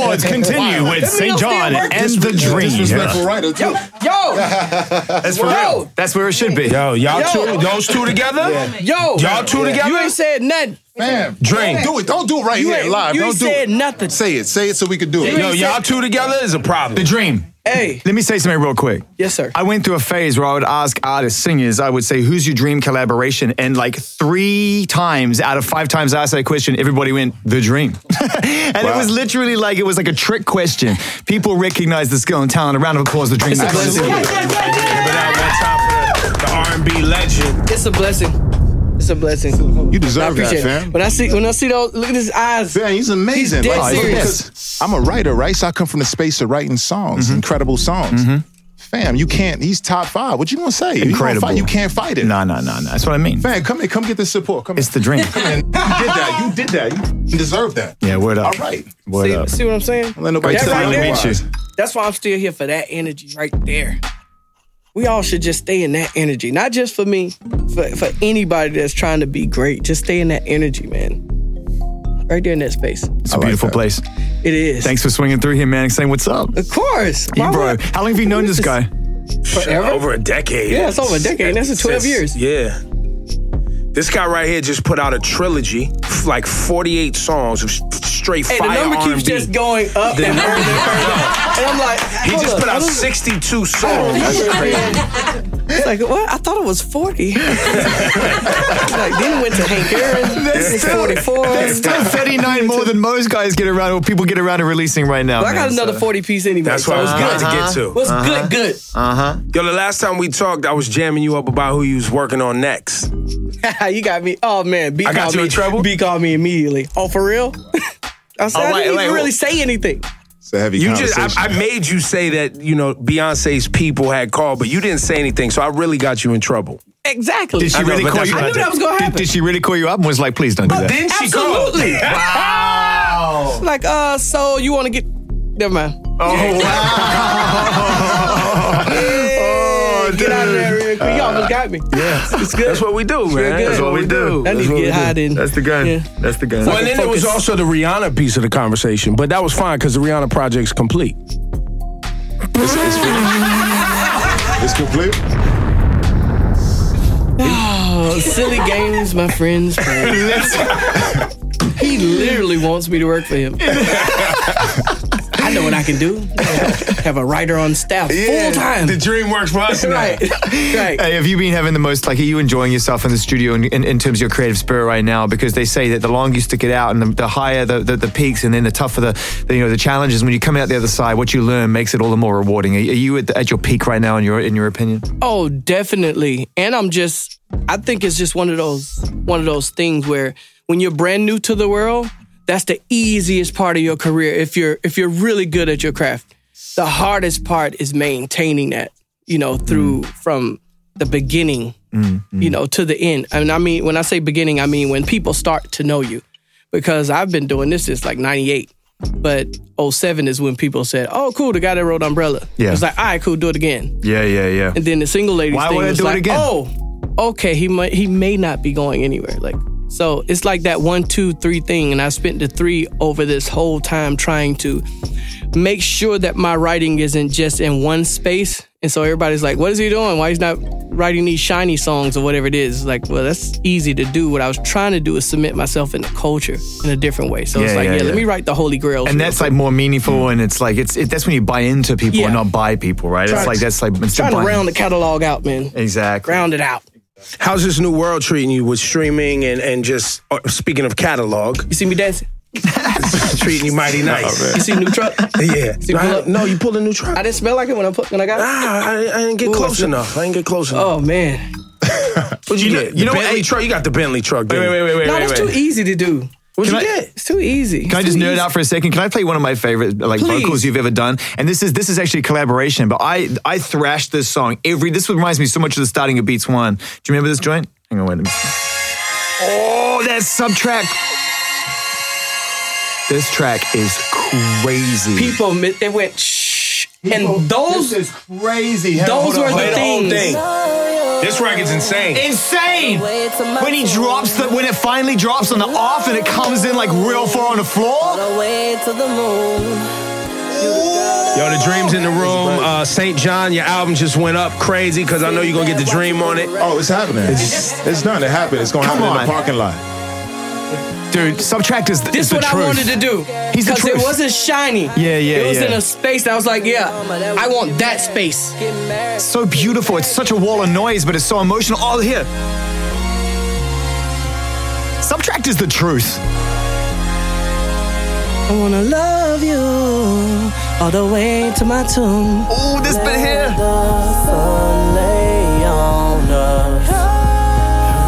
Awards continue with St. John and the Dream.
Disrespectful writer, too.
Yo,
That's for
Yo.
real. That's where it should be.
Yo, y'all
Yo.
two, those two together?
yo.
Y'all two together?
You ain't said nothing.
Fam,
Dream.
Do it. Don't do it right
You
here
ain't-
live.
you
Don't
ain't
do
said
it.
nothing.
Say it. Say it so we can do it.
Yo, y'all two together is a
The
problem.
Dream.
Hey.
Let me say something real quick.
Yes, sir.
I went through a phase where I would ask artists, singers, I would say, who's your dream collaboration? And like three times out of five times I asked that question, everybody went, the dream. and it was literally like, it was like a trick question. People recognize the skill and talent. A round of applause, the dream.
Give it out one time for the, the R&B legend.
It's a blessing.
It's a blessing.
You deserve
I appreciate
that,
it.
fam.
When I see when I see those, look at his eyes.
Man, he's amazing.
He's dead
Like,
serious.
because I'm a writer, right? So I come from the space of writing songs,
Mm-hmm.
incredible songs. Fam, you can't. He's top five. What you gonna say? You gonna
Incredible.
fight- You can't fight it.
No, no, no, no. That's what I mean.
Fam, come here. Come get the support. Come.
It's the dream.
Come in. You did that. You did that. You deserve that.
Yeah, word up.
All right.
Word up.
See what I'm saying?
Let nobody
That
tell you
right
otherwise.
there- That's why I'm still here for that energy right there. We all should just stay in that energy, not just for me, for, for anybody that's trying to be great. Just stay in that energy, man. Right there in that space.
It's a beautiful place.
It is.
Thanks for swinging through here, man. and Saying what's up.
Of course.
Hey, bro. How long have you known this guy?
Forever?
Over a decade.
Yeah, it's over a decade. That's a 12 years.
Yeah. This guy right here just put out a trilogy, f- like 48 songs of s- straight
Hey, the
fire
number
R&B.
keeps just going up
The
and
number-
further and further. And I'm like,
He
hold
just
up,
put
I
out
don't-
62
I don't
songs. That's
remember
crazy.
that. It's like, what? I thought it was 40. like, then it went to Hank Aaron. This is 44.
That's still 39 more than most guys get around, or people get around to releasing right now.
But I got another 40 piece anyway.
That's what I was
good
about to get to. Uh-huh.
What's good, good?
Uh
Uh-huh.
huh.
Yo, the last time we talked, I was jamming you up about who you was working on next.
you got me. Oh man, B
I got
called
you
me.
in trouble?
B called me immedially. Oh, for real? I said
Oh,
I
wait,
didn't even
wait,
really
wait.
say anything.
It's a heavy
You
conversation.
just, I, I made you say that, you know, Beyonce's people had called, but you didn't say anything, so I really got you in trouble.
Exactly.
Did she
I know,
really
but
call
that's
you?
what I
up?
did. I knew that was
gonna
Did, did she really call you up and was like, "Please don't do that"?
then she
Absolutely.
called.
Wow.
Like, uh, so you want to get? Never mind. Oh wow. get out of there real quick. You almost got me.
Yeah,
it's good.
That's what we do,
It's real
man.
good. I need to get high then.
That's the gun. That's the gun.
Well, and then there was also the Rihanna piece of the conversation, but that was fine because the Rihanna project's complete.
It's complete.
Oh, silly games my friends play. he literally wants me to work for him. I know what I can do. Have a writer on staff full time.
The dream works for us.
right. Right.
Hey, have you been having the most, like, are you enjoying yourself in the studio in, in, in terms of your creative spirit right now? Because they say that the longer you stick it out and the, the higher the, the, the peaks and then the tougher the, the, you know, the challenges, when you come out the other side, what you learn makes it all the more rewarding. Are, are you at, the, at your peak right now in your, in your opinion?
Oh, definitely. And I'm just I think it's just one of those one of those things where when you're brand new to the world, that's the easiest part of your career if you're if you're really good at your craft. The hardest part is maintaining that, you know, through
Mm.
from the beginning,
mm.
you know, to the end. And I mean when I say beginning, I mean when people start to know you. Because I've been doing this since like 98. But 07 is when people said, Oh, cool, the guy that wrote Umbrella.
Yeah.
It's like, all right, cool, do it again.
Yeah, yeah, yeah.
And then the single ladies
Why
thing
would I
was
do it
like,
again?
oh, okay, he might he may not be going anywhere. Like so, it's like that one, two, three thing, and I spent the three over this whole time trying to make sure that my writing isn't just in one space. And so everybody's like, "What is he doing? Why he's not writing these shiny songs or whatever it is?" Like, well, that's easy to do. What I was trying to do is submit myself in the culture in a different way. So it's
Yeah,
like,
yeah,
yeah,
yeah.
let me write the holy grail.
And that's like more meaningful, and it's like it's it, that's when you buy into people and not buy people, right?
Trying
It's
to-
like that's like it's
trying to
buying-
round the catalog out, man.
Exactly.
Round it out.
How's this new world treating you with streaming and, and just uh, speaking of catalog?
You see me dancing?
treating you mighty nice.
You see new truck?
yeah.
See,
No, I
pull
don't-
up.
no, you pulled a new truck.
I didn't smell like it when I put when I got it.
Ah, I, I didn't get
Ooh, I
close
smell-
enough. I didn't get close enough.
Oh man,
What'd you, get?
you
the
know what-
Bentley truck. You got the Bentley truck.
Wait,
didn't
wait,
you?
wait, wait,
no,
wait,
that's
wait.
too easy to do.
What'd
Can
you
I-
get?
It's too easy.
Can I
It's
just
too
nerd
easy.
out for a second? Can I play one of my favorite like
Please.
vocals you've ever done? And this is this is actually a collaboration, but I I thrashed this song every. This reminds me so much of the starting of Beats One. Do you remember this joint? Hang on, wait. a minute. Oh, that subtrack. This track is crazy.
People, mi- they went shh, and those
This is crazy.
those were the things.
This record's insane.
Insane! When he drops the, when it finally drops on the off and it comes in like real far on the floor.
Yo, the dreams in the room. Uh, St. John, your album just went up crazy because I know you're gonna get the dream on it.
Oh, it's happening. It's, it's done. It happened. It's gonna
Come
happen
on.
in the parking lot.
Dude, subtract is the,
This
is
is
the
what
truth.
I wanted to do.
He's the
Because it
truth.
wasn't shiny.
Yeah, yeah,
It was
yeah.
in a space that I was like, yeah, I want that space.
So beautiful. It's such a wall of noise, but it's so emotional. All here. Subtract is the truth.
I wanna love you all the way to my tomb.
Oh, this bit here.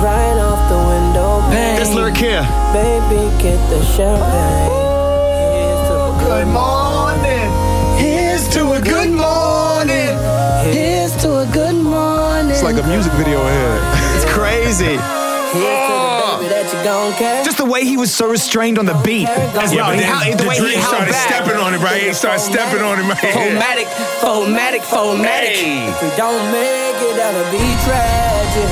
Right off the
here.
Baby, get the champagne. Good morning. Here's to a good morning. Here's to a good morning.
It's like a music video here.
It's crazy. Oh. Just the way he was so restrained on the beat as
Yeah,
well.
but
He
then
held- the,
the
way he
Dream
held
started
back.
stepping on it, right? He started stepping on it right here.
Phomatic,
phomatic, phomatic. If we don't make it, that'll be tragic.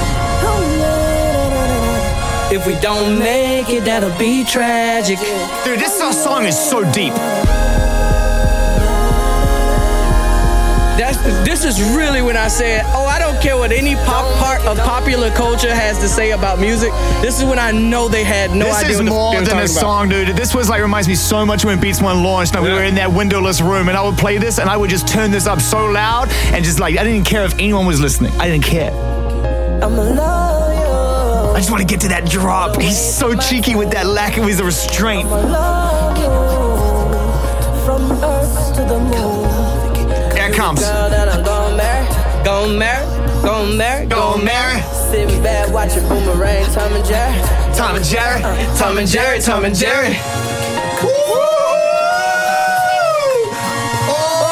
If we don't make it, that'll be tragic.
Dude, this song is so deep.
That's this is really when I said, "Oh, I don't care what any pop part of popular culture has to say about music." This is when I know they had no
this
idea
is
what the f-
more
they were
than a
talking about.
song, dude. This was like reminds me so much when Beats One launched. Like we were in that windowless room, and I would play this, and I would just turn this up so loud, and just like I didn't care if anyone was listening. I didn't care. I just want to get to that drop. He's so cheeky with that lack of his restraint.
From Earth to the moon.
Here it comes.
Girl that I'm gonna marry, gonna marry, gonna marry, gonna marry. Sitting back watching Boomerang, Tom and Jerry. Tom and Jerry, Tom and Jerry, Tom and Jerry.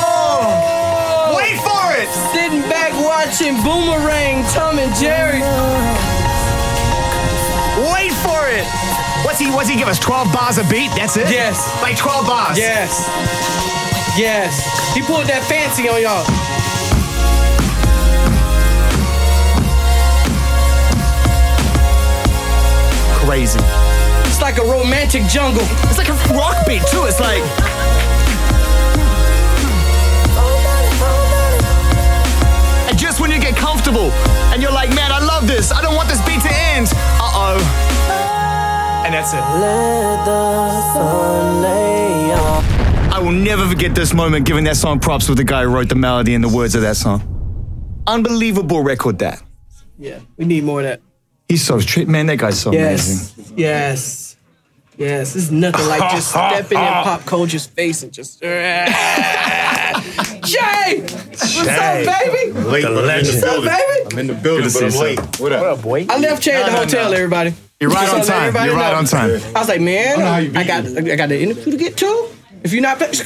Oh, wait for it. Sitting back watching Boomerang, Tom and Jerry.
Wait for it. What's he? What's he give us? Twelve bars a beat. That's it. Yes. Like twelve bars.
Yes. Yes. He pulled that fancy on y'all.
Crazy.
It's like a romantic jungle.
It's like a rock beat too. It's like And just when you get comfortable and you're like, man, I love this. I don't want this beat to end. Uh oh. And that's it. I will never forget this moment giving that song props with the guy who wrote the melody and the words of that song. Unbelievable record that.
Yeah, we need more of that.
He's so street man. That guy's so amazing.
yes. Yes. Yes. It's nothing like just stepping in pop culture's face and just. Jay! What's
Jay.
up, baby?
Late, but I'm in the building.
What's up,
I'm in the
baby?
building, Good to but see I'm you, late.
What up, boy? I left Jay at the
No, no,
hotel,
no.
everybody.
You're right
Just
on
to let
time.
everybody
You're right
know.
on time.
I was like, man, I, got I got the interview to get to. If you're not gone.
The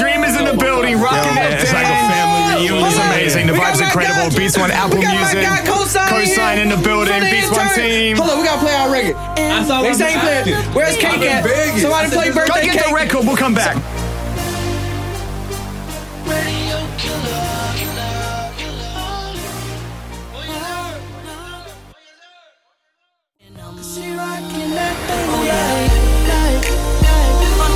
dream is in the building, rocking that
man, it's like a
thing.
family reunion.
It's amazing. The
We got
vibe's
my
incredible.
guy-
Beats One Apple
we got my
Music.
guy Co-Sign
Co-sign
here
in the building.
for the
Beats One
entire-
team.
Hold on, we gotta play our record. I
saw what
they say
I'm
play it.
asking.
Where's
I'm
cake
in
at?
Vegas.
Somebody play
Go
birthday
get
cake.
the record. We'll come back.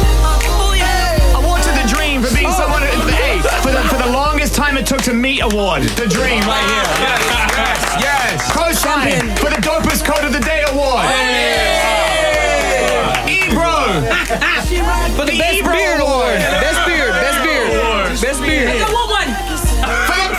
I wanted the dream for
Oh.
being someone. Hey, for the, for the longest time it took to meet award. The dream right here. Yes, yes. Co-sign for the dopest code of the day
Oh,
award. Ebro.
For the best beard award. Best beard. Best beard. Best beard.
I
don't want one.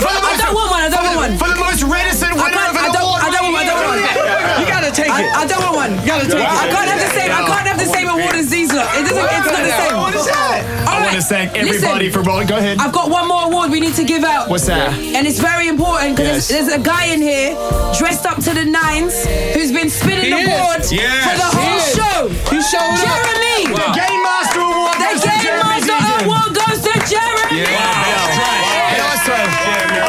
For the
I
most-
don't want one. I don't
for the-
want one.
for the most reticent
I
winner of
can't-
an
I don't-
award
I don't
right
want. I don't want
here.
it. You gotta take
I-
it.
I
don't want one. You gotta take it.
I
can't have the same. I can't have the same award as these. Look, it doesn't. It's not the same.
What is that? I want to thank everybody for rolling. Go ahead.
I've got one more award we need to give out.
What's that?
And it's very important
Yes.
because there's, there's a guy in here dressed up to the nines who's been
He
spinning the
is.
board
Yes.
for the
He
whole
is.
show.
He showed up.
Jeremy.
Wow. The Game Master Award
The
goes to
Game
Jeremy
Master
Deegan.
Award goes to Jeremy.
Hey, also,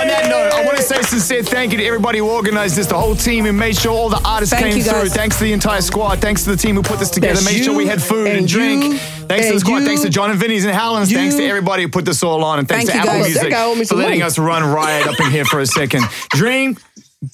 on that note, I want to say sincere thank you to everybody who organized this, the whole team who made sure all the artists
Thank
came
you,
through.
guys.
Thanks to the entire squad. Thanks to the team who put this together,
That's
made sure
you,
we had food and,
and
drink.
you,
Thanks to the
and
squad.
you,
thanks to John and Vinny's and Howland's. Thanks to everybody who put this all on. And thanks
Thank
to
you,
Apple
guys. That
Music
guy owe me
for
some
letting
money.
us run riot up in here for a second. Dream.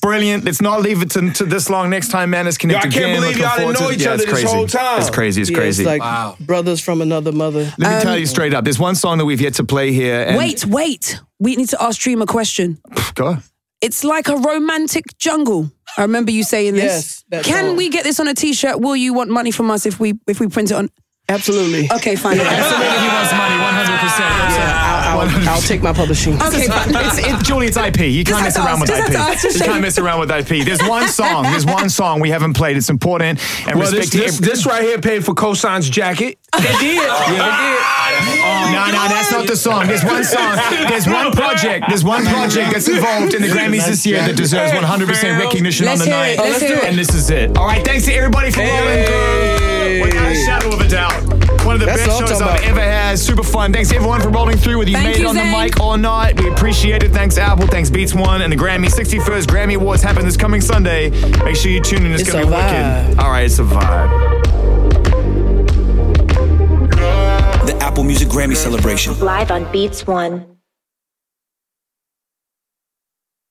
Brilliant. Let's not leave it to, to this long. Next time, man, is connect
Y'all can't
again.
believe
Looking
y'all
forward
didn't know
to it.
each
Yeah,
other
it's
this
crazy.
whole time.
It's crazy. It's
Yeah,
crazy.
like brothers from another mother.
Let me
Um,
tell you straight up. There's one song that we've yet to play here. And
Wait, wait. We need to ask Dream a question.
Go.
It's like a romantic jungle. I remember you saying
Yes,
this.
that
Can
song.
we get this on a T-shirt? Will you want money from us if we if we print it on?
Absolutely.
Okay, fine.
Absolutely, he wants money 100%.
I'll, I'll- I'll take my publishing.
Okay, fine.
it's, it, Julie, it's IP. You
Just
can't mess
have to
around with
ask- just have to ask
IP.
the
You can't
shape.
mess around with IP. There's one song. There's one song we haven't played. It's important. And
Well,
respect
this, this,
to every-
this right here paid for Cosign's jacket.
They did.
Yeah,
Oh, no, no, that's not not the song. There's one song. There's one project. There's one project that's involved in the Grammys this year that deserves 100% recognition on
Let's
the
hear
night.
it. Let's hear it.
And this is it. All right. Thanks to everybody for rolling through. Without a shadow of a doubt. One of the
That's
best
what I'm
shows
talking
I've ever had. Super fun. Thanks everyone for rolling through, whether you
Thank
made it
you,
on the
Zane.
mic or not. We appreciate it. Thanks Apple. Thanks Beats One and the Grammy 61st Grammy Awards happen this coming Sunday. Make sure you tune in. It's,
It's
gonna
a
be wicked. All right, it's a vibe.
The Apple Music Grammy celebration.
Live on Beats One.